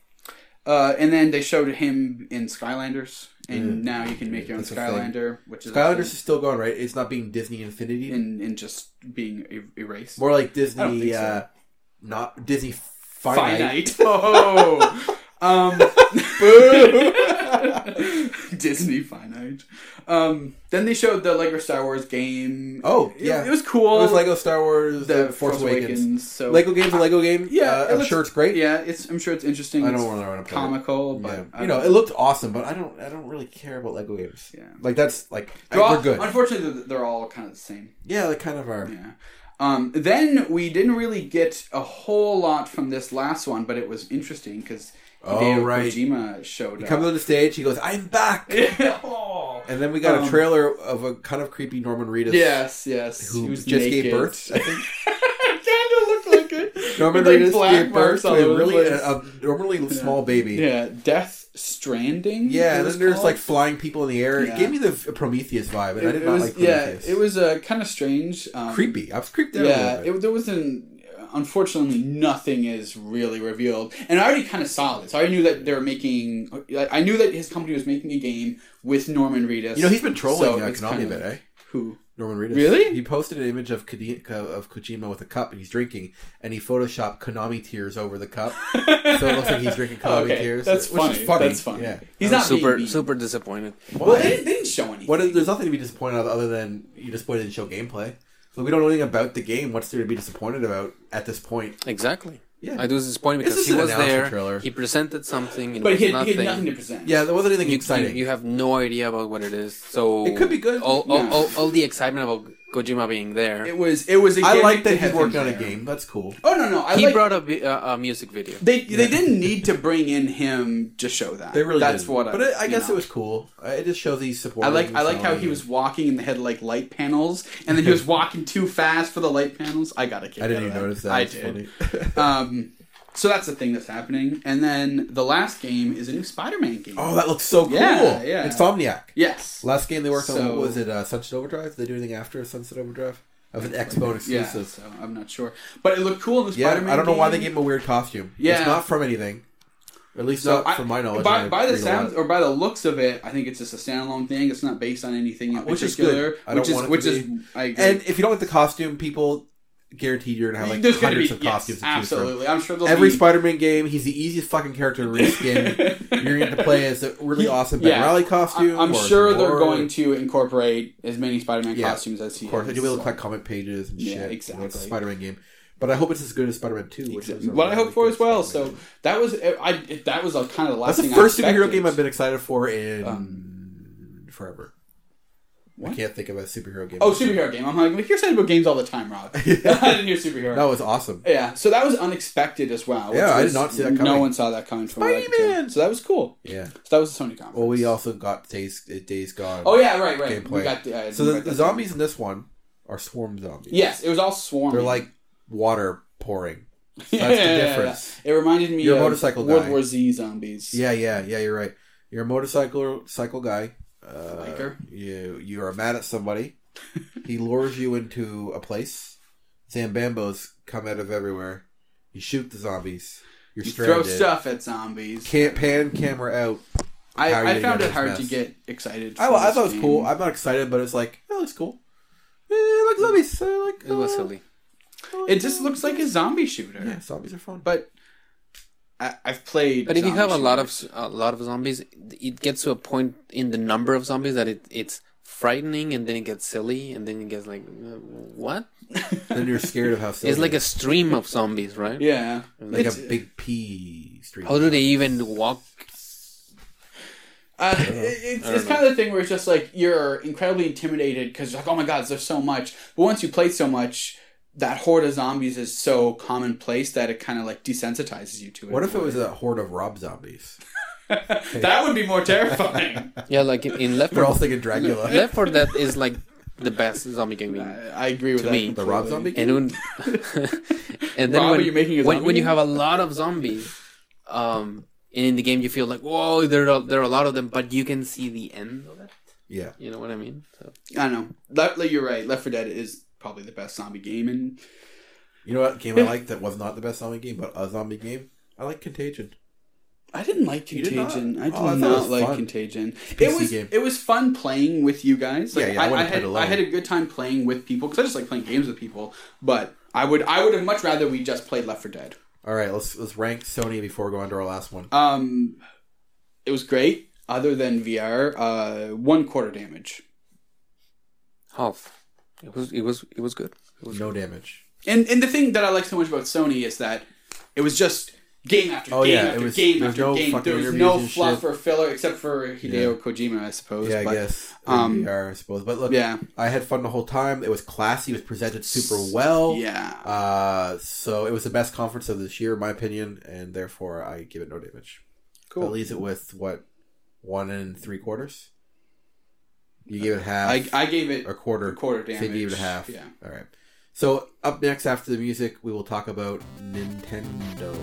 C: Uh, and then they showed him in Skylanders, and now you can make your own
A: Mm. That's a thing.
C: Skylander, which is
A: Skylanders is still going right. It's not being Disney Infinity.
C: in in just being e- erased.
A: More like
C: I don't
A: Disney,
C: think so.
A: uh, not Disney Finite.
C: finite. Oh, um, boo. Disney finite. Um, then they showed the Lego Star Wars game.
A: Oh,
C: It-
A: yeah.
C: it, was cool.
A: it was Lego Star Wars,
C: the
A: the, Force, Awakens.
C: So
A: Lego game's a Lego game.
C: Yeah,
A: Uh,
C: it
A: I'm
C: looks-
A: sure it's great.
C: yeah, it's I'm sure it's interesting.
A: I don't
C: it's
A: really want to play it.
C: comical, but
A: Yeah.
C: I
A: you know,
C: don't-
A: it looked awesome, but I don't, I don't really care about Lego games.
C: yeah.
A: Like that's like I-
C: They're all-
A: we're good.
C: Unfortunately, they're- they're all kind of the same.
A: yeah, they kind of are.
C: Yeah. Um, then we didn't really get a whole lot from this last one, but it was interesting because
A: Oh,
C: Hideo
A: right.
C: Kojima showed
A: He
C: up.
A: comes on the stage. He goes, "I'm back,"
C: Oh.
A: and then we got
C: Um,
A: a trailer of a kind of creepy Norman Reedus.
C: Yes, yes.
A: Who
C: He was
A: just gave
C: naked.
A: birth? I think
C: kind of looked like it.
A: Norman
C: With, like,
A: Reedus
C: black
A: gave birth
C: marks
A: to
C: all over
A: a
C: the
A: really uh,
C: place.
A: a, a normally small baby.
C: Yeah, Death Stranding.
A: Yeah,
C: it
A: and
C: was
A: then there's
C: called.
A: like flying people in the air.
C: Yeah.
A: It gave me the v- Prometheus vibe, and
C: It,
A: I did
C: it
A: not
C: was,
A: like
C: yeah,
A: Prometheus.
C: it was uh, kind of strange. Um,
A: creepy. I was creeped out. a
C: Yeah,
A: little bit.
C: it, there wasn't. Unfortunately, nothing is really revealed, and I already kind of saw this. I already knew that they were making. I knew that his company was making a game with Norman Reedus.
A: you know, he's been trolling
C: So
A: uh,
C: it's
A: Konami
C: kind
A: a
C: of
A: bit, eh?
C: who?
A: Norman Reedus.
C: Really?
A: He posted an image of Kodi- Ko- of Kojima with a cup and he's drinking, and he photoshopped Konami tears over the cup, so it looks like he's drinking Konami
C: Okay,
A: tears.
C: that's
A: which
C: funny.
A: Is funny.
C: That's funny.
A: Yeah.
C: He's
B: I'm
C: not
B: super
C: being mean.
B: super disappointed.
C: Well, they didn't, they didn't show anything.
A: What is, there's nothing to be disappointed of other than you're disappointed in show gameplay. So we don't know anything about the game. What's there to be disappointed about at this point?
B: Exactly.
A: Yeah.
B: I was disappointed
A: This
B: because
A: is
B: he
A: an
B: was
A: announcement
B: there.
A: trailer.
B: He presented something. And
C: but he
B: it was
C: had, he
B: nothing.
C: had nothing to present.
A: Yeah, there wasn't anything
B: you,
A: exciting.
B: You, you have no idea about what it is. So
A: It could be good.
B: All, all,
C: No.
B: all, all the excitement about Kojima being there.
C: it was. It was. A
A: I
C: gimmick
A: like
C: to
A: that he's
C: have
A: working
C: him
A: on a
C: there.
A: game. That's cool.
C: Oh no, no. I
B: he
C: like,
B: brought a, vi- a, a music video.
C: They they didn't need to bring in him to show that.
A: They really
C: That's
A: didn't.
C: what. I,
A: but I, I
C: you
A: guess
C: know.
A: it was cool. Uh, It just shows he's
C: I
A: supporting.
C: like I like how
A: Sony.
C: he was walking and they had like light panels, and then he was walking too fast for the light panels. I got a kick.
A: I didn't
C: out
A: even
C: of
A: notice that.
C: I
A: It's
C: did.
A: funny.
C: Um, so that's the thing that's happening, and then the last game is a new Spider-Man game.
A: oh, that looks so cool.
C: Yeah, yeah.
A: Insomniac.
C: yes,
A: Last game they worked on
C: So-
A: what was it? Uh, Sunset Overdrive. Did they do anything after Sunset Overdrive? Of an Expo
C: yeah.
A: exclusive.
C: So I'm not sure, but it looked cool in the
A: Yeah,
C: Spider-Man.
A: I don't know why they
C: game.
A: gave him a weird costume.
C: Yeah.
A: it's not from anything. At least
C: So
A: not
C: I-
A: from my knowledge.
C: By,
A: I
C: by the
A: read a lot.
C: sounds or by the looks of it, I think it's just a standalone thing. It's not based on anything in
A: Which is
C: particular.
A: good. I don't
C: which is
A: want it to
C: which is
A: be.
C: I agree.
A: and if you don't like the costume, people guaranteed you're gonna have like
C: There's gonna
A: hundreds
C: be
A: of
C: yes,
A: costumes. to choose from.
C: absolutely. I'm sure there'll
A: Every
C: be
A: Spider-Man game, he's the easiest fucking character to reskin. you're going to play as a really awesome Ben
C: Yeah.
A: Reilly costume.
C: I- I'm
A: or as
C: sure they're
A: Lord.
C: going to incorporate as many Spider-Man
A: Yeah,
C: costumes as he.
A: Of course,
C: is,
A: they do look
C: so.
A: like comic pages and
C: Yeah,
A: shit.
C: exactly.
A: It's a Spider-Man game, but I hope it's as good as Spider-Man Two, which is a
C: what I
A: really
C: hope for
A: good
C: as well.
A: Spider-Man
C: So
A: game.
C: that was I. That was like kind of the last
A: that's the
C: thing
A: first
C: I
A: superhero
C: expected.
A: game I've been excited for in forever.
C: Uh. What?
A: I can't think of a superhero game.
C: Oh, superhero game. I'm like, you're excited about games all the time, Rob. I didn't hear superhero.
A: That was awesome.
C: Yeah, so that was unexpected as well. which
A: Yeah, I
C: was-
A: did not see that
C: No
A: coming.
C: one saw that coming from what I could tell.
A: Spider-Man!
C: So that was cool.
A: Yeah.
C: So that was a Sony conference.
A: Well, we also got Days Days Gone.
C: Oh yeah, right, right. We
A: Gameplay.
C: got the, uh,
A: So
C: we
A: the,
C: got
A: the
C: that.
A: zombies in this one are swarm zombies.
C: Yes, it was all swarming.
A: They're like water pouring.
C: Yeah,
A: that's the
C: yeah, yeah,
A: difference.
C: yeah. It reminded me
A: You're a
C: of
A: motorcycle
C: World
A: guy.
C: War Z zombies.
A: Yeah, yeah, yeah. You're right. You're a motorcycle cycle guy. Uh,
C: Biker.
A: you you are mad at somebody. he lures you into a place. Zambambos come out of everywhere. You shoot the zombies. You're
C: You throw
A: stranded.
C: stuff at zombies.
A: Can't pan camera out. How are you
C: I, I
A: gonna
C: found
A: get
C: it
A: this
C: hard to
A: mess?
C: get excited.
A: I,
C: for
A: I
C: this
A: thought it was
C: game.
A: cool. I'm not excited, but it's like it looks cool. Eh, I like zombies. I like.
B: It was
A: uh,
B: silly.
A: I like
C: It just looks like a zombie shooter.
A: Yeah, zombies are fun.
C: But I, I've played.
B: But if you
C: zombie
B: have a lot of
C: shooters.
B: a lot of zombies, it gets to a point in the number of zombies that it, it's frightening, and then it gets silly, and then it gets like, uh, what?
A: then you're scared of how silly.
B: It's like
A: it
B: a
A: is.
B: stream of zombies, right?
C: yeah,
A: like
C: It's-
A: a big P street.
B: How do they even walk?
C: Uh, it's
B: I
C: it's
B: don't
C: kind of the thing where it's just like you're incredibly intimidated because you're like, oh my god, there's so much. But once you play so much, that horde of zombies is so commonplace that it kind of like desensitizes you to it.
A: What if it was a horde of Rob zombies?
C: that would be more terrifying?
B: Yeah, like in, in Left
A: They're
B: 4
A: all thinking Dracula.
B: Left 4 Dead is like the best zombie game.
C: I,
B: in-
C: I agree with
B: To
C: that.
B: me.
A: The Rob zombie?
B: And when, and then
C: Rob,
B: when,
C: are you making a
B: when,
C: zombie
B: when you
C: game?
B: have a lot of zombies, um, and in the game you feel like whoa, there are there are a lot of them, but you can see the end of it.
A: Yeah.
B: You know what I mean? So
C: I don't know. Left, like, you're right. Left 4 Dead is probably the best zombie game, and
A: You know what game I liked that was not the best zombie game, but a zombie game? I like Contagion.
C: I didn't like
A: You did
C: Contagion.
A: not?
C: I did
A: Oh, I thought it
C: not
A: was
C: like
A: fun.
C: Contagion.
A: PC
C: it was
A: game.
C: it was fun playing with you guys. Like,
A: Yeah, yeah, I
C: I, I,
A: wouldn't play it
C: had I had
A: alone.
C: a good time playing with people because I just like playing games with people. But I would I would have much rather we just played Left for Dead.
A: All right, let's let's rank Sony before we go on to our last one.
C: Um, it was great. Other than VR, uh, one quarter damage
B: Half. It was it was it was good. It was
A: No damage.
C: And and the thing that I like so much about Sony is that it was just game after
A: Oh,
C: game
A: yeah,
C: after
A: it was-
C: game
A: there was
C: after
A: no
C: game.
A: fucking
C: There was
A: interviews
C: no
A: and
C: fluff
A: shit.
C: or filler except for Hideo Kojima, I suppose.
A: Yeah,
C: but,
A: I guess.
C: um,
A: VR, I suppose. But look,
C: Yeah,
A: I had fun the whole time. It was classy. It was presented super well.
C: yeah.
A: Uh, so it was the best conference of this year, in my opinion, and therefore I give it no damage. That
C: cool.
A: leaves it with what one and three quarters. You give it half.
C: I, I gave it
A: a quarter.
C: a quarter damage.
A: So you gave it half.
C: Yeah.
A: All right. So up next after the music, we will talk about Nintendo.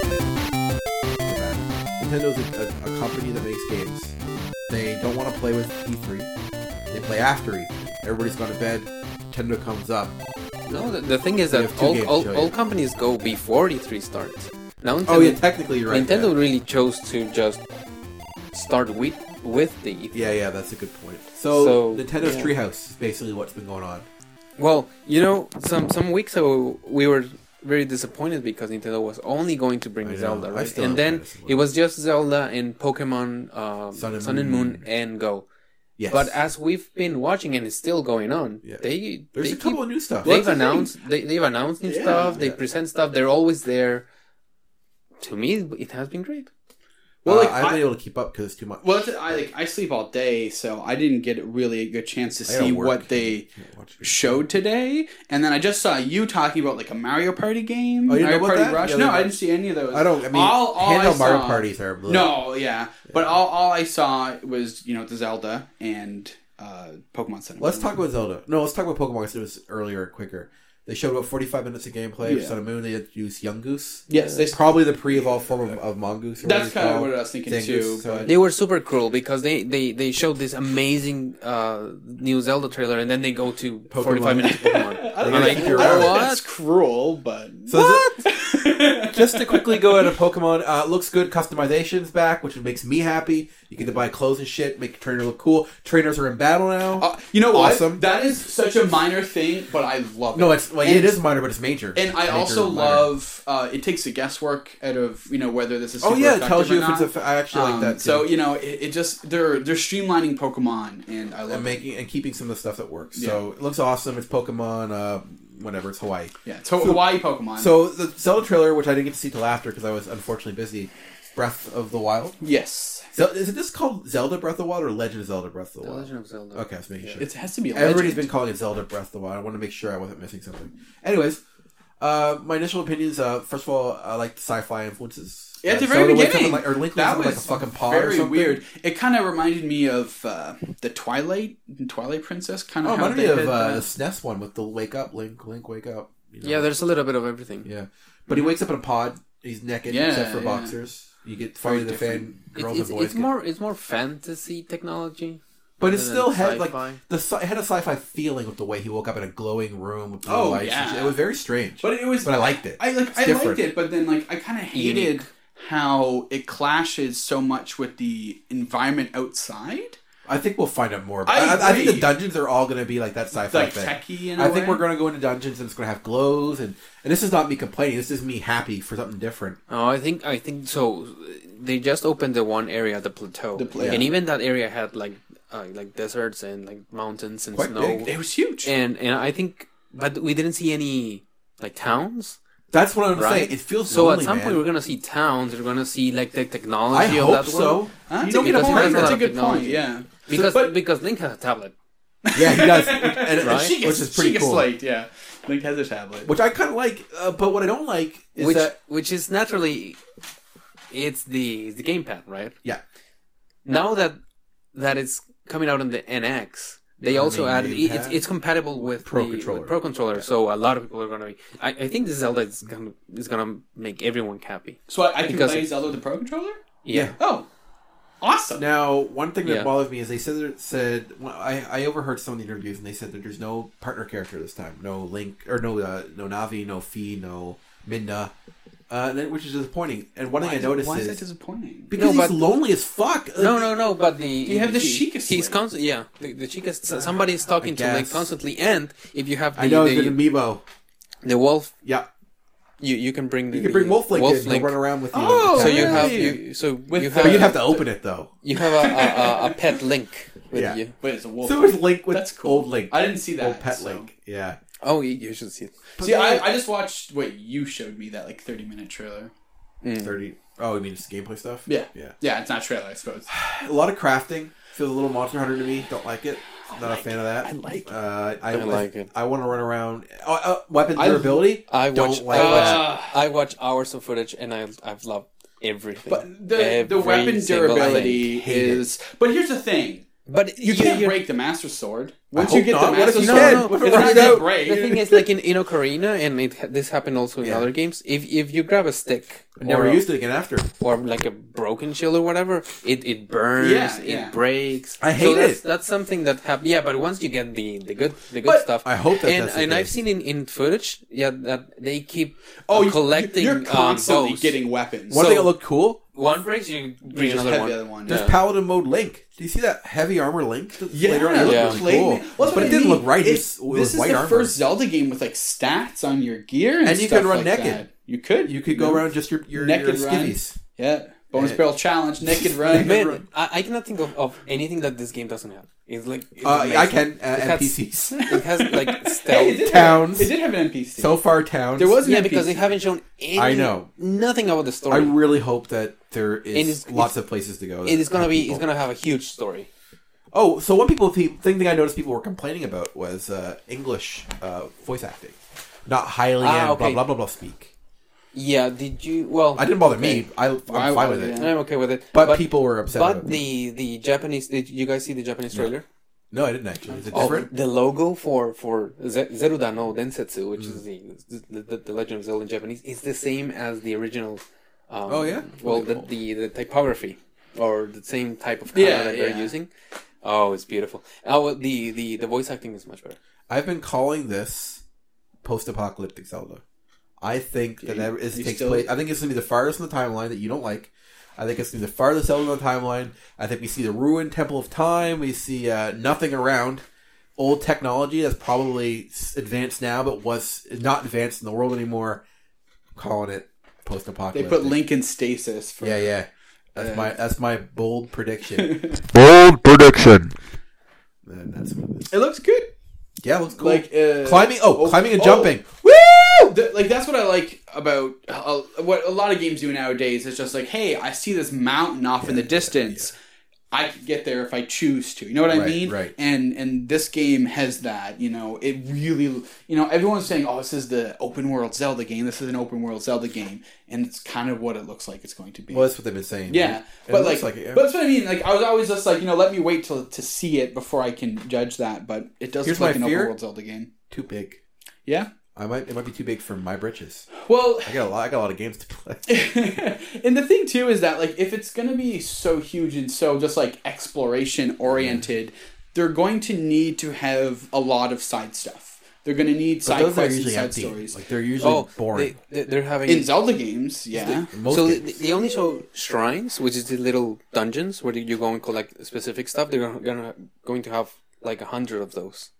A: for that. Nintendo's a, a, a company that makes games. They don't want to play with E3. They play after E3. Everybody's gone to bed. Nintendo comes up.
B: No, the, the thing is
A: We
B: that
A: have two
B: all,
A: games to
B: all,
A: show
B: all
A: you.
B: companies go before E3 starts. Now Nintendo,
A: Oh yeah, technically you're right.
B: Nintendo
A: yeah.
B: really chose to just start with with the E E3.
A: Yeah, yeah, that's a good point. So,
B: So,
A: Nintendo's
B: yeah.
A: Treehouse is basically what's been going on.
B: Well, you know, some some weeks ago we were very disappointed because Nintendo was only going to bring
A: I know. I
B: Zelda, right?
A: still
B: And
A: haven't
B: then
A: played this one.
B: it was just Zelda and Pokemon um, Sun, and, Moon. and Go.
A: Yes,
B: But as we've been watching and it's still going on,
A: Yeah.
B: they
A: there's
B: they
A: a couple
B: keep,
A: of new stuff.
B: they've
C: What's the thing?
B: announced they, they've announced new
C: Yeah.
B: stuff. They
A: Yeah.
B: present stuff. They're always there. To me, it has been great.
A: well,
C: Well, like,
A: I've
C: I-
A: been able to keep up because it's too much.
C: Well, that's it. I like I sleep all day, so I didn't get really a good chance to
A: I gotta
C: see
A: work.
C: what they
A: Can't watch it.
C: showed today. And then I just saw you talking about like a Mario Party game,
A: Oh, you didn't
C: Mario
A: know about
C: Party
A: that?
C: Rush.
A: Yeah,
C: no,
A: they-
C: I didn't see any of those.
A: I don't. I mean,
C: all, all I
A: handheld Mario
C: saw-
A: parties are blue.
C: No, yeah. But all, all I saw was, you know, the Zelda and uh, Pokemon Center.
A: Let's talk about Zelda. No, let's talk about Pokemon since it was earlier and quicker. They showed about 45 minutes of gameplay.
C: Yeah.
A: Sun and Moon, they introduced Young Goose.
C: Yes, they,
A: It's probably the pre-evolved form of, of mongoose. Or whatever
C: that's
A: it's
C: kind of
A: called.
C: what I was thinking
A: Dingus,
C: too.
A: sorry.
C: But
B: They were super cruel because they, they, they showed this amazing uh, new Zelda trailer and then they go to 45 minutes of Pokemon.
C: I don't,
A: They're
C: think,
A: like,
C: I don't think
B: "What?"
C: that's cruel, but
A: So the- just to quickly go into Pokemon, uh, looks good. Customization's back, which makes me happy. You get to buy clothes and shit, make your trainer look cool. Trainers are in battle now.
C: Uh, you know what?
A: Awesome.
C: That is such a minor thing, but I love it.
A: no, it's well,
C: and,
A: it is minor, but it's major.
C: And I
A: Major,
C: also
A: minor.
C: love. Uh, it takes the guesswork out of you know whether this is.
A: Oh
C: super
A: yeah, it tells
C: effective
A: you
C: or
A: if it's.
C: not.
A: a fa- I actually like
C: Um,
A: that. Too.
C: So you know, it, it just they're they're streamlining Pokemon, and I love
A: and
C: it.
A: making and keeping some of the stuff that works. So it looks awesome. It's Pokemon. Uh, whatever. It's Hawaii.
C: Yeah, it's Ho- Hawaii Pokemon.
A: So the Zelda trailer, which I didn't get to see till after because I was unfortunately busy. Breath of the Wild.
C: yes,
A: Zel is it just called Zelda Breath of the Wild or Legend of Zelda Breath of the
B: The
A: Wild?
B: Legend of Zelda.
A: Okay, I was making sure.
C: it has to be. a
A: Everybody's
C: legend.
A: been calling it Zelda Breath of the Wild. I want to make sure I wasn't missing something. Anyways, uh, my initial opinions. Uh, first of all, I like the sci-fi influences.
C: Yeah, at
A: Uh,
C: the very
A: Zelda wakes up
C: beginning,
A: in like- or Link
C: that
A: was
C: was
A: like a fucking pod or
C: very
A: something.
C: weird. It kind of reminded me of uh, the Twilight, Twilight Princess kind
A: Oh,
C: of.
A: it
C: how
A: reminded
C: they
A: me of
C: did
A: uh,
C: that.
A: the SNES one with the wake up Link, Link wake up. you know.
B: Yeah, there's a little bit of everything.
A: yeah. But he wakes up in a pod. He's naked
C: Yeah,
A: except for
C: yeah.
A: boxers. You get finally the fan
B: It's-
A: girls
B: it's,
A: and boys.
B: it's
A: get-
B: more it's more fantasy technology.
A: But it
B: than
A: still had like
B: sci-fi.
A: the sci- it had a sci-fi feeling with the way he woke up in a glowing room with blue
C: Oh,
A: lights. and
C: yeah.
A: shit. It was very strange, but,
C: but it was.
A: I liked it.
C: I like.
A: It's
C: I
A: different.
C: liked it, but then like I kind of hated
B: Unique.
C: how it clashes so much with the environment outside,
A: I think we'll find out more. About
C: I
A: I, I, I think the
C: agree.
A: dungeons are all going to be like that
C: It's,
A: sci-fi
C: like
A: thing.
C: techie. In a
A: I think
C: way.
A: we're going to go into dungeons and it's going to have glows and and this is not me complaining. This is me happy for something different.
B: Oh, I think I think so. They just opened the one area, the plateau,
C: The pla-
B: and even that area had like uh, like deserts and like mountains and
A: Quite
B: snow.
A: big.
C: It was huge.
B: And and I think, but we didn't see any like towns.
A: That's what I'm
B: Right.
A: saying. It feels
B: So
A: lonely,
B: at some
A: man.
B: point we're gonna see towns. We're gonna see like the technology
A: I
B: of
A: hope
B: that
A: so.
B: world.
C: Huh?
A: You don't get a
B: Because it
A: point.
B: has a
C: That's
B: lot
C: a
B: of
C: good point.
B: technology.
C: Yeah.
B: Because
C: but-
B: because Link has a tablet.
A: Yeah, he does, and,
B: Right?
C: She gets,
A: which is pretty
C: she gets
A: cool.
C: liked, yeah. Link has a tablet.
A: Which I kind of like, uh, but what I don't like is
B: which
A: that
B: which is naturally it's the it's the gamepad, right?
A: Yeah.
B: Now that that it's coming out on the NX, they
A: Yeah, I
B: also
A: mean,
B: added
A: the
B: it- it's
A: iPad
B: it's compatible with
A: Pro
B: the- with
A: controller.
B: Pro controller, so a lot of people are gonna. Be, I, I think this Zelda is gonna is gonna make everyone happy.
C: So I, I can
B: Because
C: play
B: it-
C: Zelda with the Pro Controller?
A: Yeah.
C: Oh, awesome.
A: Now, one thing that
B: Yeah.
A: bothers me is they said that- said well, I I overheard some of the interviews and they said that there's no partner character this time, no Link or no uh, no Navi, no Fee, no Minda, uh, and then- which is disappointing. And one
C: Why
A: thing I
C: is-
A: noticed
C: Why is that
A: is
C: disappointing?
A: because
B: No,
A: he's
B: but-
A: lonely as fuck.
B: No, no, no. But the you
C: have the Sheikah
B: He's
C: Slayer.
B: constant. Yeah, the, the Sheikah. s- Somebody's talking to Link
A: guess.
B: constantly, and if you have the
A: I know it's an
B: the,
A: amiibo.
B: the wolf,
A: Yeah,
B: you you can bring the,
A: you can bring
B: the
A: Wolf Link in.
B: Link.
A: He'll run around with you.
C: Oh,
B: So you
C: Yeah.
B: have you so you
A: but
B: have
A: you'd have to open it though.
B: you have a, a, a, a pet Link with
A: Yeah.
B: you.
C: Wait, it's a wolf.
A: So it's Link with
C: That's cool.
A: old Link,
C: I didn't see that.
A: old pet
C: so-
A: Link. Yeah.
B: Oh, you, you should see it.
C: See, I, I just watched. Wait, you showed me that like thirty minute trailer.
A: thirty. Oh, you mean just gameplay stuff?
C: Yeah,
A: Yeah.
C: yeah. It's not a trailer, I suppose.
A: A lot of crafting. Feels a little Monster Hunter to me. Don't like it. Not a fan of that. I
C: like it.
A: Uh, I,
B: I like it.
A: I want to run around. Oh, uh, weapon
C: I-
A: durability.
B: I
A: don't
B: watch
A: like
B: I
A: it.
B: watch,
C: Uh,
B: I watch hours of footage and I I've loved everything.
C: But the the
B: Every
C: weapon
B: single thing.
C: durability
A: hate it.
C: is. But here's the thing:
B: But
C: you can't
B: you're-
C: break the Master Sword. Once
A: hope
C: you get
A: not.
C: the
A: What if
C: Master
A: you
B: Oh, No,
C: Sword,
A: did?
B: no,
A: What
B: but
A: if
C: it's
A: you
C: not
B: the,
A: did?
C: gonna
B: thing-
C: break.
B: the thing is, like in, in Ocarina, and it, ha- this happened also in
A: Yeah.
B: other games. If if you grab a stick,
A: I never
B: or, a-
A: used it again after.
B: or like a broken shield or whatever, it, it burns,
C: Yeah,
B: it
C: yeah.
B: breaks.
A: I
B: so
A: hate
B: that's,
A: it.
B: That's something that happens. Yeah, but once you get the, the good the good
C: But-
B: stuff,
A: I hope that
B: and
A: that's the
B: and I've
A: case.
B: seen in, in footage, yeah, that they keep
C: oh,
B: oh,
C: you-
B: collecting.
C: You're constantly
B: um, bows.
C: getting weapons.
A: One
B: So-
A: thing that looked cool.
B: one breaks, you bring
C: just
B: another
C: have
B: one.
C: the other one,
A: There's
B: Yeah.
A: Paladin mode Link. Do you see that heavy armor Link? that- later on, it looked
B: yeah.
A: really
C: Plate-
A: cool.
C: Well, that's
A: but
C: what
A: it
C: I
A: didn't
C: mean.
A: look right.
C: If-
A: It's, it
C: this
A: was
C: is
A: white
C: the
A: armor.
C: first Zelda game with like stats on your gear, and,
A: And you could
C: stuff
A: run
C: like
A: naked.
C: that. You could.
A: You could go
C: Yeah.
A: around just your your,
C: Naked
A: your
C: run.
A: skivvies.
C: Yeah. Bonus
A: Yeah.
C: barrel challenge, naked run.
B: Man, I, I cannot think of, of anything that this game doesn't have. It's like it's
A: Uh,
B: amazing.
A: I can uh,
B: It has-
A: NPCs.
B: It has like
C: Hey, it
B: stealth.
C: did have-
A: Towns.
C: It did have an NPC.
A: so far, towns.
C: there was an
B: yeah,
C: NPC.
B: because they haven't shown any.
A: I know.
B: nothing about the
A: I
B: story.
A: really hope that there
B: And
A: is
B: it's-
A: lots of places to go.
B: it is gonna
A: have
B: be.
A: people.
B: It's gonna have a huge story.
A: Oh, so one people pe- thing thing I noticed people were complaining about was uh, English uh, voice acting, not highly
B: Ah,
A: and blah
B: okay.
A: blah blah blah speak.
B: Yeah. Did you? Well,
A: I didn't bother me.
B: Okay.
A: I, I'm fine
C: Why would-
A: with it.
C: yeah.
B: I'm okay with it.
A: But, people were upset.
B: But
A: about it.
B: the the Japanese. Did you guys see the Japanese trailer?
A: no, I didn't actually. Is it
B: Oh,
A: different?
B: the logo for for Z- Zeruda no Densetsu, which is the, the, the the Legend of Zelda in Japanese, is the same as the original. Um,
A: Oh, yeah?
B: Well, the,
A: Really
B: the the typography or the same type of color
C: Yeah,
B: that they're
C: yeah.
B: using. Oh, it's beautiful. Oh, the, the the voice acting is much better.
A: I've been calling this post-apocalyptic Zelda. I think that
C: you-
A: ever- it
C: you
A: takes
C: still-
A: place. I think it's gonna be the farthest in the timeline that you don't like. I think it's gonna be the farthest Zelda in the timeline. I think we see the ruined Temple of Time. We see uh, nothing around. Old technology that's probably s- advanced now, but was not advanced in the world anymore. I'm calling it
C: They
A: post-apocalyptic.
C: put Link in stasis for
A: Yeah, yeah. That's my that's my bold prediction.
E: Bold prediction.
A: And that's what it is.
C: It looks good.
A: Yeah, looks cool.
C: Like uh,
A: climbing. Oh, climbing and
C: oh.
A: jumping.
C: Woo! Th- like that's what I like about uh, what a lot of games do nowadays. It's just like, hey, I see this mountain off in the distance. I could get there if I choose to. You know what I
A: Right,
C: mean?
A: right.
C: And and this game has that. You know, it really. You know, everyone's saying, "Oh, this is the open world Zelda game. This is an open world Zelda game," and it's kind of what it looks like it's going to be.
A: Well, that's what they've been saying.
C: Yeah,
A: right? It
C: but like,
A: looks it, yeah.
C: but that's what I mean. Like, I was always just like, you know, let me wait till to see it before I can judge that. But it does
A: Here's
C: look like
A: my
C: an
A: fear.
C: open world Zelda game.
A: too big.
C: Yeah.
A: I might it might be too big for my britches.
C: Well,
A: I got a lot. I got a lot of games to play.
C: and the thing too is that like if it's gonna be so huge and so just like exploration oriented, they're going to need to have a lot of side stuff. They're gonna need
A: But
C: side
A: those are
C: quests and
A: usually
C: side
A: empty.
C: stories.
A: Like they're usually
B: Oh,
A: boring.
B: They, they, are having
C: in Zelda games, yeah.
A: Most
B: so
A: games.
B: they, they only show shrines, which is the little dungeons where you go and collect specific stuff. They're gonna, gonna going to have like a hundred of those,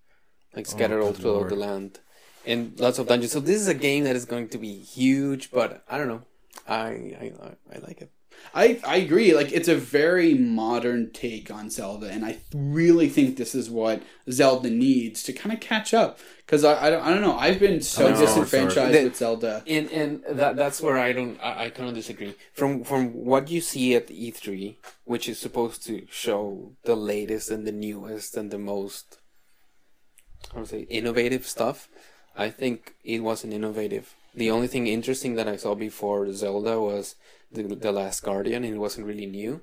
B: like scattered all
A: Oh, good
B: throughout
A: lord.
B: the land, and lots of dungeons. So this is a game that is going to be huge, but I don't know. I I, I like it.
C: I, I agree. Like it's a very modern take on Zelda, and I really think this is what Zelda needs to kind of catch up. Because I, I don't I don't know. I've been so
A: No, sorry.
C: disenfranchised
B: They-
C: with Zelda.
B: And and that that's where I don't I, I kind of disagree. From from what you see at E three, which is supposed to show the latest and the newest and the most I would say innovative stuff. I think it wasn't innovative. The only thing interesting that I saw before Zelda was the the Last Guardian, and it wasn't really new.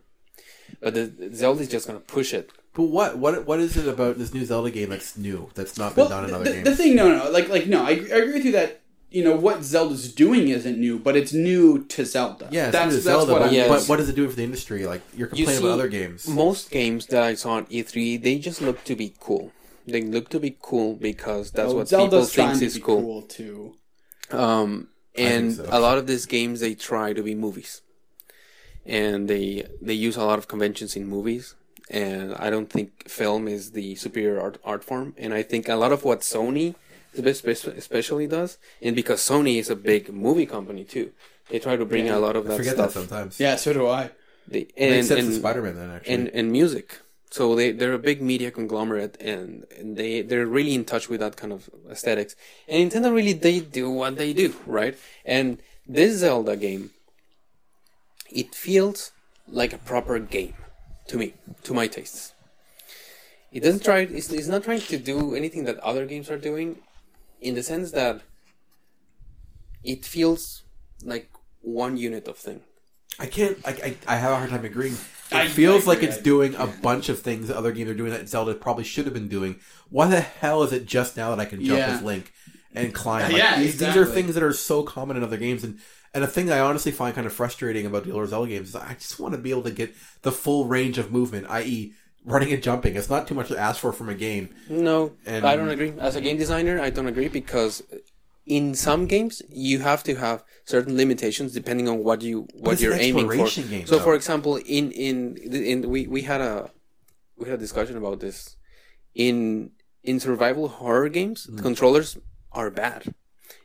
B: But the Zelda is just gonna push it,
A: But what what what is it about this new Zelda game that's new that's not been done in
C: the-
A: other
C: the,
A: games?
C: the thing, no, no, like, like, no, I, I agree with you that you know what Zelda's doing isn't new, but it's new to Zelda.
A: yeah, it's
C: that's
A: new to
C: that's
A: Zelda,
C: what
A: but,
C: I'm.
B: Yes.
A: but what does it do for the industry? Like you're
B: You
A: complaining
B: see,
A: about other games.
B: Most games that I saw on E3, they just look to be cool. They look to be cool because that's what people
C: trying
B: think
C: to
B: is
C: be
B: cool.
C: too.
B: Um, and
A: so.
B: a lot of these games, they try to be movies, and they they use a lot of conventions in movies. And I don't think film is the superior art, art form. And I think a lot of what Sony, espe- espe- especially does, and because Sony is a big movie company too, they try to bring a lot of
A: I
B: that
A: forget
B: stuff.
A: that sometimes.
C: Yeah, so do I.
B: They-
A: Makes
B: and,
A: sense
B: and-
A: for Spider Man then actually.
B: and and music. So they they're a big media conglomerate, and they they're really in touch with that kind of aesthetics. And Nintendo really they do what they do, right? And this Zelda game, it feels like a proper game to me, to my tastes. It doesn't try. It's, it's not trying to do anything that other games are doing, in the sense that it feels like one unit of thing.
A: I can't. I, I, I have a hard time agreeing. It
C: I-
A: feels
C: I
A: like
C: agree,
A: it's
C: I-
A: doing a bunch of things that other games are doing that Zelda probably should have been doing. Why the hell is it just now that I can jump
C: Yeah.
A: with Link and climb? Like,
C: Yeah,
A: these, these are
C: exactly.
A: things that are so common in other games, and and a thing I honestly find kind of frustrating about the older Zelda games is I just want to be able to get the full range of movement, i.e., running and jumping. It's not too much to ask for from a game.
B: No,
A: And-
B: I don't agree. As a game designer, I don't agree because in some games you have to have certain limitations depending on what you what
A: it's an
B: you're aiming for.
A: exploration game,
B: so,
A: though.
B: for example, in in in we we had a we had a discussion about this in in survival horror games. Controllers are bad,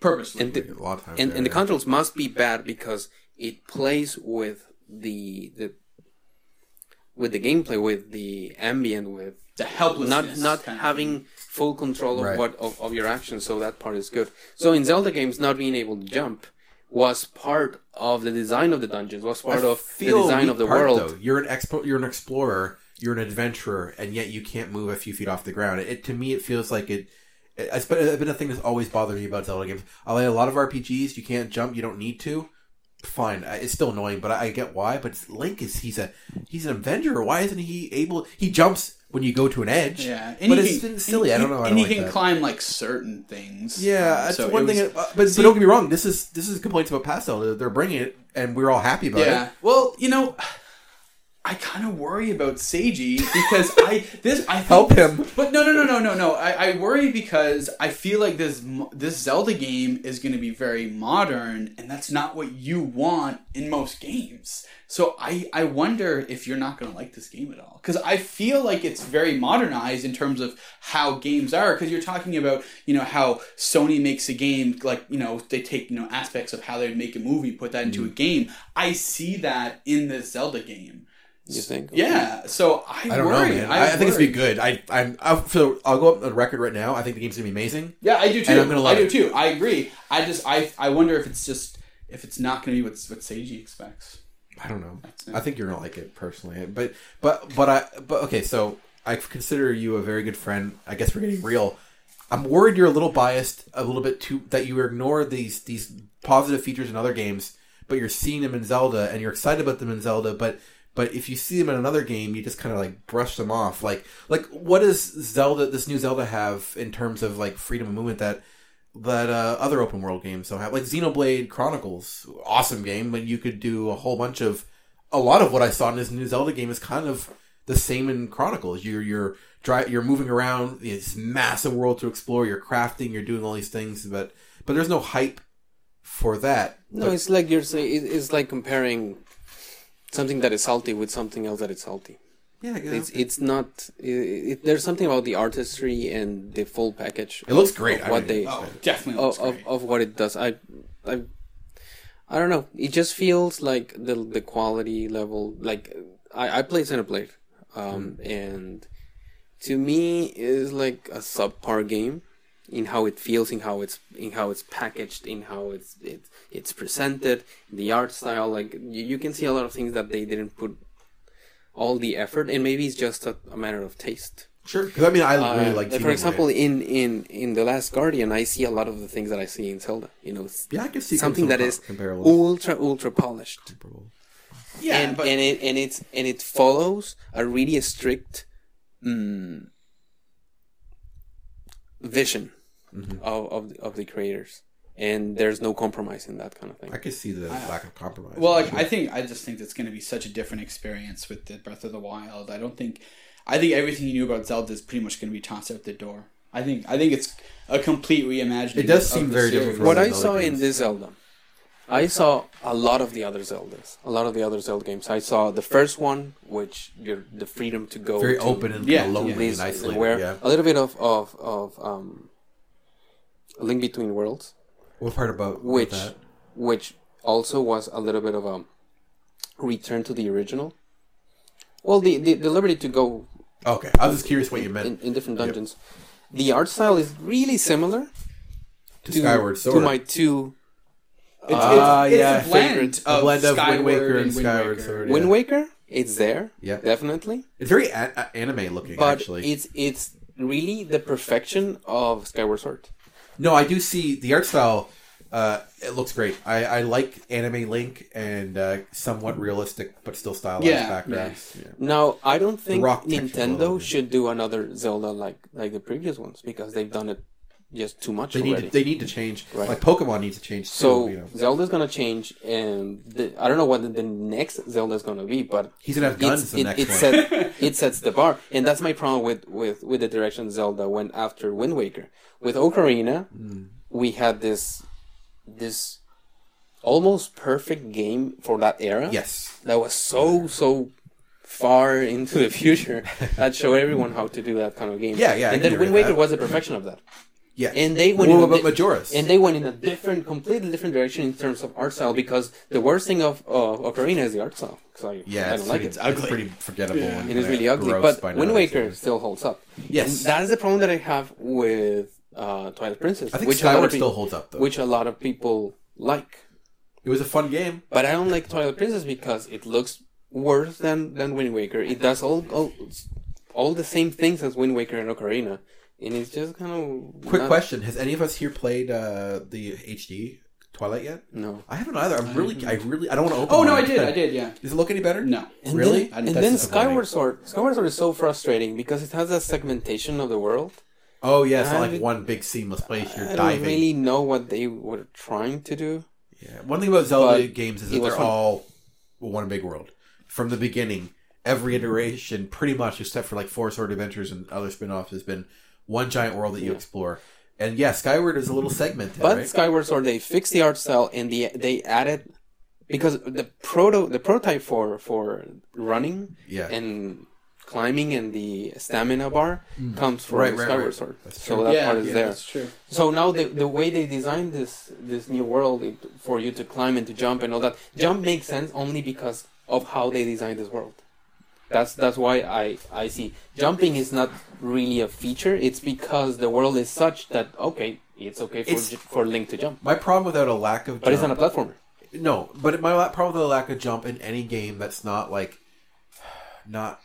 C: Purposely.
B: and the,
A: A lot of times,
B: and,
A: Mm. yeah,
B: and the
A: yeah.
B: controls must be bad because it plays with the the with the gameplay, with the ambient, with
C: the
B: not
C: helplessness.
B: not
C: kind of
B: having full control of
A: Right.
B: what of, of your actions so that part is good so in zelda games not being able to jump was part of the design of the dungeons was part
A: I
B: of the
A: feel
B: design
A: weak
B: of the
A: part,
B: world
A: though. You're an expo- you're an explorer, you're an adventurer, and yet you can't move a few feet off the ground. It, to me, it feels like it. it- It's been, it's been a thing that's always bothered me about Zelda games. I like a lot of RPGs. You can't jump. You don't need to. Fine, I- it's still annoying, but I, I get why. But Link is he's a he's an Avenger. Why isn't he able? He jumps when you go to an edge.
C: Yeah,
A: but
C: he
A: it's
C: can-
A: been silly.
C: and
A: I
C: he-
A: don't know. I don't
C: and he
A: like
C: can
A: that.
C: climb like certain things.
A: Yeah,
C: Um,
A: that's
C: so it
A: one thing.
C: was-
A: uh, but, but don't get me wrong. This is this is complaints about past Zelda. They're bringing it, and we're all happy about
C: yeah.
A: it.
C: Well, you know, I kind of worry about Seiji because I this I think
A: Help
C: this-
A: him.
C: But no, no, no, no, no, no. I, I worry because I feel like this mo- this Zelda game is going to be very modern, and that's not what you want in most games. So I I wonder if you're not going to like this game at all because I feel like it's very modernized in terms of how games are. Because you're talking about you know how Sony makes a game like you know they take you know aspects of how they make a movie, put that
A: Mm-hmm.
C: into a game. I see that in this Zelda game.
B: you think
C: Yeah, so I,
A: I don't
C: worry.
A: know, man.
C: I,
A: I, I think it's gonna
C: worry.
A: be good. I I'm I'll, so I'll go up on record right now. I think the game's gonna be amazing.
C: Yeah, I do too.
A: And I'm gonna love
C: I do
A: it.
C: too. I agree. I just I I wonder if it's just if it's not going to be what what Seiji expects.
A: I don't know. I think you're gonna like it personally, but but but I but okay. So I consider you a very good friend. I guess we're getting real. I'm worried you're a little biased, a little bit too that you ignore these these positive features in other games, but you're seeing them in Zelda and you're excited about them in Zelda, but. But if you see them in another game, you just kind of like brush them off. Like, like what does Zelda, this new Zelda, have in terms of like freedom of movement that that uh, other open world games don't have, like Xenoblade Chronicles, awesome game, but you could do a whole bunch of a lot of what I saw in this new Zelda game is kind of the same in Chronicles. You're you're dri- you're moving around this massive world to explore. You're crafting. You're doing all these things, but but there's no hype for that.
B: no it's like you're saying it- it's like comparing something that is salty with something else that is salty
A: Yeah, I guess.
B: it's it's not it, it, there's something about the artistry and the full package
A: it looks great.
B: of what
A: I
B: they
A: mean,
C: Oh, definitely.
B: of,
C: Looks
B: of,
C: great.
B: of what it does. I, I, I don't know. It just feels like the the quality level. Like I, I play Xenoblade, um, and to me is like a subpar game in how it feels, in how it's in how it's packaged, in how it's it, it's presented, the art style. Like you, you can see a lot of things that they didn't put all the effort, and maybe it's just a, a matter of taste.
A: sure. Because I mean, I really
B: Uh,
A: like.
B: like, for
A: Xenoblade.
B: example, in in in the Last Guardian, I see a lot of the things that I see in Zelda. You know, s-
A: yeah, I can see
B: something that
A: com-
B: is
A: comparable.
B: ultra ultra polished,
A: comparable.
C: yeah,
B: and
C: but
B: and it and it's and it follows a really strict mm, vision
A: Mm-hmm.
B: of, of of the creators, and there's no compromise in that kind of thing.
A: I could see the lack of compromise.
C: Well, like, I think I just think it's going to be such a different experience with the Breath of the Wild. I don't think, I think everything you knew about Zelda is pretty much going to be tossed out the door. I think I think it's a complete reimagining.
A: It does
C: of
A: seem
C: the
A: very different
C: series.
A: from
B: what I
A: Zelda
B: saw in
A: games.
B: this Zelda, I saw a lot of the other Zeldas, a lot of the other Zelda games. I saw the first one, which you're the freedom to go
A: very
B: to
A: open and
C: Yeah,
A: lonely
B: this,
A: and isolated.
B: where
A: yeah.
B: a little bit of of of um, a link between worlds,
A: What part about
B: which
A: that?
B: which also was a little bit of a return to the original. Well, the the, the liberty to go
A: Okay, I was just curious what you
B: in,
A: meant
B: in different dungeons. The art style is really similar
A: to
B: to,
A: Skyward
B: to
A: Sword.
B: my two
C: It's, it's,
A: Ah,
C: it's
A: yeah,
C: a blend
B: favorite.
A: A
C: of,
A: blend of Wind
C: Skyward
A: Waker and
C: and Wind
A: Skyward
C: Waker.
A: Sword.
B: Wind
A: Yeah.
B: Waker. It's there,
A: Yeah.
B: definitely,
A: It's very a- a- anime looking,
B: but
A: actually.
B: it's it's really the perfection of Skyward Sword.
A: No, I do see the art style. Uh, it looks great. I, I like anime Link and uh, somewhat realistic but still stylized
C: Yeah,
A: backgrounds. Yeah.
B: Now, I don't think
A: Rock
B: Nintendo
A: technical.
B: should do another Zelda like like the previous ones because they've done it just too much
A: They need
B: already.
A: to, they need to change.
B: Right.
A: Like Pokemon needs to change.
B: so
A: too, you know.
B: Zelda's gonna change, and the, I don't know what the, the next Zelda's gonna be, but
A: he's gonna have guns
B: it's,
A: the
B: it,
A: next
B: it,
A: one.
B: set, it sets the bar, and that's my problem with with with the direction Zelda went after Wind Waker. With Ocarina,
A: Hmm.
B: we had this this almost perfect game for that era
A: yes,
B: that was so so far into the future that showed everyone how to do that kind of game.
A: Yeah, yeah, I
B: And then
A: agree
B: Wind
A: with
B: Waker
A: that.
B: was the perfection of that.
A: yeah.
B: And they went
A: what
B: in a
A: about
B: di-
A: Majora's?
B: And they went in a different, completely different direction in terms of art style because the worst thing of uh, Ocarina is the art style. Because I,
A: yeah,
B: I
A: it's
B: don't like
A: pretty-
B: it.
A: It's
C: ugly.
A: pretty forgettable.
C: Yeah.
A: and
B: It is
A: kinda
B: really ugly.
A: gross by
B: But
A: now,
B: Wind
A: I'd
B: Waker
A: say.
B: still holds up.
A: Yes.
B: And that is the problem that I have with uh, Twilight Princess.
A: I think
B: which a lot
A: Skyward
B: of pe-
A: still holds up though.
B: Which a lot of people like.
A: it was a fun game.
B: But I don't like Twilight Princess because it looks worse than, than Wind Waker. It does all, all all the same things as Wind Waker and Ocarina, and it's just kind of
A: Quick question: Has any of us here played uh, the HD Twilight yet?
B: No,
A: I haven't either. I'm really, I really, I don't want to open.
C: Oh no, I
A: mine.
C: did, I did, yeah.
A: Does it look any better?
C: No,
B: and
A: Really?
B: Then,
A: I-
B: and
A: that's
B: then
A: disappointing.
B: Skyward Sword. Skyward Sword is so frustrating because it has that segmentation of the world.
A: Oh yeah, it's not
B: I-
A: like one big seamless place. You're
B: I don't
A: diving.
B: really know what they were trying to do.
A: Yeah. One thing about Zelda
B: But
A: games is
B: it
A: that
B: was
A: they're
B: fun.
A: all one big world from the beginning. Every iteration, pretty much, except for like Four Sword Adventures and other spin-offs, has been one giant world that you explore. And yeah, Skyward is a little segmented,
B: But
A: right?
B: Skyward Sword, they fixed the art style and the they added because the proto the prototype for for running
A: Yeah.
B: and climbing and the stamina bar
A: Mm-hmm.
B: comes from
A: Right, right,
B: Skyward
A: right.
B: Sword.
A: That's
B: so
A: true.
B: that
C: yeah,
B: part is
C: yeah,
B: there.
C: That's true.
B: So now the the way they designed this this new world it, for you to climb and to jump and all that jump makes sense only because of how they designed this world. That's that's why I I see jumping is not really a feature. It's because the world is such that okay, it's okay for
A: It's-
B: j- for Link to jump,
A: my problem without a lack of
B: but it's
A: jump-
B: not a platformer.
A: No, but my la- problem with the lack of jump in any game that's not like, not,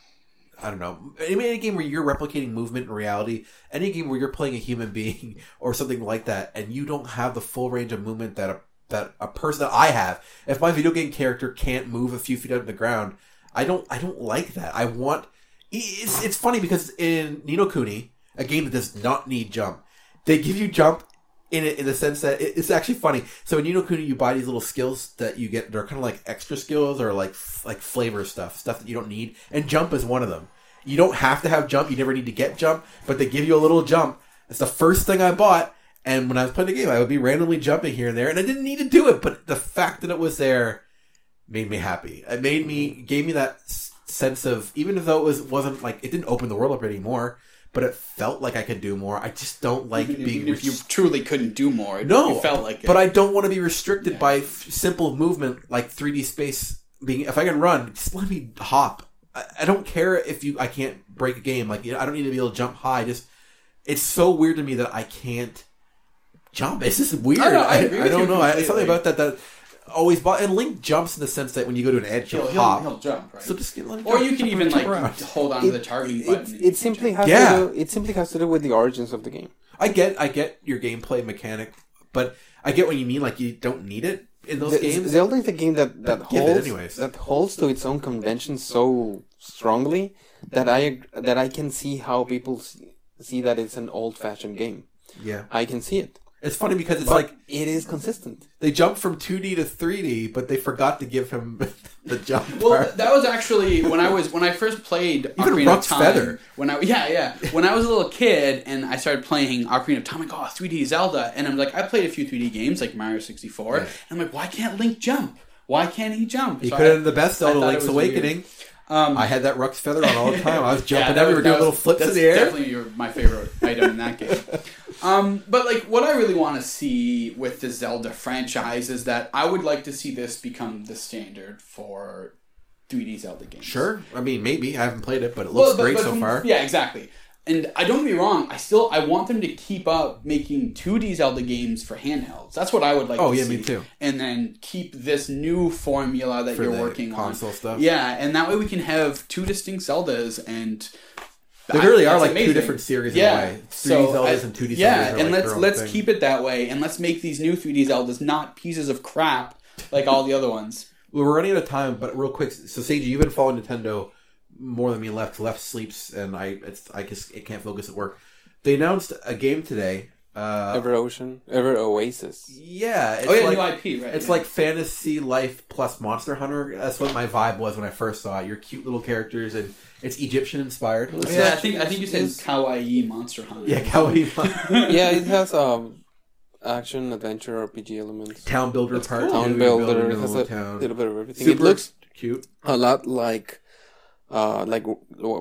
A: I don't know, any, any game where you're replicating movement in reality, any game where you're playing a human being or something like that, and you don't have the full range of movement that a that a person that I have. If my video game character can't move a few feet out of the ground, I don't I don't like that. I want i- it's it's funny because in Nino Kuni, a game that does not need jump, they give you jump in it in the sense that it, it's actually funny. So in Nino Kuni, you buy these little skills that you get. They're kind of like extra skills or like f- like flavor stuff, stuff that you don't need. And jump is one of them. You don't have to have jump. You never need to get jump, but they give you a little jump. It's the first thing I bought. And when I was playing the game, I would be randomly jumping here and there, and I didn't need to do it. But the fact that it was there made me happy. It made me gave me that s- sense of even though it was wasn't like it didn't open the world up anymore, but it felt like I could do more. I just don't like
C: Even
A: being
C: if you
A: rest-
C: truly couldn't do more, it
A: no,
C: it felt like it.
A: But I don't want to be restricted by f- simple movement like 3D space. Being if I can run, just let me hop. I, I don't care if you. I can't break a game. Like you know, I don't need to be able to jump high. Just it's so weird to me that I can't jump. It's just weird.
C: I know, I agree with
A: don't
C: you
A: know. I, something
C: completely.
A: about that that always. Bo- and Link jumps in the sense that when you go to an edge,
C: he'll,
A: he'll,
C: he'll,
A: hop.
C: he'll jump, right?
A: so just get, let him
C: or
A: jump,
C: you can
A: jump,
C: even
A: jump
C: like
A: around.
C: hold on to the targeting button.
B: It,
C: and
B: it
C: jump.
B: simply has
A: Yeah.
B: to do, it simply has to do with the origins of the game.
A: I get I get your gameplay mechanic, but I get what you mean. Like you don't need it. in those
B: The,
A: games.
B: the only the game that that
A: Give it
B: holds
A: anyways.
B: that holds to its own convention so strongly that I ag- that I can see how people see, see that it's an old-fashioned game.
A: yeah,
B: I can see it.
A: it's funny because it's
B: But
A: like
B: it is consistent.
A: they jumped from 2D to 3D, but they forgot to give him the jump
C: Well,
A: part.
C: th- that was actually when I was when I first played
A: Even
C: Ocarina of
A: Rock's
C: Time.
A: Feather.
C: When I yeah yeah when I was a little kid and I started playing Ocarina of Time, I'm like oh 3D Zelda, and I'm like I played a few 3D games like Mario 64, and I'm like why can't Link jump? Why can't he jump?
A: He
C: So
A: could have
C: I-
A: been the best
C: I
A: Zelda
C: thought it
A: Link's
C: was
A: Awakening.
C: Um,
A: I had that Rux feather on all the time. I was jumping
C: that was-
A: everywhere, doing
C: that
A: little
C: was-
A: flips in
C: that's
A: the air.
C: Definitely your, my favorite item in that game. Um, but like, what I really want to see with the Zelda franchise is that I would like to see this become the standard for 3D Zelda games.
A: Sure, I mean maybe I haven't played it, but it
C: Well,
A: looks
C: but-
A: great
C: but
A: so
C: from-
A: far.
C: Yeah, exactly. And I don't get me wrong. I still I want them to keep up making 2D Zelda games for handhelds. That's what I would like.
A: Oh,
C: to
A: yeah,
C: see.
A: me too.
C: And then keep this new formula that
A: For
C: you're
A: the
C: working
A: console
C: on.
A: stuff.
C: Yeah, and that way we can have two distinct Zeldas, and
A: They
C: I-
A: really are
C: that's
A: like two
C: amazing.
A: different series
C: Yeah,
A: in a way. 3D
C: so
A: Zeldas
C: I-
A: and 2D Zeldas.
C: Yeah,
A: are,
C: and
A: like,
C: let's
A: their own
C: let's
A: thing.
C: keep it that way, and let's make these new 3D Zeldas not pieces of crap like all the other ones.
A: Well, We're running out of time, but real quick. So, Seiji, you've been following Nintendo more than me. Left, left sleeps, and I, it's, I just it can't focus at work. They announced a game today. Uh,
B: Ever Ocean, Ever Oasis.
A: yeah, it's
C: Oh yeah,
A: like,
C: new IP, right?
A: It's
C: yeah.
A: like Fantasy Life plus Monster Hunter. That's what my vibe was when I first saw it. Your cute little characters, and it's Egyptian inspired.
C: yeah, I think I think you said Kawaii Monster Hunter.
A: Yeah, kawaii
B: yeah, it has um action, adventure, RPG elements.
A: town builder part.
C: cool.
A: too.
B: Town
A: You're
B: builder,
A: building
B: it
A: a
B: has
A: little
B: a
A: town.
B: little bit of everything.
A: Super
B: It looks
A: cute.
B: a lot like uh like w-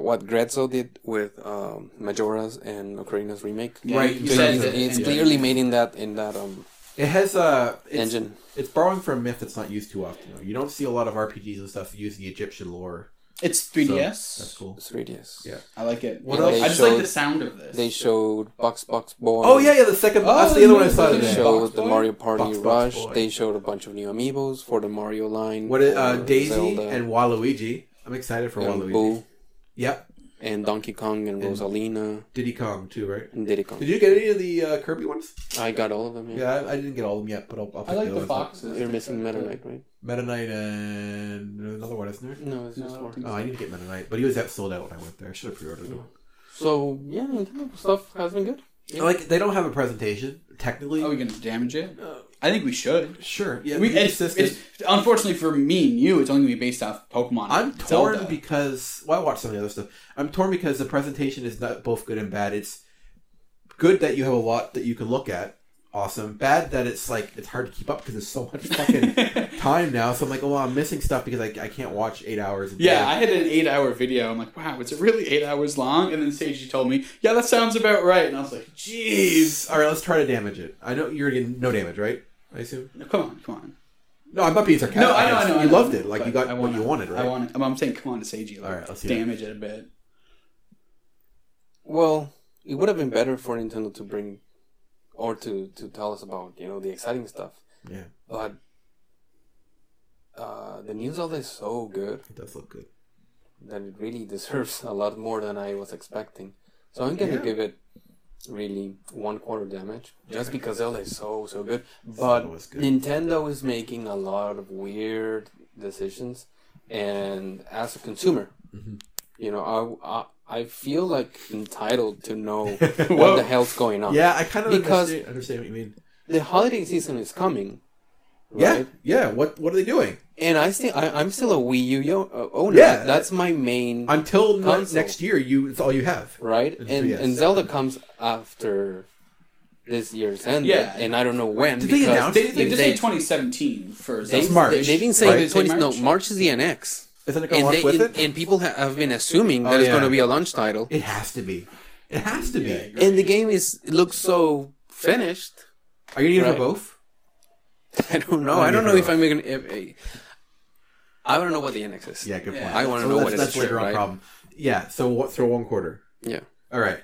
B: what Grezzo did with um Majora's and Ocarina's remake.
C: Yeah,
A: Right,
C: you
A: so
C: said
B: it's,
A: that-
B: it's
C: and-
B: clearly made in that in that um
A: It has a it's,
B: engine.
A: It's borrowing from a myth that's not used too often. Though. You don't see a lot of RPGs and stuff that use the Egyptian lore.
C: It's
A: So
C: 3DS.
A: that's cool.
B: 3DS.
A: Yeah.
C: I like it.
A: What
C: I like-
A: else?
C: I just
B: They
C: like the
B: showed-
C: sound of this.
B: They showed Box Box Boy.
A: Oh yeah, yeah. The second
C: Oh,
A: that's the other one I
C: yeah,
A: saw
C: yeah,
B: They
A: today.
C: yeah.
B: showed
C: Box
B: the
C: Boy?
B: Mario Party
A: Box Box
B: Rush.
A: Boy.
B: They showed a bunch of new amiibos for the Mario line.
A: What is, uh,
B: for
A: Daisy
B: Zelda,
A: and Waluigi? I'm excited for
B: and
A: Waluigi.
B: Boo
A: Yep,
B: and Donkey Kong and, Rosalina
A: Diddy Kong too, right?
B: and Diddy Kong.
A: Did you get any of the uh, Kirby ones?
B: I got all of them. Yeah.
A: Yeah, I, I didn't get all of them yet, but I'll, I'll
C: I
A: pick
C: like the
A: those up.
C: boxes.
B: You're missing Meta Knight, right?
A: Meta Knight and another one, isn't there?
B: No, it's just
C: I
B: four.
C: don't think
A: Oh, I need to get Meta Knight, but he was out sold out when I went there. I should have pre-ordered him.
B: So yeah, Nintendo stuff has been good. Yeah.
A: Like they don't have a presentation technically.
C: Are we gonna damage it? I think we should.
A: Sure. Yeah.
C: Oh, We,
A: the
C: it's,
A: assistant-
C: it's, unfortunately for me and you, it's only gonna be based off Pokemon.
A: I'm
C: and
A: torn
C: Zelda.
A: because well, I watched some of the other stuff. I'm torn because the presentation is not both good and bad. It's good that you have a lot that you can look at. Awesome. Bad that it's like it's hard to keep up because there's so much fucking time now. So I'm like, oh, well, I'm missing stuff because I, I can't watch eight hours. a
C: yeah,
A: day.
C: I had an eight-hour video. I'm like, wow, it's really eight hours long? And then Seiji told me, yeah, that sounds about right. And I was like, jeez.
A: All right, let's try to damage it. I know you're getting no damage, right? I assume.
C: No, Come on, come on.
A: No, I'm not being sarcastic.
C: No, I know, I know. I
A: You
C: know.
A: loved it. Like you
C: But
A: got
C: I
A: what
C: wanna-
A: you wanted, right?
C: I want. I'm, I'm saying, come on, to Seiji. Like,
A: All right, let's see that.
C: damage it a bit.
B: Well, it would have been better for Nintendo to bring or to to tell us about you know the exciting stuff.
A: Yeah,
B: But uh, the news all is so good
A: it does look good.
B: that it really deserves a lot more than I was expecting. So I'm gonna
A: Yeah.
B: give it really one quarter damage just because Zelda is so so good.
A: Zelda
B: But
A: was good.
B: Nintendo is making a lot of weird decisions, and as a consumer,
A: Mm-hmm.
B: you know, I, I I feel like entitled to know what
C: Whoa.
B: the hell's going on.
A: Yeah, I kind of
B: Oh. Because-
A: understand, understand what you mean.
B: The holiday season is coming.
A: Yeah,
B: right?
A: yeah. What what are they doing
B: and I still I, I'm still a Wii U yo- uh, owner.
A: Yeah.
B: that's my main
A: until ne-
B: Console.
A: next year? You it's all you have.
B: right?
A: And
B: And
A: 3S.
B: and Zelda comes after this year's end.
C: Yeah.
B: and I don't know when.
A: Did they
B: because
A: announce
C: They, they
B: if
C: just
B: they-
C: say 2017 for
B: They,
A: That's
C: Zelda.
A: March,
B: they, they've been saying
A: right?
B: the 20, no
C: March?
B: March is the NX,
A: Isn't it going to
B: and,
A: launch
B: they,
A: with
B: and,
A: it?
B: and people ha- have been assuming that
A: Oh,
B: it's
A: yeah.
B: going to be a launch title.
A: It has to be. It has to be.
C: Yeah, you're-
B: and the game is looks so finished.
A: Are you going to get it for
B: Right.
A: both?
B: I don't know.
A: Oh,
B: I don't
A: yeah.
B: know if I'm gonna. If, if- I don't know what the NX is.
A: Yeah, good point.
B: I wanna
A: So
B: know
A: that's,
B: what it's
A: that's later
B: true,
A: on
B: right?
A: problem. Yeah. So what? Throw one quarter.
B: yeah.
A: All right.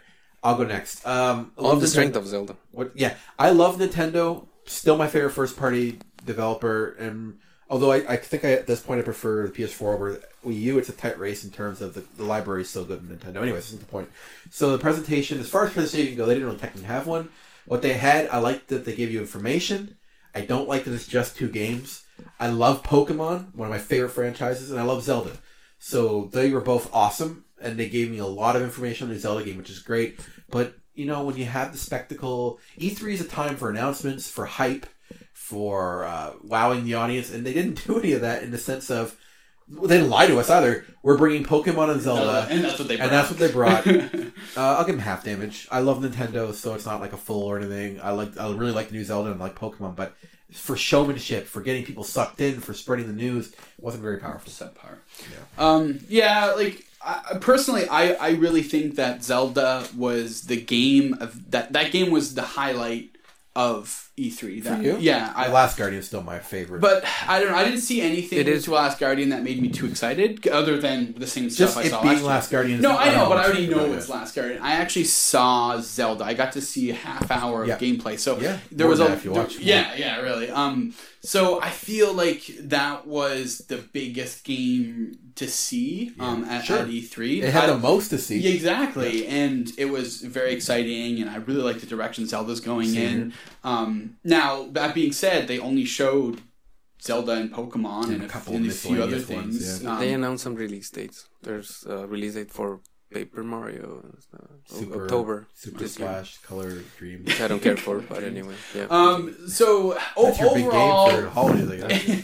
A: I'll go next. Um,
B: All
A: love
B: the
A: Nintendo-
B: strength of Zelda.
A: What? Yeah, I love Nintendo. Still my favorite first party developer, and although I, I think I, at this point I prefer the PS4 over the Wii U, it's a tight race in terms of the, the library is so good in Nintendo. Anyway, this isn't the point. So the presentation, as far as presentation go, they didn't really technically have one. What they had, I liked that they gave you information. I don't like that it's just two games. I love Pokemon, one of my favorite franchises, and I love Zelda. So they were both awesome, and they gave me a lot of information on the Zelda game, which is great. But you know, when you have the spectacle, E3 is a time for announcements, for hype, for uh, wowing the audience, and they didn't do any of that in the sense of well, they didn't lie to us either. We're bringing Pokemon and Zelda,
C: Uh, and that's what they.
A: and that's what they brought. Uh, I'll give them half damage. I love Nintendo, so it's not like a full or anything. I like, I really like the new Zelda and I like Pokemon, but for showmanship, for getting people sucked in, for spreading the news, it wasn't very powerful.
C: subpar. Um, yeah, like I, I- personally, I, I really think that Zelda was the game of that that game was the highlight of E3. That,
A: you?
C: Yeah,
A: I,
C: I.
A: Last Guardian is still my favorite,
C: But I don't know. I didn't see anything
B: It is-
C: to Last Guardian that made me too excited, other than the same
A: just
C: stuff I
A: it
C: saw
A: being
C: last,
A: Last,
C: year.
A: Guardian. is
C: No,
A: not
C: I know,
A: all
C: but I
A: it's
C: already know
A: really
C: it's
A: good.
C: Last Guardian. I actually saw Zelda. I got to see a half hour of
A: Yeah.
C: gameplay. So
A: Yeah,
C: there
A: more
C: was
A: than
C: a
A: that if you watch more.
C: yeah, yeah, really. Um, so I feel like that was the biggest game to see um at,
A: sure.
C: at E3.
A: It had
C: I-
A: the most to see.
C: yeah, exactly, and it was very exciting, and I really like the direction Zelda's going in. Um, now, that being said, they only showed Zelda and Pokemon and,
A: a
C: a
A: couple
C: couple and a few other
A: miscellaneous ones,
C: things.
A: yeah.
C: Um,
B: they announced some release dates. There's a release date for Paper Mario, uh, O-
A: Super-
B: October.
A: Super
B: this year,
A: Slash, Color Dream.
B: Which I don't care for, but anyway, yeah.
C: Um, so o-
A: That's your big
C: overall,
A: game for holidays, I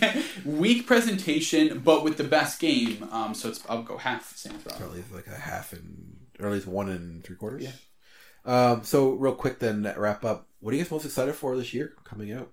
A: guess.
C: weak presentation, but with the best game. Um, so it's I'll go half Saints Row.
A: probably like a half and or at least one and three quarters. Yeah. Um, so real quick, then that wrap up. What are you guys most excited for this year coming out?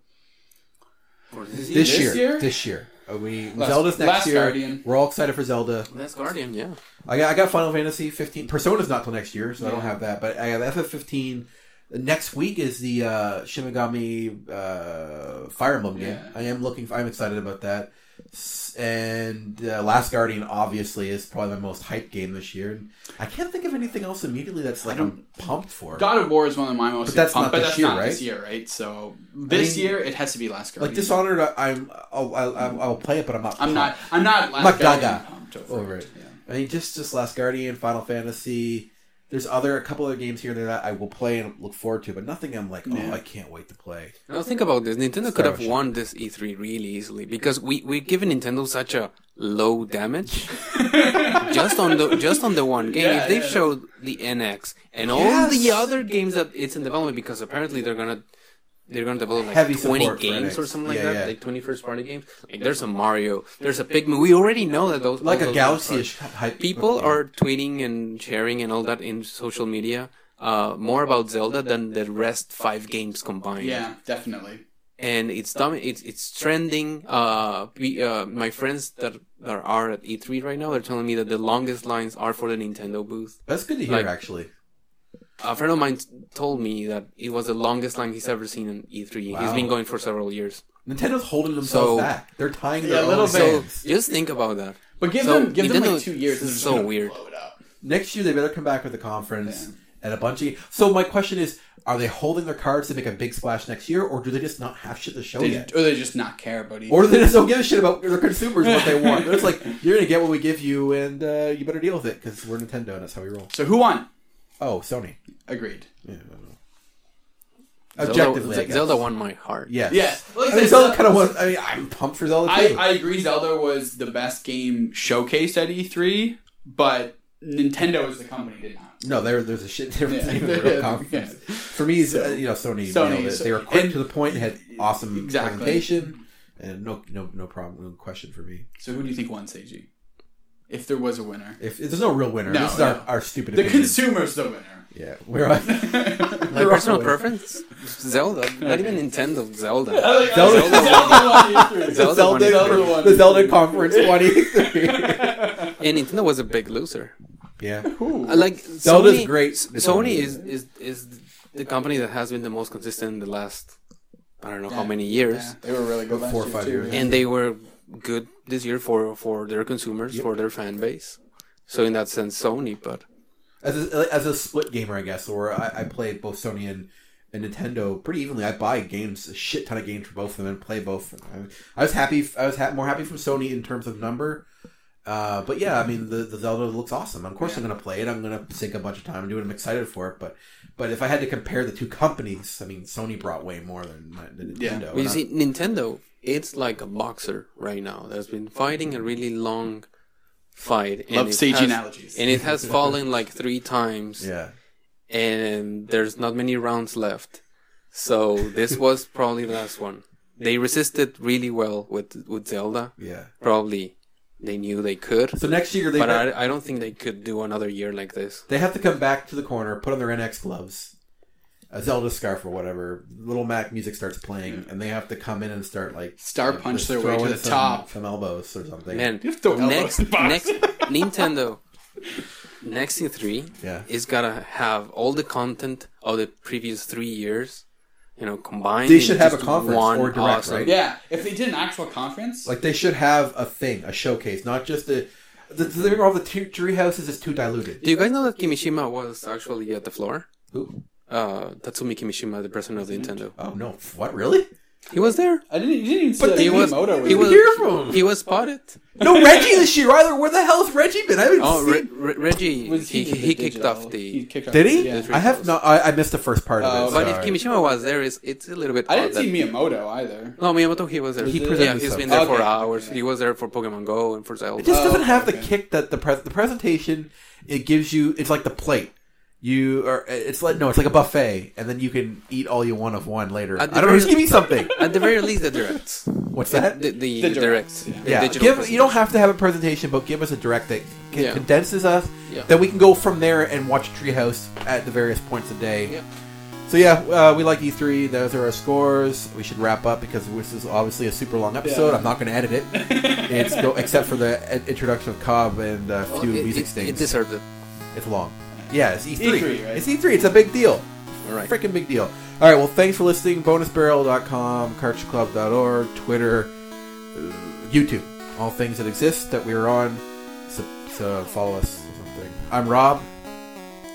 B: this,
A: This,
C: this
A: year,
C: year?
A: this year. Uh, we
C: Last-
A: Zelda's next
C: Last
A: year.
C: Guardian.
A: We're all excited for Zelda.
B: Last Guardian, yeah.
A: I got, I got Final Fantasy 15. Persona's not till next year, so I don't
C: Yeah.
A: have that. But I have FF15. Next week is the uh, Shin Megami uh, Fire Emblem game.
C: Yeah.
A: I am looking. I'm excited about that. S- And uh, Last Guardian obviously is probably my most hyped game this year. And I can't think of anything else immediately that's like I'm pumped for.
C: God of War is one of my most
A: But that's
C: pumped,
A: not
C: but
A: this
C: that's
A: year,
C: not
A: right?
C: this year, right? So this
A: mean,
C: year it has to be Last Guardian.
A: like Dishonored, I, I'm I'll, I'll, I'll I'll play it, but I'm not.
C: I'm not.
A: pumped.
C: I'm not Last
A: Not
C: Guardian
A: Gaga
C: pumped
A: over it.
C: Yeah.
A: Oh, I mean, just just Last Guardian, Final Fantasy. There's other a couple other games here and there that I will play and look forward to, but nothing I'm like, oh,
C: Yeah.
A: I can't wait to play.
B: Now think about this. Nintendo could have
A: Starship.
B: won this E3 really easily because we we give Nintendo such a low damage just on the just on the one game.
C: Yeah,
B: if they
C: yeah.
B: showed the NX and all
A: Yes.
B: the other games that it's in development because apparently they're gonna they're gonna develop like
A: Heavy
B: twenty
A: support for
B: games
A: NX.
B: or something like
A: Yeah,
B: that,
A: yeah.
B: like twenty first party games. Like there's a Mario, there's a Pikmin. We already know that
C: Oh,
B: those
A: Like
B: all
A: a
B: those
A: galaxy-ish hype.
B: people are tweeting and sharing and all that in social media uh, more about Zelda than the rest five games combined.
C: Yeah, definitely.
B: and it's domi- it's it's trending. Uh, we, uh, my friends that that are at E3 right now, they're telling me that the longest lines are for the Nintendo booth.
A: That's good to hear,
B: like-
A: actually.
B: A friend of mine told me that it was the longest line he's ever seen in E3. He's
A: Wow.
B: been going for several years.
A: Nintendo's holding themselves
B: So-
A: back. They're tying
C: Yeah,
A: their
C: a
A: own
C: little bit.
B: So
A: hands.
B: just think about that.
C: But give
B: So
C: them give them
B: Nintendo
C: like two years. and
B: is
C: it's
B: so
C: gonna
B: weird.
C: Blow it up.
A: Next year, they better come back with a conference and a bunch of. So my question is: Are they holding their cards to make a big splash next year, or do they just not have shit to show
C: They
A: yet?
C: just- or they just not care about it.
A: Oh, Or they just don't give a shit about their consumers what they want. They're just like, you're gonna get what we give you, and uh, you better deal with it because we're Nintendo and that's how we roll.
C: so who won?
A: Oh, Sony.
C: Agreed.
A: Yeah, I don't know.
B: Zelda,
A: Objectively, I
B: Ze-
A: guess.
B: Zelda won my heart.
A: Yes.
C: Yeah, like I
A: I mean, Zelda
C: said, Zelda-
A: kind of was. I mean, I'm pumped for Zelda
C: I,
A: too.
C: I agree Zelda was the best game showcased at E3, but Nintendo as the company did not.
A: no, there, there's a shit difference
C: Yeah.
A: in the real conference.
C: Yeah.
A: For me, uh, you know, Sony,
C: Sony,
A: nailed it.
C: so-
A: they were quick
C: and-
A: to the point, and had awesome
C: Exactly.
A: presentation, and no, no, no problem, no question for me.
C: So who do you think won Seiji? If there was a winner.
A: If, if there's no real winner,
C: No,
A: this is
C: no.
A: our, our stupid.
C: The
A: opinion.
C: consumer's the winner.
A: yeah, we're on.
B: My
A: You're
B: personal
A: always-
B: preference, Zelda. Not even Nintendo, Zelda.
C: Zelda,
A: Zelda-
C: won E3.
A: The
B: Zelda won
A: Zelda,
B: E3.
C: won.
A: the Zelda conference 23.
B: And Nintendo was a big loser.
A: yeah.
B: Uh, like
A: Zelda's
B: Sony,
A: great.
B: S- Sony is, is is the company that has been the most consistent in the last I don't know how many years,
C: Yeah, they were really good.
A: About four or
C: last
A: five
C: year,
A: years.
C: too.
B: and they were good this year for for their consumers, for their fan base. So in that sense, Sony. But
A: as a, as a split gamer, I guess, or I, I play both Sony and, and Nintendo pretty evenly. I buy games, a shit ton of games for both of them, and play both. I, I was happy. I was ha- more happy from Sony in terms of number. Uh, but yeah, I mean, the, the Zelda looks awesome. Of course, I'm going to play it. I'm going to sink a bunch of time and do it. I'm excited for it. But but if I had to compare the two companies, I mean, Sony brought way more than, than Nintendo.
C: Yeah.
A: and
B: Well, you
A: I-
B: see, Nintendo, it's like a boxer right now that's been fighting a really long fight.
C: Love
B: it
C: siege
B: has-
C: analogies.
B: And it has fallen like three times,
A: yeah,
B: and there's not many rounds left. So this was probably the last one. They resisted really well with with Zelda.
A: yeah.
B: Probably they knew they could,
A: So next year they
B: but I, I don't think they could do another year like this.
A: They have to come back to the corner, put on their NX gloves, a Zelda scarf or whatever. Little Mac music starts playing, and they have to come in and start like
C: Star
A: like,
C: punch
A: just
C: their way to
A: throwing
C: the
A: some-
C: top.
A: some elbows or something.
B: Man,
C: You have to elbow
B: next
C: the box.
B: next Nintendo, next E three,
A: Yeah.
B: is gotta have all the content of the previous three years, you know, combined.
A: They
B: in
A: should have a
B: just
A: conference
B: one
A: or direct, right?
C: Yeah, if they did an actual conference,
A: Like they should have a thing, a showcase, not just a. The, the thing with all the t- tree houses is too diluted.
B: Do you guys know that Kimishima was actually at the floor?
A: Who?
B: Uh, Tatsumi Kimishima, the president of Nintendo,
A: Oh no! What really?
B: he was there.
C: I didn't. You didn't even see
A: But
C: that
A: they-
B: He was.
C: Miyamoto
B: He
C: there.
B: was.
A: hear from him.
B: He was spotted.
A: No Reggie this year either. Where the hell's Reggie been? I haven't
B: Oh, Re-
A: seen.
B: Re- Reggie,
C: Was
B: he,
C: the
B: he, kicked
C: digital-
B: off the.
C: he kicked off
A: Did
C: the-
A: he?
C: yeah.
A: I have not. I, I missed the first part
C: Oh,
A: of it.
B: but if
A: sorry.
B: Kimishima was there, it's, it's a little bit.
C: I
B: odd
C: didn't
B: that-
C: see Miyamoto either.
B: No, Miyamoto, he was there.
A: He
B: He
A: presented
B: yeah, he's
A: stuff.
B: been there for
C: Okay.
B: hours. He was there for Pokemon Go and for Zelda.
A: It just
C: Oh,
A: doesn't have the
C: okay.
A: kick that the pres the presentation it gives you. It's like the plate. You are it's like no, it's like a buffet, and then you can eat all you want of one later. I
B: At the
A: don't know, just
B: very-
A: give me something.
B: At the very least, the directs.
A: What's that?
B: The, the,
C: The
B: directs.
C: directs, yeah.
B: The
A: yeah,
B: digital
A: give you don't
B: presentation.
A: have to have a presentation, but give us a direct that c-
B: Yeah.
A: condenses us.
B: Yeah.
A: Then we can go from there and watch Treehouse at the various points of day.
B: Yeah.
A: So yeah, uh, we like E3. Those are our scores. We should wrap up because this is obviously a super long episode.
C: Yeah.
A: I'm not going to edit it. it's go, except for the uh, introduction of Cobb and a few
B: it,
A: music
B: it,
A: things.
B: it deserved it.
A: It's long. Yeah, it's E3.
C: E3, E right?
A: It's E3. It's a big deal.
B: All right.
A: Freaking big deal. All right, well, thanks for listening. BonusBarrel.com, CartridgeClub.org, Twitter, uh, YouTube. All things that exist that we're on. uh, So, so follow us or something. I'm Rob.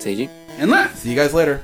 B: Seiji.
C: And left.
A: See you guys later.